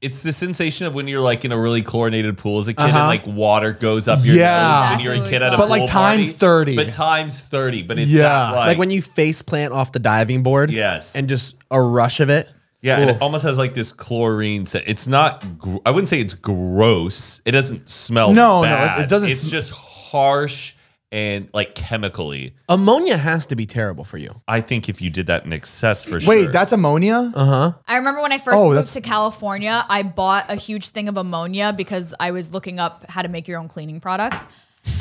[SPEAKER 4] It's the sensation of when you're like in a really chlorinated pool as a kid, and like water goes up your
[SPEAKER 2] Uh-huh. Yeah.
[SPEAKER 4] nose when you're a
[SPEAKER 3] Exactly
[SPEAKER 4] kid at
[SPEAKER 3] what
[SPEAKER 4] a
[SPEAKER 3] we
[SPEAKER 4] pool
[SPEAKER 2] But, like,
[SPEAKER 4] party.
[SPEAKER 2] times 30.
[SPEAKER 4] But times thirty. But it's
[SPEAKER 2] Yeah.
[SPEAKER 4] not like,
[SPEAKER 1] like when you face plant off the diving board.
[SPEAKER 4] Yes.
[SPEAKER 1] And just a rush of it.
[SPEAKER 4] Yeah, and
[SPEAKER 1] Ooh.
[SPEAKER 4] it almost has like this chlorine. Set. It's not. Gr- I wouldn't say it's gross. It doesn't smell.
[SPEAKER 2] No, no, it-
[SPEAKER 4] bad.
[SPEAKER 2] it doesn't
[SPEAKER 4] It's
[SPEAKER 2] sm-
[SPEAKER 4] just harsh and like chemically.
[SPEAKER 1] Ammonia has to be terrible for you.
[SPEAKER 4] I think if you did that in excess, for sure.
[SPEAKER 2] Wait, that's ammonia.
[SPEAKER 3] I remember when I first
[SPEAKER 2] Oh,
[SPEAKER 3] moved
[SPEAKER 2] that's-
[SPEAKER 3] to California, I bought a huge thing of ammonia because I was looking up how to make your own cleaning products.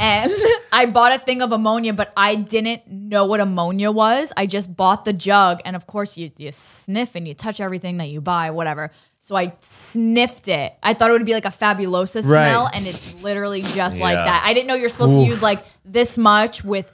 [SPEAKER 3] And I bought a thing of ammonia, but I didn't know what ammonia was. I just bought the jug. And of course, you, you sniff and you touch everything that you buy, whatever. So I sniffed it. I thought it would be like a Fabulosa smell.
[SPEAKER 1] Right.
[SPEAKER 3] And it's literally just like
[SPEAKER 4] Yeah.
[SPEAKER 3] that. I didn't know you're supposed to use like this much with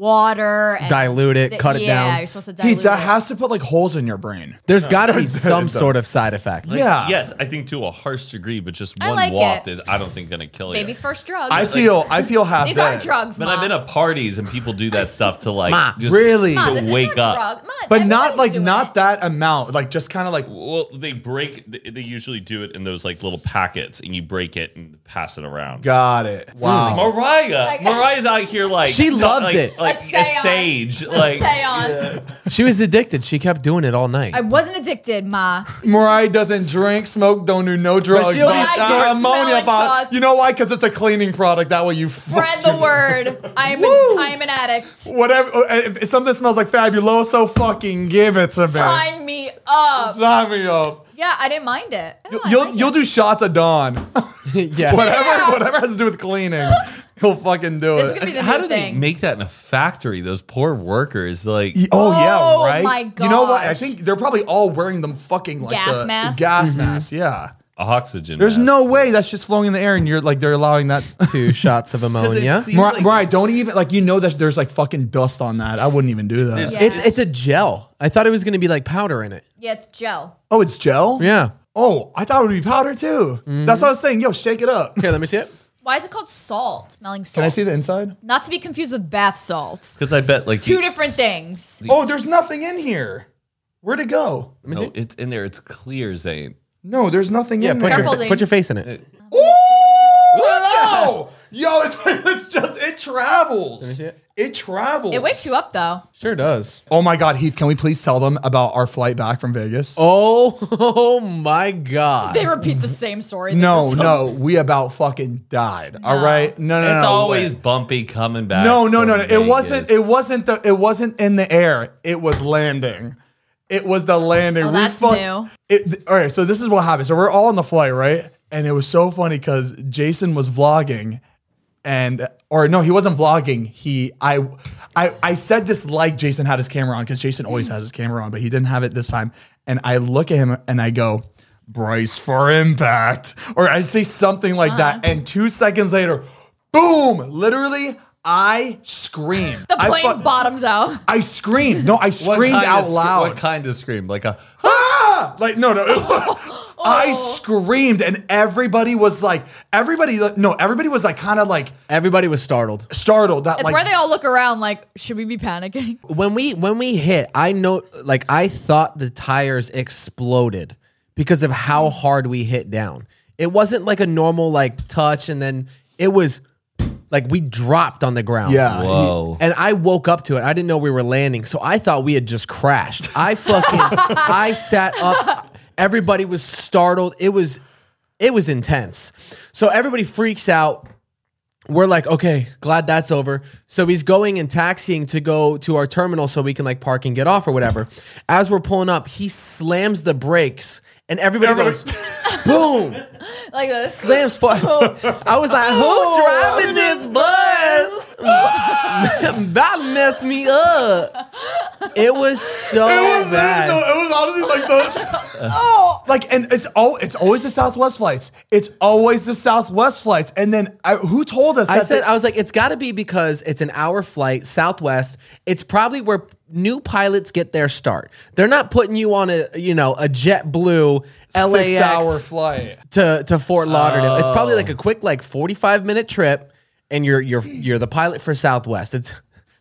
[SPEAKER 3] water. And
[SPEAKER 1] Dilute it, cut it
[SPEAKER 3] yeah,
[SPEAKER 1] down.
[SPEAKER 3] you're supposed to dilute
[SPEAKER 2] Heath, that
[SPEAKER 3] it.
[SPEAKER 2] has to put like holes in your brain.
[SPEAKER 1] There's got to be some
[SPEAKER 2] does.
[SPEAKER 1] sort of side effect.
[SPEAKER 2] yeah.
[SPEAKER 4] Yes, I think to a harsh degree, but just
[SPEAKER 3] I
[SPEAKER 4] one
[SPEAKER 3] like
[SPEAKER 4] waft
[SPEAKER 3] it.
[SPEAKER 4] is. I don't think gonna kill you.
[SPEAKER 3] Baby's first drug.
[SPEAKER 2] I feel I feel half.
[SPEAKER 3] These
[SPEAKER 2] dead.
[SPEAKER 3] aren't drugs,
[SPEAKER 4] But
[SPEAKER 3] Mom.
[SPEAKER 4] I've been at parties and people do that stuff to like
[SPEAKER 1] Ma,
[SPEAKER 4] just
[SPEAKER 2] really? Ma,
[SPEAKER 3] Mom,
[SPEAKER 4] to
[SPEAKER 3] this
[SPEAKER 4] wake
[SPEAKER 3] is not
[SPEAKER 4] up.
[SPEAKER 3] a drug. Mom,
[SPEAKER 2] But not
[SPEAKER 3] everybody's
[SPEAKER 2] like
[SPEAKER 3] doing
[SPEAKER 2] not
[SPEAKER 3] it.
[SPEAKER 2] that amount. Like just kind of like
[SPEAKER 4] Well, they break. they- They usually do it in those like little packets, and you break it and pass it around.
[SPEAKER 2] got it. Wow.
[SPEAKER 4] Mariah,
[SPEAKER 3] Like-
[SPEAKER 4] Mariah's out here like
[SPEAKER 1] She loves
[SPEAKER 4] like-
[SPEAKER 1] it.
[SPEAKER 4] like
[SPEAKER 3] A
[SPEAKER 4] a,
[SPEAKER 3] seance.
[SPEAKER 4] sage, like
[SPEAKER 3] Seance.
[SPEAKER 1] She was addicted. She kept doing it all night.
[SPEAKER 3] I wasn't addicted, Ma.
[SPEAKER 2] Mariah doesn't drink, smoke, don't do no drugs.
[SPEAKER 1] she'll
[SPEAKER 2] but
[SPEAKER 1] be sorry.
[SPEAKER 2] it's got
[SPEAKER 3] I smell like sauce.
[SPEAKER 2] You know why? Because it's a cleaning product. That way you
[SPEAKER 3] Spread the
[SPEAKER 2] fucking-
[SPEAKER 3] word. I am.
[SPEAKER 2] Woo.
[SPEAKER 3] An, I am an addict.
[SPEAKER 2] Whatever. uh, If something smells like Fabuloso, fucking give it to me.
[SPEAKER 3] Sign me up.
[SPEAKER 2] Sign me up.
[SPEAKER 3] Yeah, I didn't mind it. No, I
[SPEAKER 2] You'll
[SPEAKER 3] like
[SPEAKER 2] you'll
[SPEAKER 3] it.
[SPEAKER 2] do shots of dawn.
[SPEAKER 1] yeah.
[SPEAKER 2] whatever whatever has to do with cleaning, he'll fucking do
[SPEAKER 3] This is
[SPEAKER 2] it.
[SPEAKER 3] gonna be the
[SPEAKER 4] How
[SPEAKER 3] new
[SPEAKER 4] do
[SPEAKER 3] thing.
[SPEAKER 4] they make that in a factory? Those poor workers, like
[SPEAKER 2] Oh,
[SPEAKER 3] Oh,
[SPEAKER 2] yeah, right.
[SPEAKER 3] my
[SPEAKER 2] You know what? I
[SPEAKER 3] gosh.
[SPEAKER 2] think they're probably all wearing them fucking like
[SPEAKER 3] Gas
[SPEAKER 2] the-
[SPEAKER 3] masks?
[SPEAKER 2] Gas masks, yeah.
[SPEAKER 4] oxygen.
[SPEAKER 2] Mm-hmm. There's
[SPEAKER 4] masks.
[SPEAKER 2] no way that's just flowing in the air, and you're like they're allowing that.
[SPEAKER 1] Two shots of ammonia.
[SPEAKER 4] seems-
[SPEAKER 2] Mariah,
[SPEAKER 4] like-
[SPEAKER 2] Mariah, don't even like you know that there's like fucking dust on that. I wouldn't even do that.
[SPEAKER 4] There's-
[SPEAKER 3] Yeah.
[SPEAKER 1] It's it's a gel. I thought it was going to be like powder in it.
[SPEAKER 3] Yeah, it's gel.
[SPEAKER 2] Oh, it's gel.
[SPEAKER 3] Mm-hmm.
[SPEAKER 1] Yeah.
[SPEAKER 2] Oh, I thought it would be powder too. That's what I was saying. Yo, shake it up.
[SPEAKER 1] Here, let me see it.
[SPEAKER 3] Why is it called salt? Smelling salt.
[SPEAKER 2] Can I see the inside?
[SPEAKER 3] Not to be confused with bath salts.
[SPEAKER 4] because I bet like
[SPEAKER 3] Two
[SPEAKER 4] you-
[SPEAKER 3] different things.
[SPEAKER 2] Oh, there's nothing in here. Where'd it go?
[SPEAKER 4] no, it's in there. It's clear, Zane.
[SPEAKER 2] No, there's nothing
[SPEAKER 1] Yeah,
[SPEAKER 2] in
[SPEAKER 1] put your,
[SPEAKER 2] there.
[SPEAKER 3] Careful, Zane.
[SPEAKER 1] put your face in it.
[SPEAKER 2] Ooh! No! Yo, it's, it's just, it travels.
[SPEAKER 1] see it.
[SPEAKER 2] It travels.
[SPEAKER 3] It wakes you up though.
[SPEAKER 1] Sure does.
[SPEAKER 2] Oh my God, Heath, can we please tell them about our flight back from Vegas?
[SPEAKER 1] Oh, oh my God.
[SPEAKER 3] They repeat the same story. that
[SPEAKER 2] no,
[SPEAKER 3] this-
[SPEAKER 2] no, we about fucking died. All right, no, no, no,
[SPEAKER 4] it's
[SPEAKER 2] no,
[SPEAKER 4] always
[SPEAKER 2] wait.
[SPEAKER 4] bumpy coming back.
[SPEAKER 2] no, no,
[SPEAKER 4] from
[SPEAKER 2] no, no. It
[SPEAKER 4] Vegas.
[SPEAKER 2] wasn't. It wasn't the. It wasn't in the air. It was landing. It was the landing.
[SPEAKER 3] Well,
[SPEAKER 2] We
[SPEAKER 3] Oh, that's
[SPEAKER 2] fuck-
[SPEAKER 3] new.
[SPEAKER 2] It, th- all right, so this is what happened. So we're all on the flight, right? And it was so funny because Jason was vlogging, and or no, he wasn't vlogging. He I I I said this like Jason had his camera on because Jason always has his camera on, but he didn't have it this time. And I look at him and I go, "Brace for impact," or I say something like that. And two seconds later, boom! Literally, I screamed.
[SPEAKER 3] The
[SPEAKER 2] I
[SPEAKER 3] plane
[SPEAKER 2] fu-
[SPEAKER 3] bottoms out.
[SPEAKER 2] I screamed. No, I
[SPEAKER 4] What
[SPEAKER 2] screamed
[SPEAKER 4] kind of
[SPEAKER 2] out
[SPEAKER 4] sc-
[SPEAKER 2] loud
[SPEAKER 4] What kind of scream? Like a
[SPEAKER 2] ah! Like, no, no. I
[SPEAKER 3] Oh.
[SPEAKER 2] screamed, and everybody was like, everybody, no, everybody was like, kind of like
[SPEAKER 1] Everybody was startled.
[SPEAKER 2] startled. That
[SPEAKER 3] It's
[SPEAKER 2] like,
[SPEAKER 3] where they all look around like, should we be panicking?
[SPEAKER 1] when we when we hit i know like i thought the tires exploded because of how hard we hit down it wasn't like a normal like touch and then it was like we dropped on the ground
[SPEAKER 2] yeah.
[SPEAKER 4] whoa.
[SPEAKER 1] and i woke up to it i didn't know we were landing so i thought we had just crashed i fucking i sat up everybody was startled it was it was intense so everybody freaks out we're like, okay, glad that's over. So he's going and taxiing to go to our terminal so we can like park and get off or whatever. As we're pulling up, he slams the brakes and everybody goes, boom,
[SPEAKER 3] Like this.
[SPEAKER 1] slams for. I was like, who
[SPEAKER 2] Oh,
[SPEAKER 1] driving this bus? that messed me up. It was so
[SPEAKER 2] It was
[SPEAKER 1] bad. Oh.
[SPEAKER 2] literally the- it was honestly like the like, and it's all it's always the Southwest flights. It's always the Southwest flights. And then I, who told us?
[SPEAKER 1] I
[SPEAKER 2] that
[SPEAKER 1] said,
[SPEAKER 2] they-
[SPEAKER 1] I was like, it's got to be because it's an hour flight, Southwest. It's probably where new pilots get their start. They're not putting you on a, you know, a JetBlue LAX
[SPEAKER 2] six-hour flight.
[SPEAKER 1] to to Fort Lauderdale. It's probably
[SPEAKER 2] Oh.
[SPEAKER 1] like a quick, like forty-five minute trip, and you're you're you're the pilot for Southwest. It's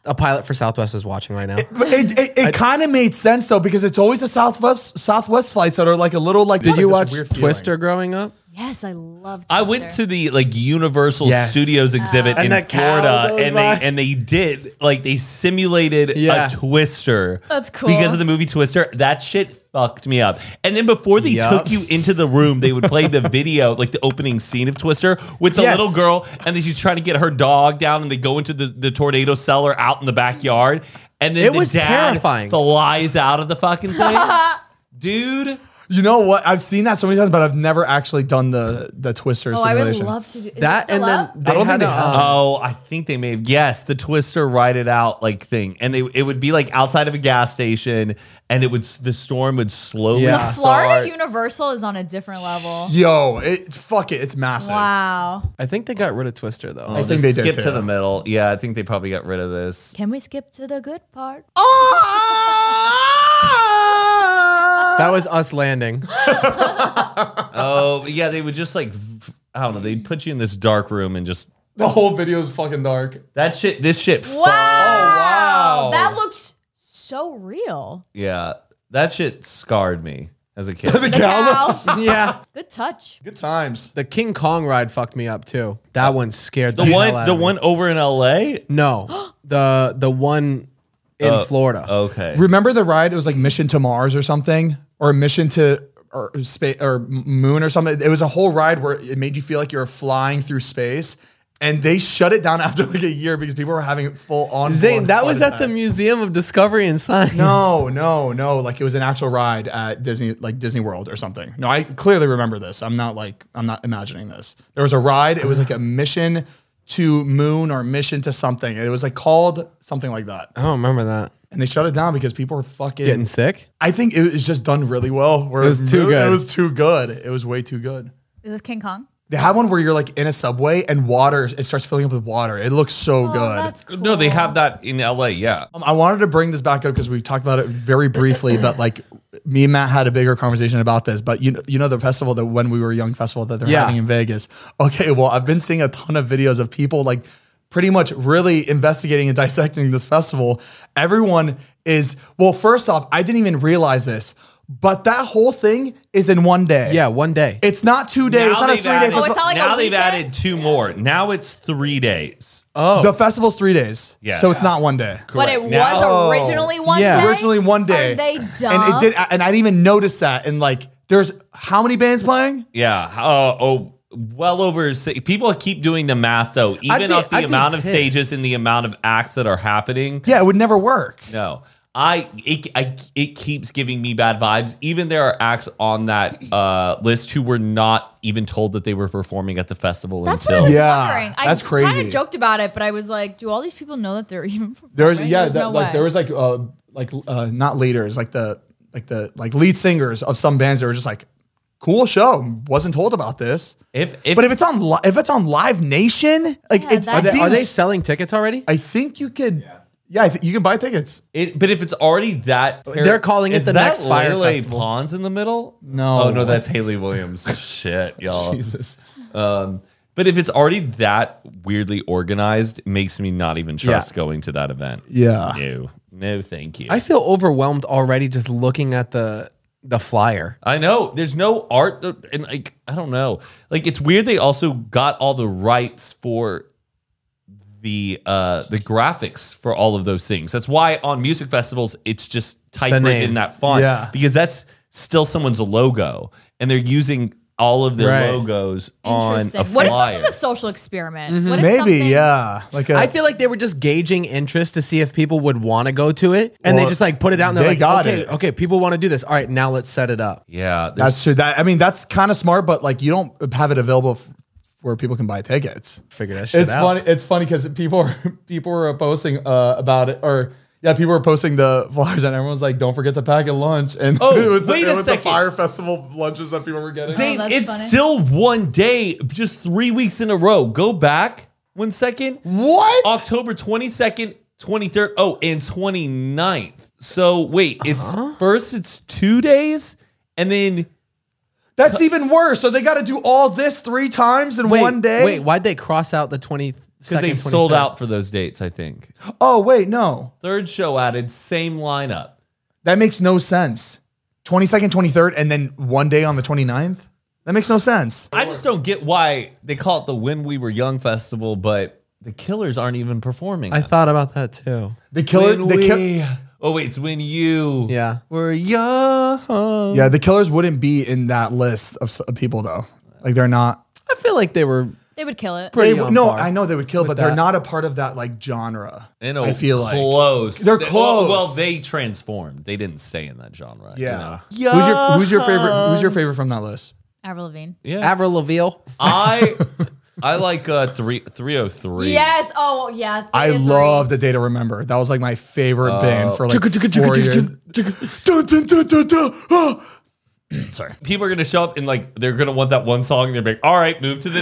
[SPEAKER 1] a pilot for Southwest is watching right now.
[SPEAKER 2] But it it, it kind of made sense though because it's always the Southwest Southwest flights that are like a little like.
[SPEAKER 1] Did
[SPEAKER 2] it's
[SPEAKER 1] you
[SPEAKER 2] like
[SPEAKER 1] watch
[SPEAKER 2] this weird feeling.
[SPEAKER 1] Twister growing up?
[SPEAKER 3] Yes, I love
[SPEAKER 4] I went to the like Universal
[SPEAKER 1] Yes.
[SPEAKER 3] Uh,
[SPEAKER 4] Studios exhibit
[SPEAKER 1] And
[SPEAKER 4] in
[SPEAKER 1] that cow
[SPEAKER 4] Florida,
[SPEAKER 1] goes
[SPEAKER 4] and
[SPEAKER 1] by.
[SPEAKER 4] they and they did like they simulated
[SPEAKER 1] Yeah.
[SPEAKER 4] a Twister.
[SPEAKER 3] That's cool.
[SPEAKER 4] because of the movie Twister. That shit fucked me up. And then before they
[SPEAKER 1] Yup.
[SPEAKER 4] took you into the room, they would play the video, like the opening scene of Twister, with the
[SPEAKER 1] Yes.
[SPEAKER 4] little girl, and then she's trying to get her dog down, and they go into the the tornado cellar out in the backyard, and then
[SPEAKER 1] It
[SPEAKER 4] the
[SPEAKER 1] was
[SPEAKER 4] dad
[SPEAKER 1] terrifying.
[SPEAKER 4] flies out of the fucking thing, dude.
[SPEAKER 2] You know what? I've seen that so many times, but I've never actually done the the Twister
[SPEAKER 3] Oh, I
[SPEAKER 2] simulation.
[SPEAKER 3] would love to do is
[SPEAKER 1] That
[SPEAKER 3] it still
[SPEAKER 1] and then
[SPEAKER 3] up?
[SPEAKER 1] they
[SPEAKER 2] I don't
[SPEAKER 1] had
[SPEAKER 2] think they
[SPEAKER 1] a,
[SPEAKER 2] have.
[SPEAKER 1] um,
[SPEAKER 4] Oh, I think they may have. Yes, the Twister ride it out like thing, and they it would be like outside of a gas station, and it would s- the storm would slowly.
[SPEAKER 1] Yeah.
[SPEAKER 3] the
[SPEAKER 1] The
[SPEAKER 3] Florida
[SPEAKER 4] start.
[SPEAKER 3] Universal is on a different level.
[SPEAKER 2] Yo, it fuck it, it's massive.
[SPEAKER 3] Wow.
[SPEAKER 1] I think they got rid of Twister though.
[SPEAKER 4] I
[SPEAKER 2] think they did
[SPEAKER 4] skip
[SPEAKER 2] too.
[SPEAKER 4] to the middle. Yeah, I think they probably got rid of this.
[SPEAKER 3] Can we skip to the good part?
[SPEAKER 2] Oh,
[SPEAKER 4] Ah!
[SPEAKER 1] That was us landing.
[SPEAKER 4] Oh, but yeah, they would just like v- I don't know. They'd put you in this dark room and just
[SPEAKER 2] The whole video is fucking dark.
[SPEAKER 4] that shit. This shit. fu-
[SPEAKER 2] Oh,
[SPEAKER 3] Wow. wow. That looks so real.
[SPEAKER 4] yeah, that shit scarred me as a kid.
[SPEAKER 3] Wow.
[SPEAKER 1] yeah,
[SPEAKER 3] good touch.
[SPEAKER 2] Good times.
[SPEAKER 1] the King Kong ride fucked me up too. That one scared
[SPEAKER 4] the
[SPEAKER 1] hell
[SPEAKER 4] one,
[SPEAKER 1] out
[SPEAKER 4] the
[SPEAKER 1] of me.
[SPEAKER 4] one over in L.A.
[SPEAKER 1] No, the the one in
[SPEAKER 2] Uh,
[SPEAKER 1] Florida.
[SPEAKER 4] Okay.
[SPEAKER 2] Remember the ride? It was like Mission to Mars or something, or Mission to or space or m- Moon or something. It was a whole ride where it made you feel like you were flying through space. And they shut it down after like a year because people were having full on.
[SPEAKER 1] Zane, that was at the Museum of Discovery and Science.
[SPEAKER 2] No, no, no. Like it was an actual ride at Disney, like Disney World or something. No, I clearly remember this. I'm not like I'm not imagining this. There was a ride. It was like a mission to moon or mission to something. It was like called something like that.
[SPEAKER 1] I don't remember that.
[SPEAKER 2] And they shut it down because people were fucking.
[SPEAKER 1] Getting sick?
[SPEAKER 2] I think it was just done really well. Where
[SPEAKER 1] It was too good.
[SPEAKER 2] It was too good. It was way too good.
[SPEAKER 3] Is this King Kong?
[SPEAKER 2] They had one where you're like in a subway and water. It starts filling up with water. It looks so
[SPEAKER 3] Oh,
[SPEAKER 2] good.
[SPEAKER 3] that's cool.
[SPEAKER 4] No, they have that in L.A. Yeah.
[SPEAKER 2] Um, I wanted to bring this back up because we talked about it very briefly, but like me and Matt had a bigger conversation about this. But you know, you know the festival that when we were young festival that they're
[SPEAKER 1] Yeah.
[SPEAKER 2] having in Vegas. Okay, well I've been seeing a ton of videos of people like pretty much really investigating and dissecting this festival. Everyone is well. First off, I didn't even realize this, But that whole thing is in one day.
[SPEAKER 1] Yeah, one day.
[SPEAKER 2] It's not two days. It's not a three day
[SPEAKER 4] added,
[SPEAKER 3] Oh, it's
[SPEAKER 2] festival.
[SPEAKER 3] not like a
[SPEAKER 4] now they've
[SPEAKER 3] weekend?
[SPEAKER 4] added two more. Now it's three days.
[SPEAKER 1] oh,
[SPEAKER 2] The festival's three days.
[SPEAKER 4] Yeah.
[SPEAKER 2] So it's not one day.
[SPEAKER 3] But it
[SPEAKER 4] Correct. Now-
[SPEAKER 3] was originally one
[SPEAKER 1] Yeah.
[SPEAKER 3] day.
[SPEAKER 2] Originally one day.
[SPEAKER 3] Are they dumb?
[SPEAKER 2] And it did and I didn't even notice that. And like there's how many bands playing?
[SPEAKER 4] Yeah. Uh, oh, well over si- people keep doing the math though, even
[SPEAKER 1] be-
[SPEAKER 4] off the
[SPEAKER 1] I'd be
[SPEAKER 4] amount of
[SPEAKER 1] pissed.
[SPEAKER 4] stages and the amount of acts that are happening.
[SPEAKER 2] Yeah, it would never work.
[SPEAKER 4] No, I it I, it keeps giving me bad vibes. Even there are acts on that uh, list who were not even told that they were performing at the festival
[SPEAKER 3] That's what I
[SPEAKER 4] until.
[SPEAKER 3] was
[SPEAKER 2] Yeah,
[SPEAKER 3] wondering. I
[SPEAKER 2] that's
[SPEAKER 3] kind
[SPEAKER 2] crazy.
[SPEAKER 3] of joked about it, but I was like, do all these people know that they're even performing?
[SPEAKER 2] There's yeah, that,
[SPEAKER 3] no
[SPEAKER 2] like
[SPEAKER 3] way.
[SPEAKER 2] there was like uh like uh not leaders, like the like the like lead singers of some bands that were just like, cool show. Wasn't told about this.
[SPEAKER 4] If, if
[SPEAKER 2] But if it's on li- if it's on Live Nation, like
[SPEAKER 3] Yeah,
[SPEAKER 2] it's
[SPEAKER 3] that-
[SPEAKER 1] are, they,
[SPEAKER 2] being-
[SPEAKER 1] are they selling tickets already?
[SPEAKER 2] I think you could. Yeah, I think you can buy tickets.
[SPEAKER 4] It, but if it's already that,
[SPEAKER 1] They're calling it
[SPEAKER 4] is
[SPEAKER 1] the
[SPEAKER 4] that
[SPEAKER 1] next Fyre
[SPEAKER 4] Lele
[SPEAKER 1] Festival.
[SPEAKER 4] Pons in the middle.
[SPEAKER 2] No.
[SPEAKER 4] oh no, that's Haley Williams. Shit, y'all. Jesus. Um, but if it's already that weirdly organized, it makes me not even trust
[SPEAKER 1] Yeah.
[SPEAKER 4] going to that event.
[SPEAKER 2] Yeah.
[SPEAKER 4] No, no, thank you.
[SPEAKER 1] I feel overwhelmed already just looking at the the flyer.
[SPEAKER 4] I know there's no art, th- and like I don't know. Like it's weird. They also got all the rights for the uh the graphics for all of those things. That's why on music festivals it's just typewritten
[SPEAKER 1] name.
[SPEAKER 4] in that font
[SPEAKER 2] Yeah.
[SPEAKER 4] because that's still someone's logo, and they're using all of their
[SPEAKER 1] Right.
[SPEAKER 4] logos on a flyer.
[SPEAKER 3] What if this is a social experiment?
[SPEAKER 4] Mm-hmm.
[SPEAKER 3] What if
[SPEAKER 2] Maybe.
[SPEAKER 3] something-
[SPEAKER 2] Yeah. Like a,
[SPEAKER 1] I feel like they were just gauging interest to see if people would want to go to it, and
[SPEAKER 2] Well,
[SPEAKER 1] they just like put it out. And
[SPEAKER 2] they
[SPEAKER 1] they're like,
[SPEAKER 2] got
[SPEAKER 1] okay,
[SPEAKER 2] it.
[SPEAKER 1] okay, people want to do this. All right, now let's set it up.
[SPEAKER 4] yeah,
[SPEAKER 2] that's
[SPEAKER 4] there's-
[SPEAKER 2] true. That I mean, that's kind of smart, but like you don't have it available f- where people can buy tickets.
[SPEAKER 1] Figure that shit
[SPEAKER 2] It's
[SPEAKER 1] out.
[SPEAKER 2] funny. It's funny because people are, people were posting uh, about it, or yeah, people were posting the flyers, and everyone's like, "Don't forget to pack a lunch." And
[SPEAKER 4] Oh,
[SPEAKER 2] it was, the,
[SPEAKER 4] wait
[SPEAKER 2] it
[SPEAKER 4] a
[SPEAKER 2] was
[SPEAKER 4] second.
[SPEAKER 2] the fire festival lunches that people were getting.
[SPEAKER 4] Zane,
[SPEAKER 3] Oh, that's
[SPEAKER 4] it's
[SPEAKER 3] funny.
[SPEAKER 4] still one day, just three weeks in a row. Go back one second.
[SPEAKER 2] what?
[SPEAKER 4] October 22nd, 23rd, oh, and 29th. So wait, it's
[SPEAKER 2] Uh-huh.
[SPEAKER 4] first it's two days and then
[SPEAKER 2] That's even worse. So they got to do all this three times in
[SPEAKER 1] Wait,
[SPEAKER 2] one day.
[SPEAKER 1] Wait, why'd they cross out the twenty?
[SPEAKER 4] because they've sold out for those dates, I think.
[SPEAKER 2] Oh wait, no,
[SPEAKER 4] Third show added, same lineup.
[SPEAKER 2] that makes no sense. Twenty second, twenty third, and then one day on the 29th? That makes no sense.
[SPEAKER 4] I just don't get why they call it the When We Were Young Festival, but the killers aren't even performing.
[SPEAKER 1] I thought about that too.
[SPEAKER 2] The killer,
[SPEAKER 4] When
[SPEAKER 2] the
[SPEAKER 4] we-
[SPEAKER 2] ki-
[SPEAKER 4] Oh wait, it's when you
[SPEAKER 1] Yeah.
[SPEAKER 4] were young.
[SPEAKER 2] yeah, the killers wouldn't be in that list of, s- of people though. Like they're not.
[SPEAKER 1] I feel like they were
[SPEAKER 3] They would kill it.
[SPEAKER 1] pretty.
[SPEAKER 2] they-
[SPEAKER 1] on
[SPEAKER 2] no,
[SPEAKER 1] par.
[SPEAKER 2] I know they would kill, but they're
[SPEAKER 1] that.
[SPEAKER 2] not a part of that like genre.
[SPEAKER 4] You know,
[SPEAKER 2] I feel like.
[SPEAKER 4] close.
[SPEAKER 2] They're
[SPEAKER 4] They-
[SPEAKER 2] close.
[SPEAKER 4] Well, well, they transformed. They didn't stay in that genre. you know?
[SPEAKER 2] Yeah. Who's your Who's your favorite? Who's your favorite from that list?
[SPEAKER 3] Avril Lavigne.
[SPEAKER 4] Yeah.
[SPEAKER 1] Avril Lavigne.
[SPEAKER 4] I I like uh three three oh three.
[SPEAKER 3] Yes. Oh, yeah. three
[SPEAKER 2] I
[SPEAKER 3] and three.
[SPEAKER 2] love the day to remember. That was like my favorite
[SPEAKER 4] Oh.
[SPEAKER 2] band for like four years. Dun, dun, dun, dun, dun. Ah. Sorry.
[SPEAKER 4] People are gonna show up and like they're gonna want that one song and they're like, all right, move to the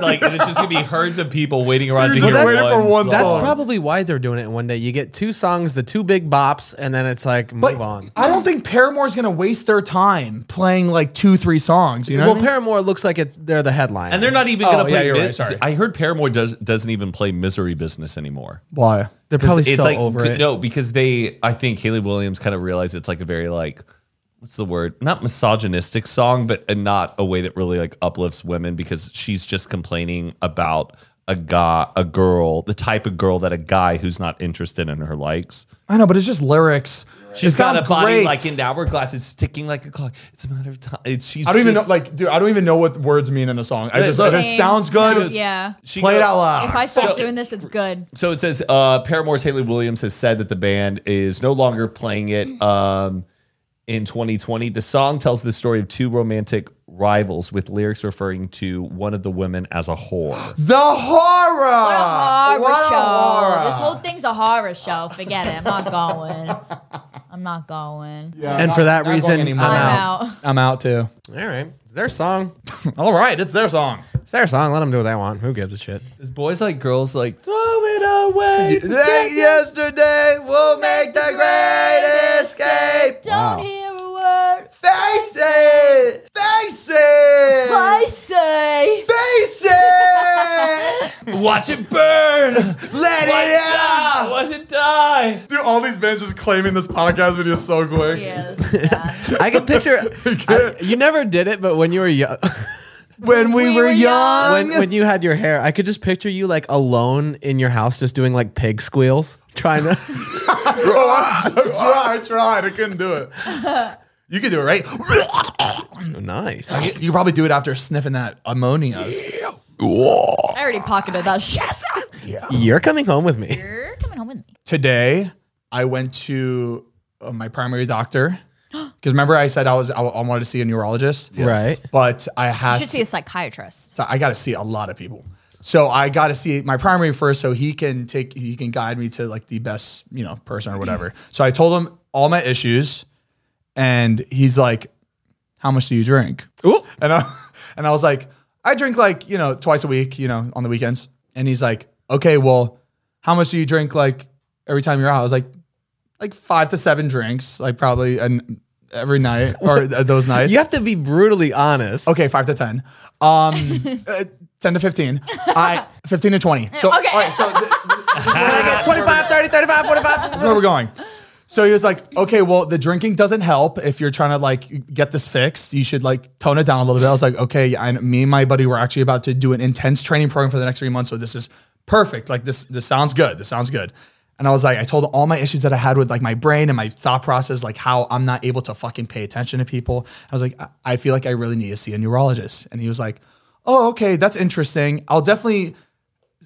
[SPEAKER 4] like and it's just gonna be herds of people waiting around to
[SPEAKER 2] Dude,
[SPEAKER 4] hear
[SPEAKER 1] that's-
[SPEAKER 4] one,
[SPEAKER 2] waiting for one
[SPEAKER 1] That's
[SPEAKER 2] song.
[SPEAKER 1] probably why they're doing it in one day. You get two songs, the two big bops, and then it's like move
[SPEAKER 2] But
[SPEAKER 1] on.
[SPEAKER 2] I don't think Paramore's gonna waste their time playing like two, three songs. You know,
[SPEAKER 1] Well,
[SPEAKER 2] what I mean?
[SPEAKER 1] Paramore looks like it's they're the headline.
[SPEAKER 4] And they're not even
[SPEAKER 2] Oh,
[SPEAKER 4] gonna
[SPEAKER 2] yeah,
[SPEAKER 4] play.
[SPEAKER 2] you're
[SPEAKER 4] Mi-
[SPEAKER 2] right, sorry.
[SPEAKER 4] I heard Paramore does doesn't even play Misery Business anymore.
[SPEAKER 2] why?
[SPEAKER 1] they're probably
[SPEAKER 4] it's
[SPEAKER 1] so
[SPEAKER 4] like
[SPEAKER 1] over it.
[SPEAKER 4] no, because they I think Haley Williams kind of realized it's like a very like what's the word? Not misogynistic song, but and not a way that really like uplifts women because she's just complaining about a guy, a girl, the type of girl that a guy who's not interested in her likes.
[SPEAKER 2] I know, but it's just lyrics.
[SPEAKER 4] She's
[SPEAKER 2] it
[SPEAKER 4] got
[SPEAKER 2] sounds
[SPEAKER 4] a body
[SPEAKER 2] great.
[SPEAKER 4] like an hourglass. It's ticking like a clock. It's a matter of time. It's, she's
[SPEAKER 2] I don't even know,
[SPEAKER 4] just-
[SPEAKER 2] like, dude, I don't even know what words mean in a song. I just,
[SPEAKER 4] Same.
[SPEAKER 2] it sounds good.
[SPEAKER 3] No, yeah.
[SPEAKER 4] She
[SPEAKER 2] Play it
[SPEAKER 4] goes-
[SPEAKER 2] out loud.
[SPEAKER 3] If I stop
[SPEAKER 4] Fuck.
[SPEAKER 3] doing this, it's good.
[SPEAKER 4] So it says uh, Paramore's Haley Williams has said that the band is no longer playing it um, in 2020. The song tells the story of two romantic rivals with lyrics referring to one of the women as a whore.
[SPEAKER 2] The horror.
[SPEAKER 3] What a horror
[SPEAKER 2] What a
[SPEAKER 3] show.
[SPEAKER 2] horror.
[SPEAKER 3] This whole thing's a horror show. Forget it. I'm not going. I'm not going.
[SPEAKER 1] and for that
[SPEAKER 2] not
[SPEAKER 1] reason,
[SPEAKER 2] going
[SPEAKER 1] I'm
[SPEAKER 2] anymore.
[SPEAKER 3] I'm
[SPEAKER 1] out.
[SPEAKER 3] out.
[SPEAKER 2] I'm out too.
[SPEAKER 1] All right, it's their song.
[SPEAKER 2] All right, it's their song.
[SPEAKER 1] It's their song. Let them do what they want. Who gives a shit?
[SPEAKER 4] Is boys like girls like throw it away?
[SPEAKER 2] yesterday will make the great escape.
[SPEAKER 3] Don't hear a word
[SPEAKER 2] Face it. Face it.
[SPEAKER 3] I say.
[SPEAKER 2] Face it.
[SPEAKER 4] Watch it burn. Let
[SPEAKER 2] Let
[SPEAKER 4] it out. Watch it die.
[SPEAKER 2] Dude, all these bands just claiming this podcast video so quick.
[SPEAKER 1] I can picture. I- you never did it, but when you were young,
[SPEAKER 2] When we, were,
[SPEAKER 3] were
[SPEAKER 2] young.
[SPEAKER 3] young.
[SPEAKER 1] when, when you had your hair, I could just picture you like alone in your house, just doing like pig squeals, trying to.
[SPEAKER 2] I tried, I tried. I couldn't do it. You could do it, right?
[SPEAKER 1] nice.
[SPEAKER 2] You- You probably do it after sniffing that ammonia.
[SPEAKER 3] I already pocketed that shit.
[SPEAKER 1] You're coming home with me.
[SPEAKER 3] You're coming home with me.
[SPEAKER 2] Today, I went to uh, my primary doctor because remember I said I was I, I wanted to see a neurologist,
[SPEAKER 1] Right.
[SPEAKER 2] But I had
[SPEAKER 3] You should see a psychiatrist.
[SPEAKER 2] So I got to see a lot of people. So I got to see my primary first, so he can take he can guide me to like the best you know person or whatever. So I told him all my issues, and he's like, "How much do you drink?"
[SPEAKER 1] Ooh.
[SPEAKER 2] And I and I was like, "I drink like you know twice a week, you know on the weekends." And he's like, "Okay, well, how much do you drink like every time you're out?" I was like, "Like five to seven drinks, like probably and every night or th- those nights."
[SPEAKER 1] You have to be brutally honest.
[SPEAKER 2] Okay, five to ten. Um, uh, ten to fifteen. I fifteen to twenty. So
[SPEAKER 3] Okay.
[SPEAKER 2] all right, so th-
[SPEAKER 1] I get 25, 30, 35, 45.
[SPEAKER 2] that's where we're going. So he was like, okay, well, the drinking doesn't help. If you're trying to like get this fixed, you should like tone it down a little bit. I was like, okay, I, me and my buddy were actually about to do an intense training program for the next three months. So this is perfect. Like this, this sounds good. This sounds good. And I was like, I told him all my issues that I had with like my brain and my thought process, like how I'm not able to fucking pay attention to people. I was like, I, I feel like I really need to see a neurologist. And he was like, oh, okay, that's interesting. I'll definitely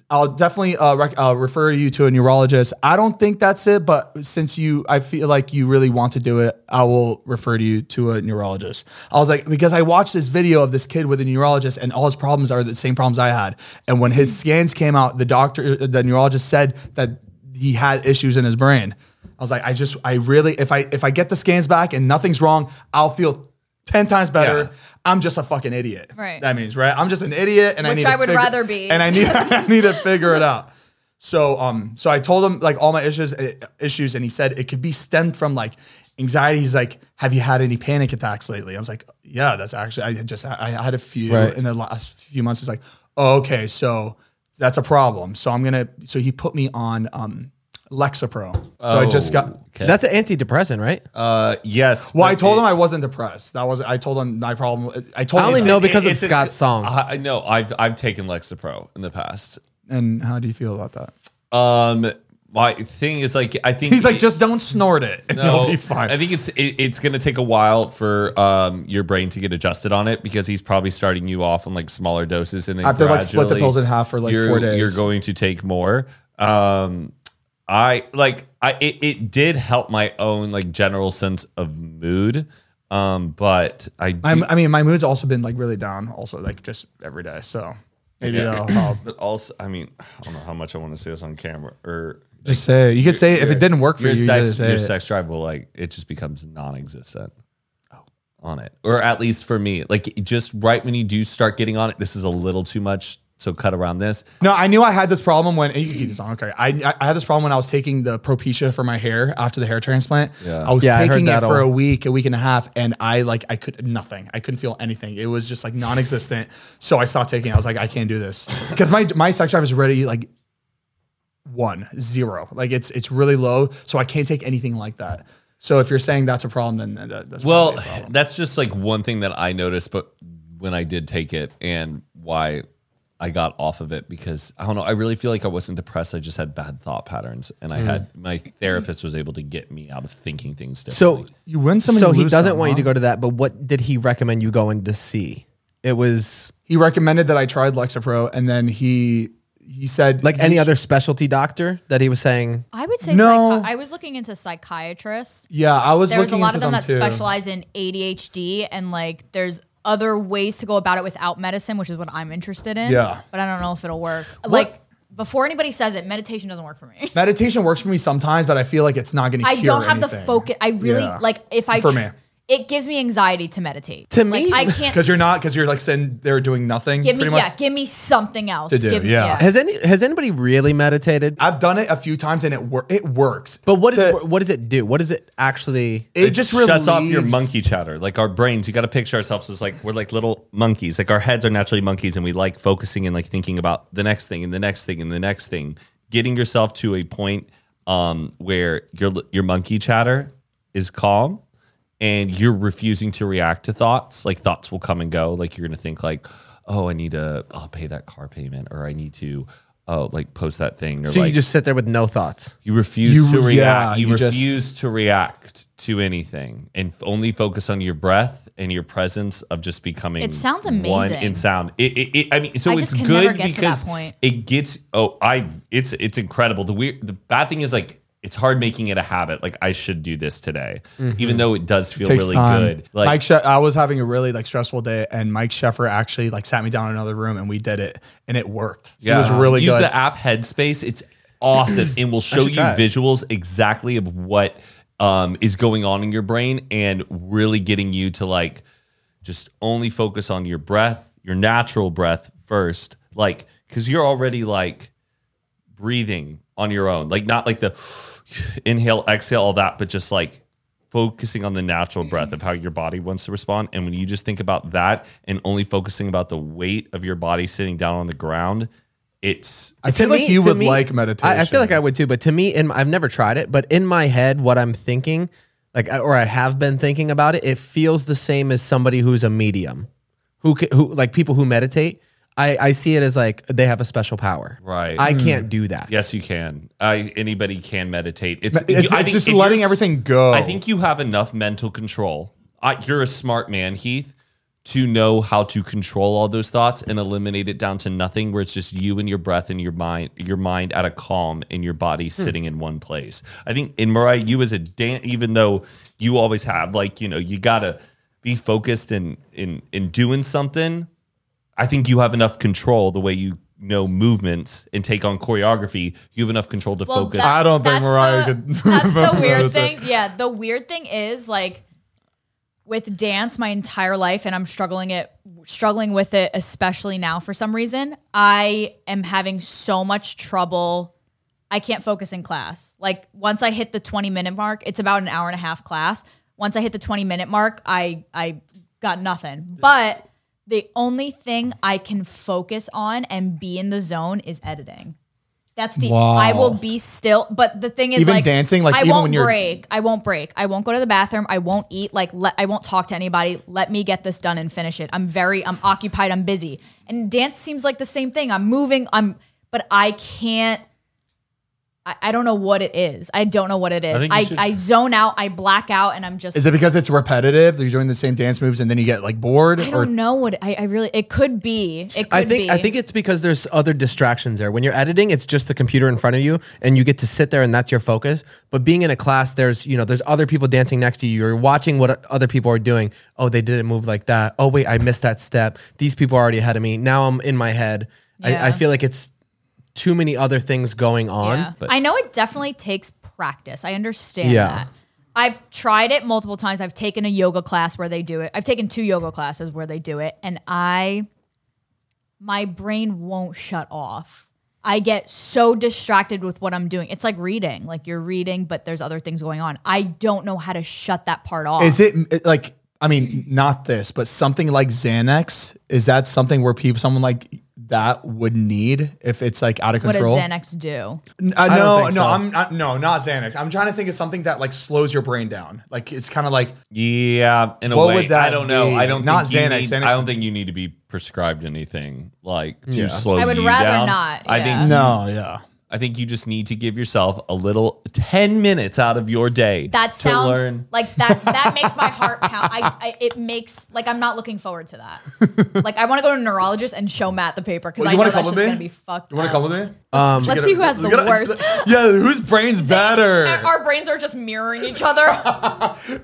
[SPEAKER 2] I'll definitely uh, rec- uh, refer you to a neurologist. I don't think that's it, but since you, I feel like you really want to do it, I will refer to you to a neurologist. I was like, because I watched this video of this kid with a neurologist, and all his problems are the same problems I had. And when his scans came out, the doctor, the neurologist said that he had issues in his brain. I was like, I just, I really, if I if I get the scans back and nothing's wrong, I'll feel ten times better.
[SPEAKER 4] Yeah.
[SPEAKER 2] I'm just a fucking idiot.
[SPEAKER 3] Right.
[SPEAKER 2] That means right. I'm just an idiot, and I
[SPEAKER 3] Which
[SPEAKER 2] need to
[SPEAKER 3] I would
[SPEAKER 2] figure-
[SPEAKER 3] rather be.
[SPEAKER 2] And I need I need to figure it out. So um, so I told him like all my issues uh, issues, and he said it could be stemmed from like anxiety. He's like, "Have you had any panic attacks lately?" I was like, "Yeah, that's actually I just I I had a few
[SPEAKER 1] Right.
[SPEAKER 2] in the last few months." He's like, oh, "Okay, so that's a problem." So I'm gonna. So he put me on um Lexapro. So I just got.
[SPEAKER 1] That's an antidepressant, right?
[SPEAKER 4] Uh, yes.
[SPEAKER 2] Well, I
[SPEAKER 4] but
[SPEAKER 2] told
[SPEAKER 4] it-
[SPEAKER 2] him I wasn't depressed. That was I told him my problem. I told
[SPEAKER 1] I
[SPEAKER 2] him
[SPEAKER 1] only
[SPEAKER 2] it's-
[SPEAKER 1] know because of
[SPEAKER 4] it's a-
[SPEAKER 1] Scott's song.
[SPEAKER 4] I I know. I've I've taken Lexapro in the past.
[SPEAKER 2] And how do you feel about that?
[SPEAKER 4] Um, my thing is like I think
[SPEAKER 2] He's like,
[SPEAKER 4] it-
[SPEAKER 2] just don't snort it, and
[SPEAKER 4] No,
[SPEAKER 2] you'll be fine.
[SPEAKER 4] I think it's it, it's going to take a while for um, your brain to get adjusted on it because he's probably starting you off on like smaller doses and then
[SPEAKER 2] After, like, split the
[SPEAKER 4] gradually
[SPEAKER 2] pills in half for, like,
[SPEAKER 4] you're-
[SPEAKER 2] four days.
[SPEAKER 4] You're going to take more. Um, I like I it, it did help my own like general sense of mood, um, but I do,
[SPEAKER 2] I'm, I mean, my mood's also been like really down, also like just every day. So maybe that'll help.
[SPEAKER 4] but also I mean I don't know how much I want to say this on camera or.
[SPEAKER 2] Just say it. You could say it. if it didn't work for
[SPEAKER 4] your
[SPEAKER 2] you, you
[SPEAKER 4] sex,
[SPEAKER 2] just say
[SPEAKER 4] your
[SPEAKER 2] it.
[SPEAKER 4] sex drive will like it just becomes non-existent Oh. on it, or at least for me, like just right when you do start getting on it, this is a little too much. So cut around this.
[SPEAKER 2] No, I knew I had this problem when you can keep this on. Okay, I I had this problem when I was taking the Propecia for my hair after the hair transplant. Yeah. I was
[SPEAKER 1] Yeah, I heard
[SPEAKER 2] taking it
[SPEAKER 1] that
[SPEAKER 2] for
[SPEAKER 1] all.
[SPEAKER 2] a week, a week and a half, and I like I could nothing. I couldn't feel anything. It was just like non-existent. so I stopped taking. it. I was like, I can't do this because my my sex drive is already like one zero. Like it's it's really low, so I can't take anything like that. So if you're saying that's a problem, then that, that's
[SPEAKER 4] Well,
[SPEAKER 2] probably a problem.
[SPEAKER 4] that's just like one thing that I noticed, but when I did take it and why I got off of it because I don't know, I really feel like I wasn't depressed. I just had bad thought patterns, and I had my therapist was able to get me out of thinking things differently.
[SPEAKER 1] so,
[SPEAKER 2] you win some. and
[SPEAKER 1] so
[SPEAKER 2] you
[SPEAKER 1] he
[SPEAKER 2] lose
[SPEAKER 1] doesn't
[SPEAKER 2] some,
[SPEAKER 1] want you
[SPEAKER 2] huh?
[SPEAKER 1] to go to that, but what did he recommend you going to see? It was
[SPEAKER 2] He recommended that I tried Lexapro, and then he he said
[SPEAKER 1] like any
[SPEAKER 2] you-
[SPEAKER 1] other specialty doctor that he was saying.
[SPEAKER 3] I would say
[SPEAKER 2] No.
[SPEAKER 3] psychi- I was looking into psychiatrists.
[SPEAKER 2] Yeah, I was
[SPEAKER 3] There's a
[SPEAKER 2] looking
[SPEAKER 3] lot
[SPEAKER 2] into
[SPEAKER 3] of them, that
[SPEAKER 2] too.
[SPEAKER 3] specialize in ADHD and like there's other ways to go about it without medicine, which is what I'm interested in.
[SPEAKER 2] Yeah.
[SPEAKER 3] But I don't know if it'll work. Like before anybody says it, meditation doesn't work for me.
[SPEAKER 2] Meditation works for me sometimes, but I feel like it's not going to.
[SPEAKER 3] I don't have the focus. I really
[SPEAKER 2] Yeah.
[SPEAKER 3] like if I
[SPEAKER 2] For
[SPEAKER 3] tr-
[SPEAKER 2] me.
[SPEAKER 3] it gives me anxiety to meditate.
[SPEAKER 1] To
[SPEAKER 3] Like,
[SPEAKER 1] me-
[SPEAKER 3] I can't
[SPEAKER 2] Because you're not, because you're like sitting there doing nothing.
[SPEAKER 3] Give me
[SPEAKER 2] pretty much.
[SPEAKER 3] yeah, give me something else.
[SPEAKER 2] To do,
[SPEAKER 3] Give-
[SPEAKER 2] yeah.
[SPEAKER 1] Has any has anybody really meditated?
[SPEAKER 2] I've done it a few times and it wor- it works.
[SPEAKER 1] But what is
[SPEAKER 2] To-
[SPEAKER 1] what does it do? What does it actually?
[SPEAKER 2] it, just
[SPEAKER 4] shuts off your
[SPEAKER 2] relieves-
[SPEAKER 4] monkey chatter. Like our brains, you got to picture ourselves as like we're like little monkeys. Like our heads are naturally monkeys, and we like focusing and like thinking about the next thing and the next thing and the next thing. Getting yourself to a point um, where your your monkey chatter is calm, and you're refusing to react to thoughts. Like thoughts will come and go. Like you're gonna think like, oh, I need to, I'll pay that car payment, or I need to. Oh, like post that thing. Or
[SPEAKER 1] So
[SPEAKER 4] like,
[SPEAKER 1] you just sit there with no thoughts.
[SPEAKER 4] you refuse
[SPEAKER 2] You-
[SPEAKER 4] to react.
[SPEAKER 2] yeah,
[SPEAKER 4] you,
[SPEAKER 2] you just-
[SPEAKER 4] refuse to react to anything and f- only focus on your breath and your presence of just becoming
[SPEAKER 3] It sounds
[SPEAKER 4] one
[SPEAKER 3] amazing.
[SPEAKER 4] in sound. It, it, it, I mean, so
[SPEAKER 3] I
[SPEAKER 4] it's
[SPEAKER 3] just can
[SPEAKER 4] good
[SPEAKER 3] never get to that
[SPEAKER 4] because
[SPEAKER 3] point.
[SPEAKER 4] it gets. Oh, I. It's it's incredible. The weird. The bad thing is like it's hard making it a habit. Like I should do this today, even though it does feel
[SPEAKER 2] Mm-hmm. takes
[SPEAKER 4] really
[SPEAKER 2] time.
[SPEAKER 4] good. Like
[SPEAKER 2] Mike, she- I was having a really like stressful day, and Mike Sheffer actually like sat me down in another room, and we did it, and it worked. it was really
[SPEAKER 4] Use
[SPEAKER 2] good.
[SPEAKER 4] the app Headspace. It's awesome and will show you
[SPEAKER 1] try it.
[SPEAKER 4] visuals exactly of what um, is going on in your brain and really getting you to like just only focus on your breath, your natural breath first. Like, cause you're already like breathing on your own, like not like the inhale, exhale, all that, but just like focusing on the natural breath of how your body wants to respond. And when you just think about that and only focusing about the weight of your body sitting down on the ground, it's
[SPEAKER 2] I feel like you
[SPEAKER 1] to
[SPEAKER 2] would
[SPEAKER 1] me-
[SPEAKER 2] like
[SPEAKER 1] I-
[SPEAKER 2] meditation.
[SPEAKER 1] I, feel like I would too, but to me, in, I've never tried it, but in my head, what I'm thinking, like, I- or I have been thinking about it, it feels the same as somebody who's a medium, who ca- who like people who meditate. I, I see it as like they have a special power.
[SPEAKER 4] Right.
[SPEAKER 1] I
[SPEAKER 2] Mm.
[SPEAKER 1] can't do that.
[SPEAKER 4] Yes, you can. I anybody can meditate. It's
[SPEAKER 2] It's-
[SPEAKER 4] you- I
[SPEAKER 2] it's
[SPEAKER 4] think
[SPEAKER 2] just
[SPEAKER 4] if you're
[SPEAKER 2] letting
[SPEAKER 4] s-
[SPEAKER 2] everything go.
[SPEAKER 4] I think you have enough mental control. I, you're a smart man, Heath, to know how to control all those thoughts and eliminate it down to nothing, where it's just you and your breath and your mind, your mind at a calm and your
[SPEAKER 2] Hmm.
[SPEAKER 4] body sitting in one place. I think in Mariah, you as a dan, even though you always have like you know you gotta be focused in in in doing something. I think you have enough control the way you know movements and take on choreography. You have enough control to
[SPEAKER 3] Well,
[SPEAKER 4] focus.
[SPEAKER 3] that-
[SPEAKER 2] I don't think
[SPEAKER 3] that's
[SPEAKER 2] Mariah
[SPEAKER 3] the-
[SPEAKER 2] could-
[SPEAKER 3] That's the weird
[SPEAKER 2] That's
[SPEAKER 3] thing. Yeah, the weird thing is like with dance my entire life, and I'm struggling it, struggling with it, especially now for some reason. I am having so much trouble. I can't focus in class. Like once I hit the 20 minute mark, it's about an hour and a half class. Once I hit the 20 minute mark, I I got nothing. But the only thing I can focus on and be in the zone is editing. That's the I will be still. But the thing is,
[SPEAKER 2] Even
[SPEAKER 3] like
[SPEAKER 2] dancing, like,
[SPEAKER 3] I
[SPEAKER 2] even
[SPEAKER 3] won't
[SPEAKER 2] when you're-
[SPEAKER 3] break. I won't break. I won't go to the bathroom. I won't eat. Like let, I won't talk to anybody. Let me get this done and finish it. I'm very. I'm occupied. I'm busy. And dance seems like the same thing. I'm moving. I'm. But I can't. I, I don't know what it is. I don't know what it is.
[SPEAKER 4] think you
[SPEAKER 3] I,
[SPEAKER 4] should-
[SPEAKER 3] I zone out. I black out, and I'm just.
[SPEAKER 2] Is it because it's repetitive? that You're doing the same dance moves, and then you get like bored,
[SPEAKER 3] I
[SPEAKER 2] or
[SPEAKER 3] don't know what it- I, I really. It could be. It could
[SPEAKER 1] I think
[SPEAKER 3] be.
[SPEAKER 1] I think it's because there's other distractions there. When you're editing, it's just the computer in front of you, and you get to sit there, and that's your focus. But being in a class, there's you know there's other people dancing next to you. You're watching what other people are doing. Oh, they didn't move like that. Oh, wait, I missed that step. These people are already ahead of me. Now I'm in my head. I, I
[SPEAKER 3] Yeah.
[SPEAKER 1] feel like it's too many other things going on.
[SPEAKER 3] Yeah. I know it definitely takes practice. I understand
[SPEAKER 1] Yeah.
[SPEAKER 3] that. I've tried it multiple times. I've taken a yoga class where they do it. I've taken two yoga classes where they do it and I my brain won't shut off. I get so distracted with what I'm doing. It's like reading. Like you're reading but there's other things going on. I don't know how to shut that part off.
[SPEAKER 2] is it it- like? I mean, not this, but something like Xanax. Is that something where people, someone like that would need if it's like out of
[SPEAKER 3] what does
[SPEAKER 2] control?
[SPEAKER 3] Xanax do?
[SPEAKER 2] Uh,
[SPEAKER 1] don't
[SPEAKER 2] no, no,
[SPEAKER 1] think so.
[SPEAKER 2] I'm not, no, not Xanax. I'm trying to think of something that like slows your brain down. Like it's kind of like
[SPEAKER 4] Yeah, in a
[SPEAKER 2] What
[SPEAKER 4] way.
[SPEAKER 2] would that
[SPEAKER 4] I don't know.
[SPEAKER 2] be?
[SPEAKER 4] I don't
[SPEAKER 2] Not
[SPEAKER 4] think you
[SPEAKER 2] Xanax.
[SPEAKER 4] need-
[SPEAKER 2] Xanax
[SPEAKER 4] I don't
[SPEAKER 2] is-
[SPEAKER 4] think you need to be prescribed anything like to slow.
[SPEAKER 3] I would
[SPEAKER 4] you
[SPEAKER 3] rather
[SPEAKER 4] down.
[SPEAKER 3] not,
[SPEAKER 4] I
[SPEAKER 3] yeah.
[SPEAKER 4] think
[SPEAKER 2] no, yeah.
[SPEAKER 4] I think you just need to give yourself a little ten minutes out of your day
[SPEAKER 3] That
[SPEAKER 4] to
[SPEAKER 3] sounds
[SPEAKER 4] learn.
[SPEAKER 3] like that. That makes my heart pound. I, I it makes like I'm not looking forward to that. like I want to go to a neurologist and show Matt the paper because
[SPEAKER 2] Well,
[SPEAKER 3] I
[SPEAKER 2] you
[SPEAKER 3] know
[SPEAKER 2] want to
[SPEAKER 3] that's
[SPEAKER 2] come
[SPEAKER 3] just
[SPEAKER 2] with
[SPEAKER 3] gonna
[SPEAKER 2] me?
[SPEAKER 3] be fucked.
[SPEAKER 2] You want to come
[SPEAKER 3] up.
[SPEAKER 2] with me?
[SPEAKER 3] Let's see Oh. who has the
[SPEAKER 2] Look at-
[SPEAKER 3] worst.
[SPEAKER 2] Yeah, whose brain's better?
[SPEAKER 3] Our brains are just mirroring each other.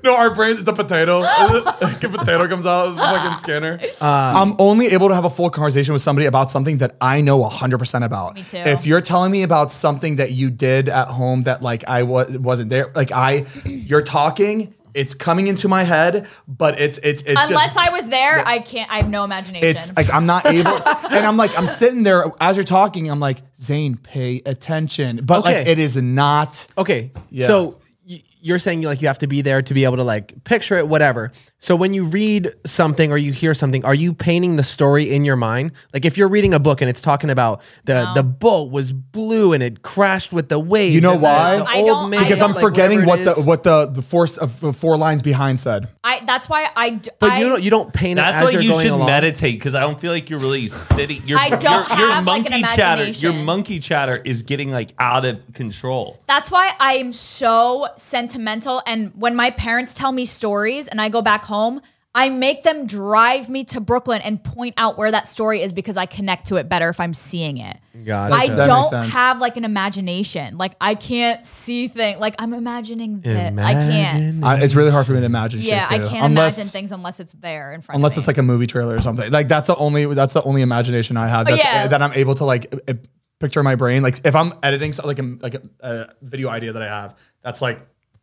[SPEAKER 2] No, our brains is the potato. like a potato comes out of the fucking scanner. I'm only able to have a full conversation with somebody about something that I know 100% about.
[SPEAKER 3] Me too.
[SPEAKER 2] If you're telling me about something that you did at home that like I was wasn't there, like I you're talking It's coming into my head, but it's it's it's just-
[SPEAKER 3] Unless I was there, I can't. I have no imagination.
[SPEAKER 2] it's like I'm not able, and I'm like I'm sitting there as you're talking. I'm like Zane, pay attention, but like
[SPEAKER 1] Okay.
[SPEAKER 2] it is not.
[SPEAKER 1] Okay. So y- you're saying like you have to be there to be able to like picture it, whatever. So when you read something or you hear something, are you painting the story in your mind? Like if you're reading a book and it's talking about the the boat was blue and it crashed with the waves.
[SPEAKER 2] You know
[SPEAKER 1] and the-
[SPEAKER 2] why?
[SPEAKER 1] the
[SPEAKER 3] I
[SPEAKER 1] old
[SPEAKER 3] don't-
[SPEAKER 1] man-
[SPEAKER 3] I
[SPEAKER 2] Because I'm
[SPEAKER 3] like,
[SPEAKER 2] forgetting what
[SPEAKER 1] whatever
[SPEAKER 2] the
[SPEAKER 1] it is.
[SPEAKER 2] what the the force of the four lines behind said.
[SPEAKER 3] I. That's why I. d-
[SPEAKER 1] But
[SPEAKER 3] I,
[SPEAKER 1] you don't you don't paint
[SPEAKER 4] That's
[SPEAKER 1] it
[SPEAKER 4] why
[SPEAKER 1] as you're
[SPEAKER 4] you
[SPEAKER 1] going
[SPEAKER 4] should
[SPEAKER 1] along.
[SPEAKER 4] meditate because I don't feel like you're really sitting. Your,
[SPEAKER 3] I don't
[SPEAKER 4] your, your
[SPEAKER 3] have, like, an
[SPEAKER 4] monkey chatter, your
[SPEAKER 3] imagination.
[SPEAKER 4] monkey chatter is getting like out of control.
[SPEAKER 3] That's why I'm so sentimental. And when my parents tell me stories and I go back home, I make them drive me to Brooklyn and point out where that story is because I connect to it better if I'm seeing it.
[SPEAKER 1] Gotcha.
[SPEAKER 3] I
[SPEAKER 2] That makes
[SPEAKER 3] don't
[SPEAKER 2] sense.
[SPEAKER 3] have like an imagination. Like I can't see things. Like I'm imagining that. I can't.
[SPEAKER 2] I, it's really hard for me to imagine.
[SPEAKER 3] Yeah, I
[SPEAKER 2] shit too.
[SPEAKER 3] can't
[SPEAKER 2] Unless-
[SPEAKER 3] imagine things unless it's there in front.
[SPEAKER 2] unless
[SPEAKER 3] of me.
[SPEAKER 2] it's like a movie trailer or something. Like that's the only that's the only imagination I have. That's,
[SPEAKER 3] Oh,
[SPEAKER 2] eh,
[SPEAKER 3] yeah.
[SPEAKER 2] that I'm able to like uh, picture in my brain. Like if I'm editing so, like a, like a, a video idea that I have, that's like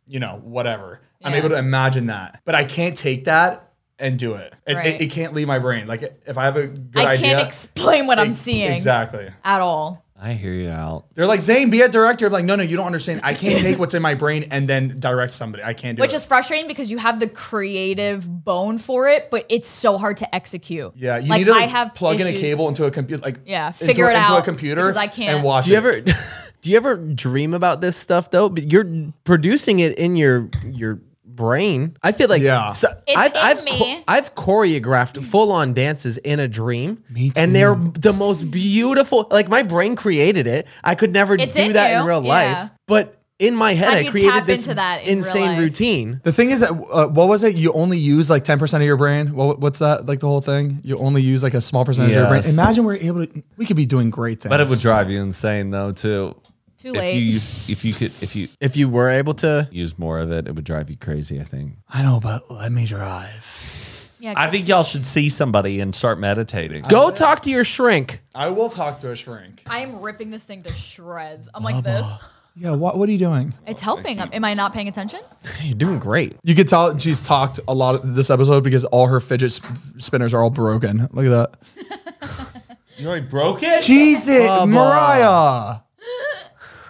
[SPEAKER 2] you know whatever. I'm
[SPEAKER 3] Yeah.
[SPEAKER 2] able to imagine that, but I can't take that and do it. It,
[SPEAKER 3] Right.
[SPEAKER 2] it, it can't leave my brain. Like if I have a good
[SPEAKER 3] I
[SPEAKER 2] idea,
[SPEAKER 3] can't explain what I'm
[SPEAKER 2] ex-
[SPEAKER 3] seeing
[SPEAKER 2] exactly.
[SPEAKER 3] at all.
[SPEAKER 4] I hear you out.
[SPEAKER 2] They're like Zane, be a director. I'm like, no, no, you don't understand. I can't take what's in my brain and then direct somebody. I can't do
[SPEAKER 3] Which
[SPEAKER 2] it.
[SPEAKER 3] is frustrating because you have the creative bone for it, but it's so hard to execute.
[SPEAKER 2] yeah, you
[SPEAKER 3] like
[SPEAKER 2] need to
[SPEAKER 3] I have
[SPEAKER 2] plug in a
[SPEAKER 3] issues.
[SPEAKER 2] cable into a computer, like
[SPEAKER 3] Yeah,
[SPEAKER 2] into
[SPEAKER 3] figure
[SPEAKER 2] a-
[SPEAKER 3] it
[SPEAKER 2] into a
[SPEAKER 3] out,
[SPEAKER 2] computer
[SPEAKER 3] because I
[SPEAKER 2] and
[SPEAKER 3] can't.
[SPEAKER 2] watch.
[SPEAKER 1] Do you
[SPEAKER 2] it.
[SPEAKER 1] ever do you ever dream about this stuff though? But you're producing it in your your brain. I feel like
[SPEAKER 2] Yeah.
[SPEAKER 1] so
[SPEAKER 3] It's
[SPEAKER 1] I've
[SPEAKER 3] in
[SPEAKER 1] I've,
[SPEAKER 3] me.
[SPEAKER 1] I've choreographed full on dances in a dream, and they're the most beautiful. Like my brain created it. I could never
[SPEAKER 3] It's
[SPEAKER 1] do
[SPEAKER 3] in
[SPEAKER 1] that
[SPEAKER 3] you,
[SPEAKER 1] in real
[SPEAKER 3] yeah.
[SPEAKER 1] life, but. In my head,
[SPEAKER 3] How do
[SPEAKER 1] I
[SPEAKER 3] you
[SPEAKER 1] created
[SPEAKER 3] tap
[SPEAKER 1] this
[SPEAKER 3] into that in real
[SPEAKER 1] insane
[SPEAKER 3] life?
[SPEAKER 1] routine.
[SPEAKER 2] The thing is that uh, what was it? You only use like ten percent of your brain. What, what's that? Like the whole thing? You only use like a small percentage of your brain.
[SPEAKER 4] Yes.
[SPEAKER 2] Imagine we're able to. We could be doing great things.
[SPEAKER 4] But it would drive you insane though too.
[SPEAKER 3] Too
[SPEAKER 4] If
[SPEAKER 3] late.
[SPEAKER 4] you use, if you could if you
[SPEAKER 1] If you were able to,
[SPEAKER 4] use more of it, it would drive you crazy. I think.
[SPEAKER 2] I know, but let me drive.
[SPEAKER 4] I think y'all should see somebody and start meditating.
[SPEAKER 1] go talk to your shrink.
[SPEAKER 2] I will talk to a shrink.
[SPEAKER 3] I am ripping this thing to shreds. I'm like this.
[SPEAKER 2] Yeah. What What are you doing?
[SPEAKER 3] It's helping. Am I not paying attention?
[SPEAKER 1] You're doing great.
[SPEAKER 2] You could tell she's talked a lot of this episode because all her fidget sp- spinners are all broken. Look at
[SPEAKER 3] Oh,
[SPEAKER 2] that.
[SPEAKER 4] You already broke it.
[SPEAKER 2] Jesus, Mariah.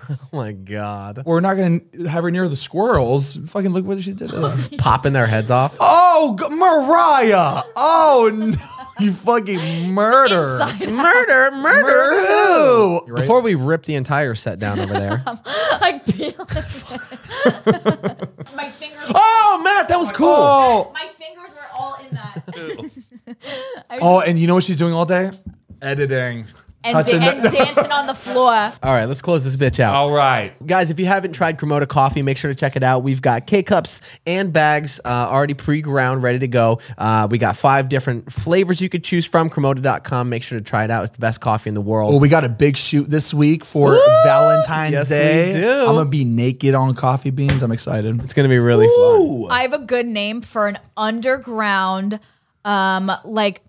[SPEAKER 1] Oh my god,
[SPEAKER 2] We're not gonna have her near the squirrels. Fucking look what she did. to them.
[SPEAKER 1] popping their heads off.
[SPEAKER 2] oh, g- Mariah. Oh no, you fucking murder.
[SPEAKER 1] Murder, murder.
[SPEAKER 2] Murder. Who?
[SPEAKER 1] Before we rip the entire set down over there.
[SPEAKER 3] like peel it. my fingers.
[SPEAKER 1] oh, Matt, that was cool.
[SPEAKER 2] Oh.
[SPEAKER 3] My fingers were all in that.
[SPEAKER 2] Oh, and you know what she's doing all day? Editing.
[SPEAKER 3] and,
[SPEAKER 2] Touching Uh.
[SPEAKER 3] da- and dancing on the floor.
[SPEAKER 1] All right, let's close this bitch out.
[SPEAKER 4] All right.
[SPEAKER 1] Guys, if you haven't tried Cremota Coffee, make sure to check it out. We've got K cups and bags uh, already pre ground, ready to go. Uh, we got five different flavors you could choose from. Cremota.com. Make sure to try it out. It's the best coffee in the world.
[SPEAKER 2] Well, Oh, we got a big shoot this week for Valentine's
[SPEAKER 1] Yes, we
[SPEAKER 2] Day.
[SPEAKER 1] do.
[SPEAKER 2] I'm gonna be naked on coffee beans. I'm excited.
[SPEAKER 1] Oh, it's going to be really fun.
[SPEAKER 3] I have a good name for an underground, um, like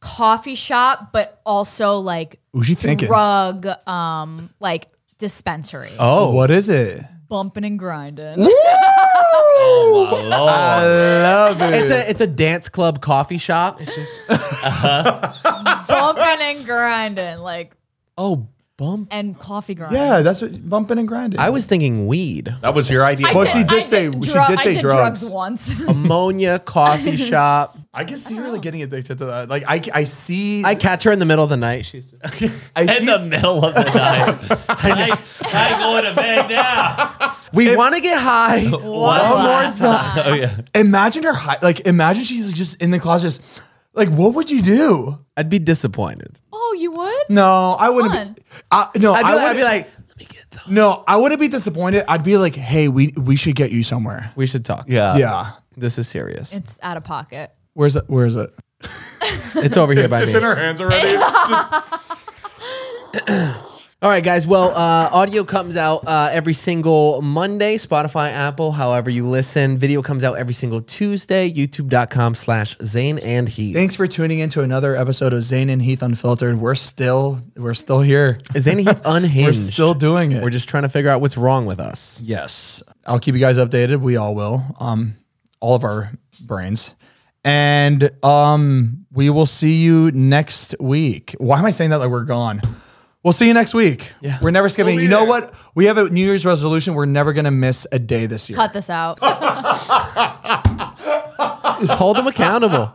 [SPEAKER 3] coffee shop, but also like
[SPEAKER 2] Who's she thinking?
[SPEAKER 3] drug, um, like dispensary.
[SPEAKER 2] Oh, what is it?
[SPEAKER 3] Bumping and grinding.
[SPEAKER 4] Oh my lord.
[SPEAKER 2] Love it.
[SPEAKER 1] It's a it's a dance club coffee shop. It's just
[SPEAKER 3] bumping and grinding, like
[SPEAKER 1] oh bump.
[SPEAKER 3] and coffee grind.
[SPEAKER 2] yeah, that's what bumping and grinding.
[SPEAKER 1] I was thinking weed,
[SPEAKER 4] That was your idea.
[SPEAKER 3] I
[SPEAKER 2] Well, she
[SPEAKER 3] I
[SPEAKER 2] did say- she did
[SPEAKER 3] I
[SPEAKER 2] say
[SPEAKER 3] did
[SPEAKER 2] drugs. Um,
[SPEAKER 3] drugs, once.
[SPEAKER 1] ammonia coffee shop.
[SPEAKER 2] I can see you really getting addicted to that. Like I, I see.
[SPEAKER 1] I catch her in the middle of the night. She's just
[SPEAKER 2] I
[SPEAKER 4] in
[SPEAKER 2] see-
[SPEAKER 4] the middle of the night. I, I going to bed now.
[SPEAKER 1] we want to get high.
[SPEAKER 4] One
[SPEAKER 2] more time.
[SPEAKER 4] Oh yeah.
[SPEAKER 2] Imagine her. High, like imagine she's just in the closet. Just like what would you do?
[SPEAKER 1] I'd be disappointed.
[SPEAKER 3] oh, you would?
[SPEAKER 2] No, I wouldn't.
[SPEAKER 3] Fun.
[SPEAKER 2] Be, I, no,
[SPEAKER 1] I'd be,
[SPEAKER 2] I
[SPEAKER 1] like, I'd
[SPEAKER 2] would
[SPEAKER 1] be like, let me get the.
[SPEAKER 2] No, I wouldn't be disappointed. I'd be like, hey, we we should get you somewhere.
[SPEAKER 1] We should talk.
[SPEAKER 4] Yeah.
[SPEAKER 2] yeah.
[SPEAKER 1] This is serious.
[SPEAKER 3] It's out of pocket.
[SPEAKER 2] Where's it? Where is it?
[SPEAKER 1] It's over here by me.
[SPEAKER 2] her hands already.
[SPEAKER 1] All right, guys. Well, uh, audio comes out uh, every single Monday, Spotify, Apple, however you listen. Video comes out every single Tuesday, youtube.com slash Zane and Heath.
[SPEAKER 2] Thanks for tuning in to another episode of Zane and Heath Unfiltered. We're still we're still here.
[SPEAKER 1] Zane and Heath
[SPEAKER 2] We're
[SPEAKER 1] unhinged.
[SPEAKER 2] still doing it.
[SPEAKER 1] We're just trying to figure out what's wrong with us.
[SPEAKER 2] yes. I'll keep you guys updated. We all will. Um, all of our brains. And um, we will see you next week. Why am I saying that like we're gone? We'll see you next week. Yeah. We're never skipping. you know what? We have a New Year's resolution. We're never going to miss a day this year.
[SPEAKER 3] Cut this out.
[SPEAKER 1] Hold them accountable.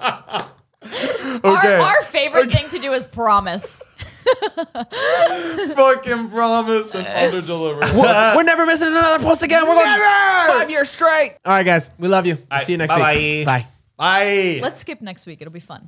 [SPEAKER 3] Our, our favorite thing to do is promise.
[SPEAKER 2] fucking promise and under deliver.
[SPEAKER 1] we're, we're never missing another post again. We're going five years straight. All right, guys. We love you. We'll
[SPEAKER 4] right,
[SPEAKER 1] see you next
[SPEAKER 4] bye-bye.
[SPEAKER 1] week. Bye.
[SPEAKER 2] Bye.
[SPEAKER 3] Let's skip next week. It'll be fun.